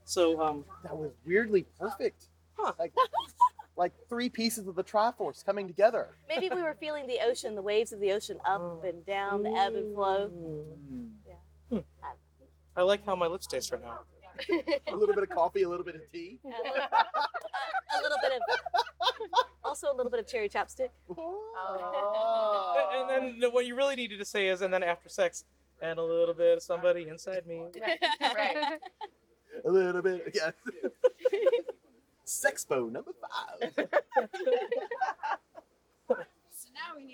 [SPEAKER 4] So, um,
[SPEAKER 5] that was weirdly perfect. Like like three pieces of the Triforce coming together.
[SPEAKER 8] Maybe we were feeling the ocean, the waves of the ocean
[SPEAKER 5] Oh.
[SPEAKER 8] up and down, the ebb and flow.
[SPEAKER 9] Hmm.
[SPEAKER 4] Hmm. I like how my lips taste right now.
[SPEAKER 5] a little bit of coffee, a little bit of tea.
[SPEAKER 8] And a little- a a little bit of, also a little bit of cherry chapstick.
[SPEAKER 4] And then the- what you really needed to say is, and then after sex, and a little bit of somebody inside me.
[SPEAKER 9] right.
[SPEAKER 5] A little bit, yes. Sexpo number five.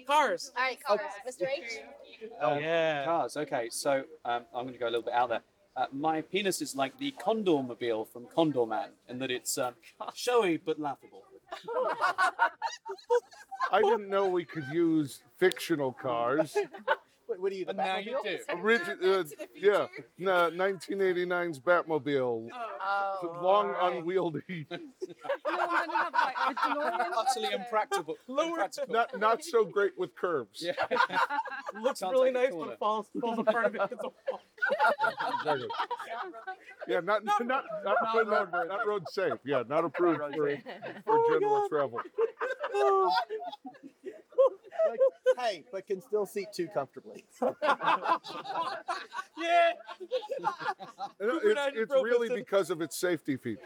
[SPEAKER 4] Cars.
[SPEAKER 9] All right, cars. Mr. H.
[SPEAKER 13] Um, Cars. Okay, so um, I'm going to go a little bit out there. Uh, my penis is like the Condor Mobile from Condor Man, in that it's um, showy but laughable.
[SPEAKER 11] I didn't know we could use fictional cars.
[SPEAKER 5] Wait, what are you? The
[SPEAKER 13] now you do.
[SPEAKER 11] Origi- uh, yeah, no, 1989's Batmobile.
[SPEAKER 4] Oh,
[SPEAKER 11] Long, unwieldy.
[SPEAKER 12] Utterly impractical. impractical.
[SPEAKER 11] Not, not so great with curves.
[SPEAKER 4] Looks
[SPEAKER 11] Sounds
[SPEAKER 4] really
[SPEAKER 11] like a
[SPEAKER 4] nice,
[SPEAKER 11] corner.
[SPEAKER 4] but falls, falls apart a bit. It's a-
[SPEAKER 11] Exactly. Yeah, not not not not, not, not, road safe. Yeah, not approved
[SPEAKER 5] Road
[SPEAKER 11] for,
[SPEAKER 5] safe.
[SPEAKER 11] for
[SPEAKER 4] Oh
[SPEAKER 11] general travel.
[SPEAKER 9] Oh,
[SPEAKER 5] Like, hey, but can still seat two comfortably.
[SPEAKER 4] yeah.
[SPEAKER 11] And It's, it's really because of its safety feature.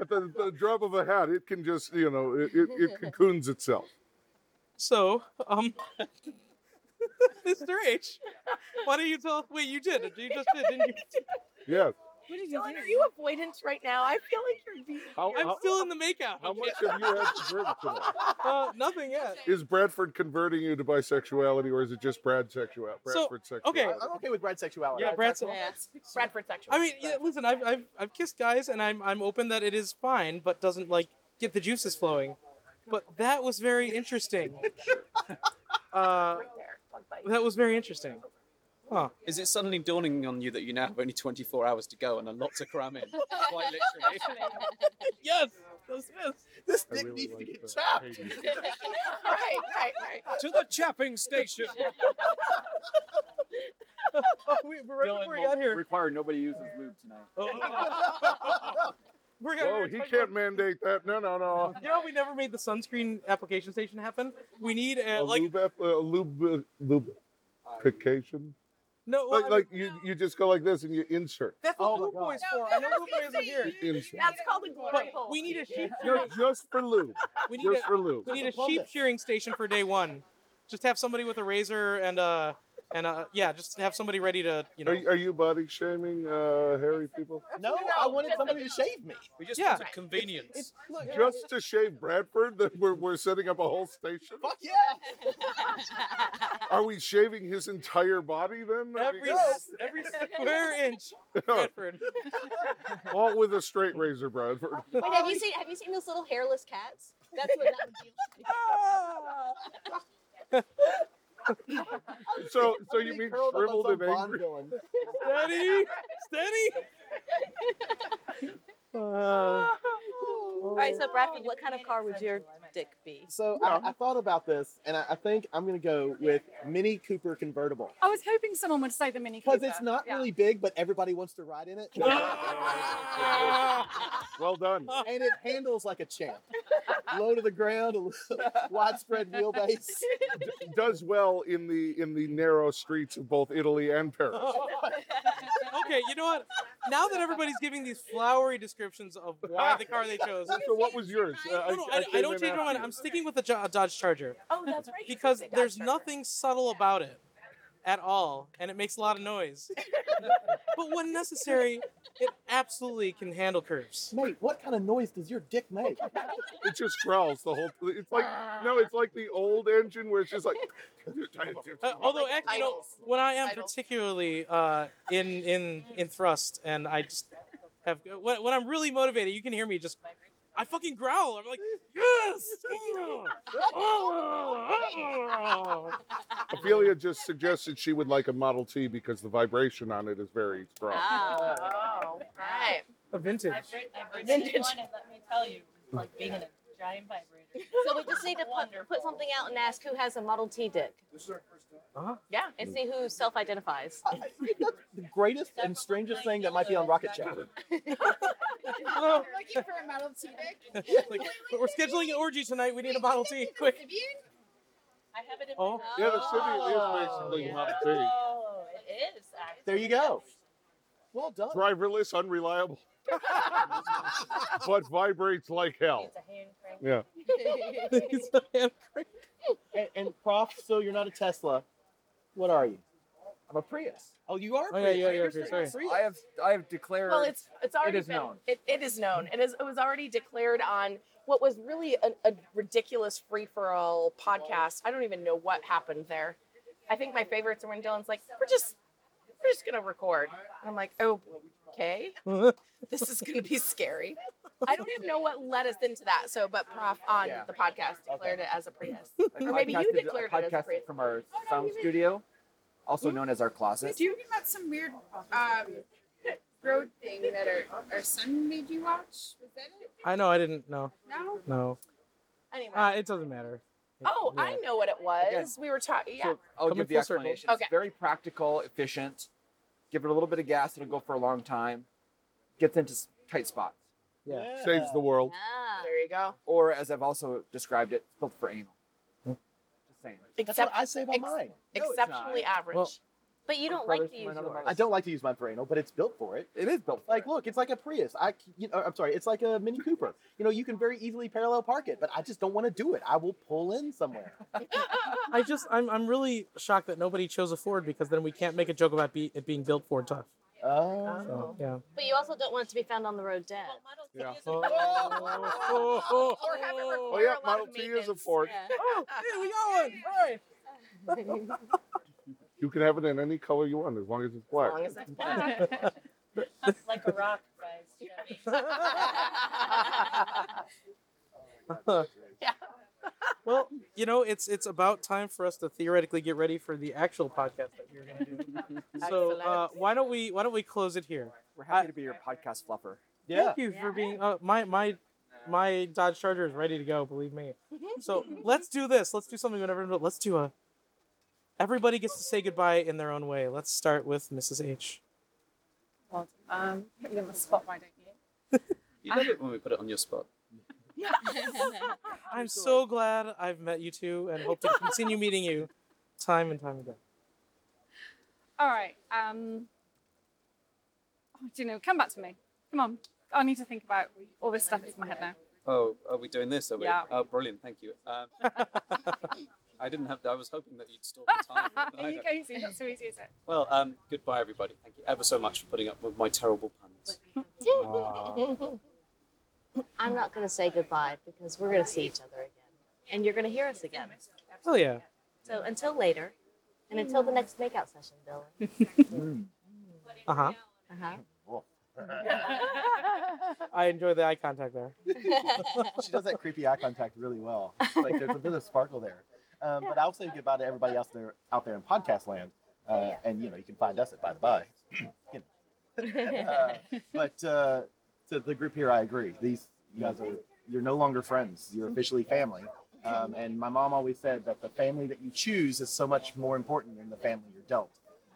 [SPEAKER 11] At the, the drop of a hat, it can just you know it, it, it cocoons itself.
[SPEAKER 4] So, um, Mr. H, why don't you tell? Wait, you did. You just did, didn't you?
[SPEAKER 11] Yeah.
[SPEAKER 9] What did you Are you avoidance right now? I feel like you're deep.
[SPEAKER 11] How-
[SPEAKER 4] I'm
[SPEAKER 11] how-
[SPEAKER 4] still in the makeout.
[SPEAKER 11] How much have you had to drink today?
[SPEAKER 4] Uh, nothing yet.
[SPEAKER 11] Is Bradford converting you to bisexuality, or is it just Brad sexuality?
[SPEAKER 4] So,
[SPEAKER 11] Bradford
[SPEAKER 4] okay.
[SPEAKER 11] sexuality.
[SPEAKER 5] I'm okay with Brad sexuality.
[SPEAKER 4] Yeah, Brad's-
[SPEAKER 9] Bradford sexual.
[SPEAKER 4] I mean, yeah, listen, I've, I've I've kissed guys, and I'm I'm open that it is fine, but doesn't like get the juices flowing. But that was very interesting. Uh, that was very interesting. Huh.
[SPEAKER 1] Is it suddenly dawning on you that you now have only 24 hours to go and a lot to cram in? Quite literally.
[SPEAKER 4] yes. Yes.
[SPEAKER 5] This
[SPEAKER 1] dick
[SPEAKER 5] needs to get
[SPEAKER 1] chapped.
[SPEAKER 9] right, right, right.
[SPEAKER 12] To the chapping station.
[SPEAKER 4] Oh, we, but right before we got here. Oh,
[SPEAKER 7] Require nobody uses lube tonight.
[SPEAKER 4] We're gonna-
[SPEAKER 11] Oh, he can't mandate that. No, no, no.
[SPEAKER 4] You know, we never made the sunscreen application station happen. We need a,
[SPEAKER 11] A
[SPEAKER 4] like
[SPEAKER 11] lube, app- uh, a lube, lubrication.
[SPEAKER 4] no, well, I
[SPEAKER 11] like,
[SPEAKER 4] mean,
[SPEAKER 11] like you, you just go like this and you insert.
[SPEAKER 4] that's
[SPEAKER 5] Oh
[SPEAKER 4] what lube boys for. I know lube boys are here.
[SPEAKER 11] You insert.
[SPEAKER 9] That's called a glory
[SPEAKER 4] But
[SPEAKER 9] hole.
[SPEAKER 4] we need a sheep.
[SPEAKER 11] You're just for lube.
[SPEAKER 4] We need
[SPEAKER 11] Just
[SPEAKER 4] a,
[SPEAKER 11] for lube.
[SPEAKER 4] We need a sheep shearing station for day one. Just have somebody with a razor and uh and uh yeah, just have somebody ready to you know.
[SPEAKER 11] Are, are you body shaming uh, hairy people?
[SPEAKER 5] No, I wanted somebody to shave me.
[SPEAKER 12] We just
[SPEAKER 4] Yeah.
[SPEAKER 12] want a convenience.
[SPEAKER 11] Just to shave Bradford, that we're, we're setting up a whole station.
[SPEAKER 5] Fuck yeah!
[SPEAKER 11] Are we shaving his entire body then? I mean,
[SPEAKER 4] Every every square inch. Bradford.
[SPEAKER 11] all with a straight razor, Bradford.
[SPEAKER 8] Wait, have you seen have you seen those little hairless cats? That's what that would be
[SPEAKER 4] Ah!
[SPEAKER 11] So, so Oh, you mean
[SPEAKER 5] curled up on
[SPEAKER 11] shriveled
[SPEAKER 5] some
[SPEAKER 11] and angry?
[SPEAKER 4] Steady, steady.
[SPEAKER 5] Oh.
[SPEAKER 8] All right, so Bradford, Oh, what kind of car would your dick be?
[SPEAKER 5] So I, I thought about this, and I, I think I'm gonna go with Mini Cooper convertible
[SPEAKER 10] I was hoping someone would say the Mini Cooper.
[SPEAKER 5] because it's not really big, but everybody wants to ride in it.
[SPEAKER 11] well done.
[SPEAKER 5] And it handles like a champ. Low to the ground, a little widespread wheelbase.
[SPEAKER 11] Does well in the in the narrow streets of both Italy and Paris.
[SPEAKER 4] okay, you know what? Now that everybody's giving these flowery descriptions of why the car they chose.
[SPEAKER 11] So what was yours? Uh,
[SPEAKER 4] No, no, I, I
[SPEAKER 11] came
[SPEAKER 4] don't
[SPEAKER 11] in
[SPEAKER 4] change my
[SPEAKER 11] after
[SPEAKER 4] mind.
[SPEAKER 11] you.
[SPEAKER 4] I'm sticking with the Jo- Dodge Charger
[SPEAKER 9] Oh, that's right. you
[SPEAKER 4] because
[SPEAKER 9] did say
[SPEAKER 4] there's
[SPEAKER 9] Dodge Charger.
[SPEAKER 4] nothing subtle about it at all, and it makes a lot of noise. but when necessary, it absolutely can handle curves.
[SPEAKER 5] Mate, what kind of noise does your dick make?
[SPEAKER 11] It just growls the whole. It's like no, it's like the old engine where it's just like.
[SPEAKER 4] Uh, although, actually, you know,
[SPEAKER 9] Idles.
[SPEAKER 4] when I am particularly uh, in in in thrust, and I just have uh, when, when I'm really motivated, you can hear me just. I fucking growl. I'm like, yes.
[SPEAKER 11] Ophelia just suggested she would like a Model T because the vibration on it is very strong.
[SPEAKER 14] Ah.
[SPEAKER 9] Oh, right.
[SPEAKER 4] A vintage.
[SPEAKER 9] Vintage.
[SPEAKER 8] let me tell you, like being in a giant vibrator. So we just need to put, put something out and ask who has a Model T dick Uh,
[SPEAKER 4] Uh-huh.
[SPEAKER 9] Yeah.
[SPEAKER 8] and see who self-identifies.
[SPEAKER 5] The greatest and strangest thing that might be on Rocket Chat.
[SPEAKER 4] No.
[SPEAKER 9] Looking for a metal tea bag.
[SPEAKER 4] Like, we're scheduling an orgy tonight. We need a bottle tea, quick.
[SPEAKER 14] I have it in
[SPEAKER 4] Oh.
[SPEAKER 14] my
[SPEAKER 11] Yeah, the city
[SPEAKER 14] Oh,
[SPEAKER 11] is basically
[SPEAKER 14] yeah.
[SPEAKER 11] not big.
[SPEAKER 14] Oh, it is. Actually.
[SPEAKER 11] There you go.
[SPEAKER 5] Well done.
[SPEAKER 11] Driverless, unreliable, but vibrates like hell.
[SPEAKER 14] It's a hand crank.
[SPEAKER 11] Yeah.
[SPEAKER 5] and, and Prof, so you're not a Tesla. What are you? I'm a Prius.
[SPEAKER 7] Oh, you are.
[SPEAKER 5] Oh, yeah, yeah, yeah, okay, sorry.
[SPEAKER 7] I have I have declared.
[SPEAKER 9] Well, it's it's already
[SPEAKER 7] it is
[SPEAKER 9] been,
[SPEAKER 7] known.
[SPEAKER 9] It, it is known. It is it was already declared on what was really a, a ridiculous free for all podcast. I don't even know what happened there. I think my favorites are when Dylan's like, "We're just we're just gonna record." And I'm like, "Oh, okay, this is gonna be scary." I don't even know what led us into that. So, but Prof on
[SPEAKER 7] Yeah.
[SPEAKER 9] the podcast declared it as a Prius, or maybe you declared
[SPEAKER 7] I
[SPEAKER 9] it as Oh, a Prius.
[SPEAKER 7] podcasted from our sound studio, also known as our closet.
[SPEAKER 10] Do you read about some weird um, road thing that our, our son made you watch? Was that it?
[SPEAKER 4] I know. I didn't know.
[SPEAKER 10] No?
[SPEAKER 4] No.
[SPEAKER 9] Anyway.
[SPEAKER 4] Uh, it doesn't matter.
[SPEAKER 9] oh, I know what it was. We were talking. Yeah.
[SPEAKER 7] So I'll
[SPEAKER 4] Coming
[SPEAKER 7] give the
[SPEAKER 4] full circle.
[SPEAKER 7] explanation.
[SPEAKER 9] Okay.
[SPEAKER 7] It's very practical, efficient. Give it a little bit of gas, it'll go for a long time. Gets into s- tight spots.
[SPEAKER 11] Yeah. Saves the world.
[SPEAKER 9] There you go.
[SPEAKER 7] Or as I've also described it, it's built for anal. Just saying.
[SPEAKER 5] That's what I say about mine.
[SPEAKER 9] exceptionally average.
[SPEAKER 7] Well-
[SPEAKER 8] But you don't like to use yours.
[SPEAKER 5] I don't like to use mine for anal, but it's built for it.
[SPEAKER 7] It is built.
[SPEAKER 5] like, look, it's like a Prius. I, c- you know, I'm sorry, it's like a Mini Cooper. You know, you can very easily parallel park it, but I just don't want to do it. I will pull in somewhere.
[SPEAKER 4] I just I'm I'm really shocked that nobody chose a Ford because then we can't make a joke about be, it being built Ford tough.
[SPEAKER 5] Oh.
[SPEAKER 4] So, yeah.
[SPEAKER 8] But you also don't want it to be found on the road dead.
[SPEAKER 11] Yeah.
[SPEAKER 8] Oh,
[SPEAKER 9] Or have it
[SPEAKER 11] Oh
[SPEAKER 9] require
[SPEAKER 11] yeah,
[SPEAKER 9] a lot
[SPEAKER 11] Model
[SPEAKER 9] of
[SPEAKER 11] T is a
[SPEAKER 9] maintenance.
[SPEAKER 11] Ford.
[SPEAKER 4] Oh, yeah, we got one. All right.
[SPEAKER 11] You can have it in any color you want as long as it's black.
[SPEAKER 9] As long as it's
[SPEAKER 14] black. like a rock, guys. You know what I mean?
[SPEAKER 4] Well, you know, it's it's about time for us to theoretically get ready for the actual podcast that we're going to do. so uh, why don't we why don't we close it here?
[SPEAKER 7] We're happy to be your podcast fluffer.
[SPEAKER 4] Thank you for being uh, my my my Dodge Charger is ready to go. Believe me. So let's do this. Let's do something that everyone. Let's do a. Everybody gets to say goodbye in their own way. Let's start with Mrs. H.
[SPEAKER 10] God, um, put me on the spot, why don't you?
[SPEAKER 13] You love it when we put it on your spot.
[SPEAKER 4] I'm so glad I've met you two and hope to continue meeting you, time and time again.
[SPEAKER 10] All right. Um, oh, do you know? Come back to me. Come on. I need to think about all this stuff that's in my head now.
[SPEAKER 13] Oh, are we doing this? Are we?
[SPEAKER 10] Yeah.
[SPEAKER 13] Oh, brilliant. Thank you. Um, I didn't have. I was hoping that you'd stop the time. but I
[SPEAKER 10] There you
[SPEAKER 13] don't.
[SPEAKER 10] go, easy. Not so easy, is it?
[SPEAKER 13] Well, um, goodbye, everybody. Thank you ever so much for putting up with my terrible puns.
[SPEAKER 8] I'm not going to say goodbye because we're going to see each other again. And you're going to hear us again.
[SPEAKER 4] Oh yeah.
[SPEAKER 8] So until later, and until the next makeout session, Dylan.
[SPEAKER 4] Uh huh.
[SPEAKER 8] Uh-huh.
[SPEAKER 4] I enjoy the eye contact there.
[SPEAKER 5] she does that creepy eye contact really well. It's Like there's a bit of sparkle there. Um, but I'll say goodbye to everybody else there out there in podcast land. Uh, and you know, you can find us at By the By. You know. Uh, but uh, to the group here, I agree. These you guys are you're no longer friends. You're officially family. Um, and my mom always said that the family that you choose is so much more important than the family you're dealt.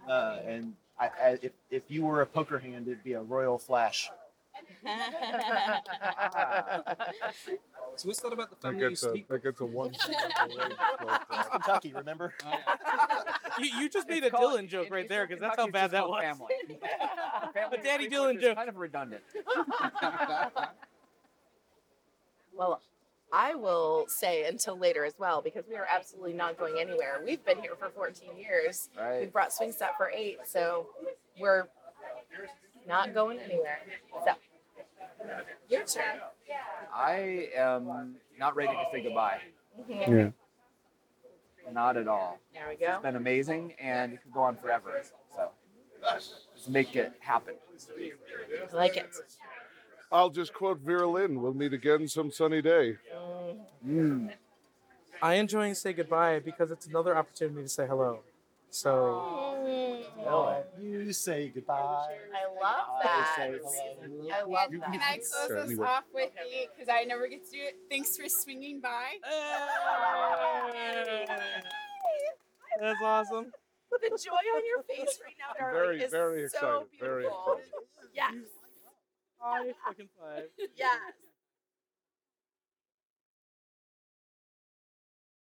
[SPEAKER 5] Uh, and I, I, if if you were a poker hand, it'd be a royal flash.
[SPEAKER 13] So what's that about the
[SPEAKER 11] That
[SPEAKER 13] family you
[SPEAKER 11] gets a,
[SPEAKER 13] sleep?
[SPEAKER 11] that gets a one.
[SPEAKER 5] It's Kentucky, remember?
[SPEAKER 7] Oh,
[SPEAKER 4] You, you just made a Dylan joke right there because that's how bad that was.
[SPEAKER 7] Family
[SPEAKER 4] A Daddy
[SPEAKER 7] which
[SPEAKER 4] Dylan
[SPEAKER 7] is
[SPEAKER 4] joke.
[SPEAKER 7] Kind of redundant.
[SPEAKER 9] Well, I will say until later as well because we are absolutely not going anywhere. We've been here for 14 years.
[SPEAKER 7] Right.
[SPEAKER 9] We've brought swing set for eight, so we're not going anywhere. So, your turn.
[SPEAKER 7] I am not ready to say goodbye.
[SPEAKER 11] Yeah.
[SPEAKER 7] Not at all.
[SPEAKER 9] There we
[SPEAKER 7] It's
[SPEAKER 9] go.
[SPEAKER 7] been amazing and it could go on forever. So just make it happen.
[SPEAKER 9] I like it.
[SPEAKER 11] I'll just quote Vera Lynn. We'll meet again some sunny day.
[SPEAKER 9] mm.
[SPEAKER 7] Hmm.
[SPEAKER 4] I enjoy and say goodbye because it's another opportunity to say hello. So
[SPEAKER 5] Oh, you say goodbye.
[SPEAKER 9] I love that. I love that.
[SPEAKER 10] Can I close
[SPEAKER 11] Certainly
[SPEAKER 10] us
[SPEAKER 11] will.
[SPEAKER 10] off with the because I never get to do it? Thanks for swinging by.
[SPEAKER 4] that's awesome.
[SPEAKER 9] The joy on your face right now, darling,
[SPEAKER 11] Very,
[SPEAKER 9] is
[SPEAKER 11] very
[SPEAKER 9] so
[SPEAKER 11] excited. Very excited.
[SPEAKER 9] yes.
[SPEAKER 10] Oh,
[SPEAKER 15] Five fucking five.
[SPEAKER 10] Yes.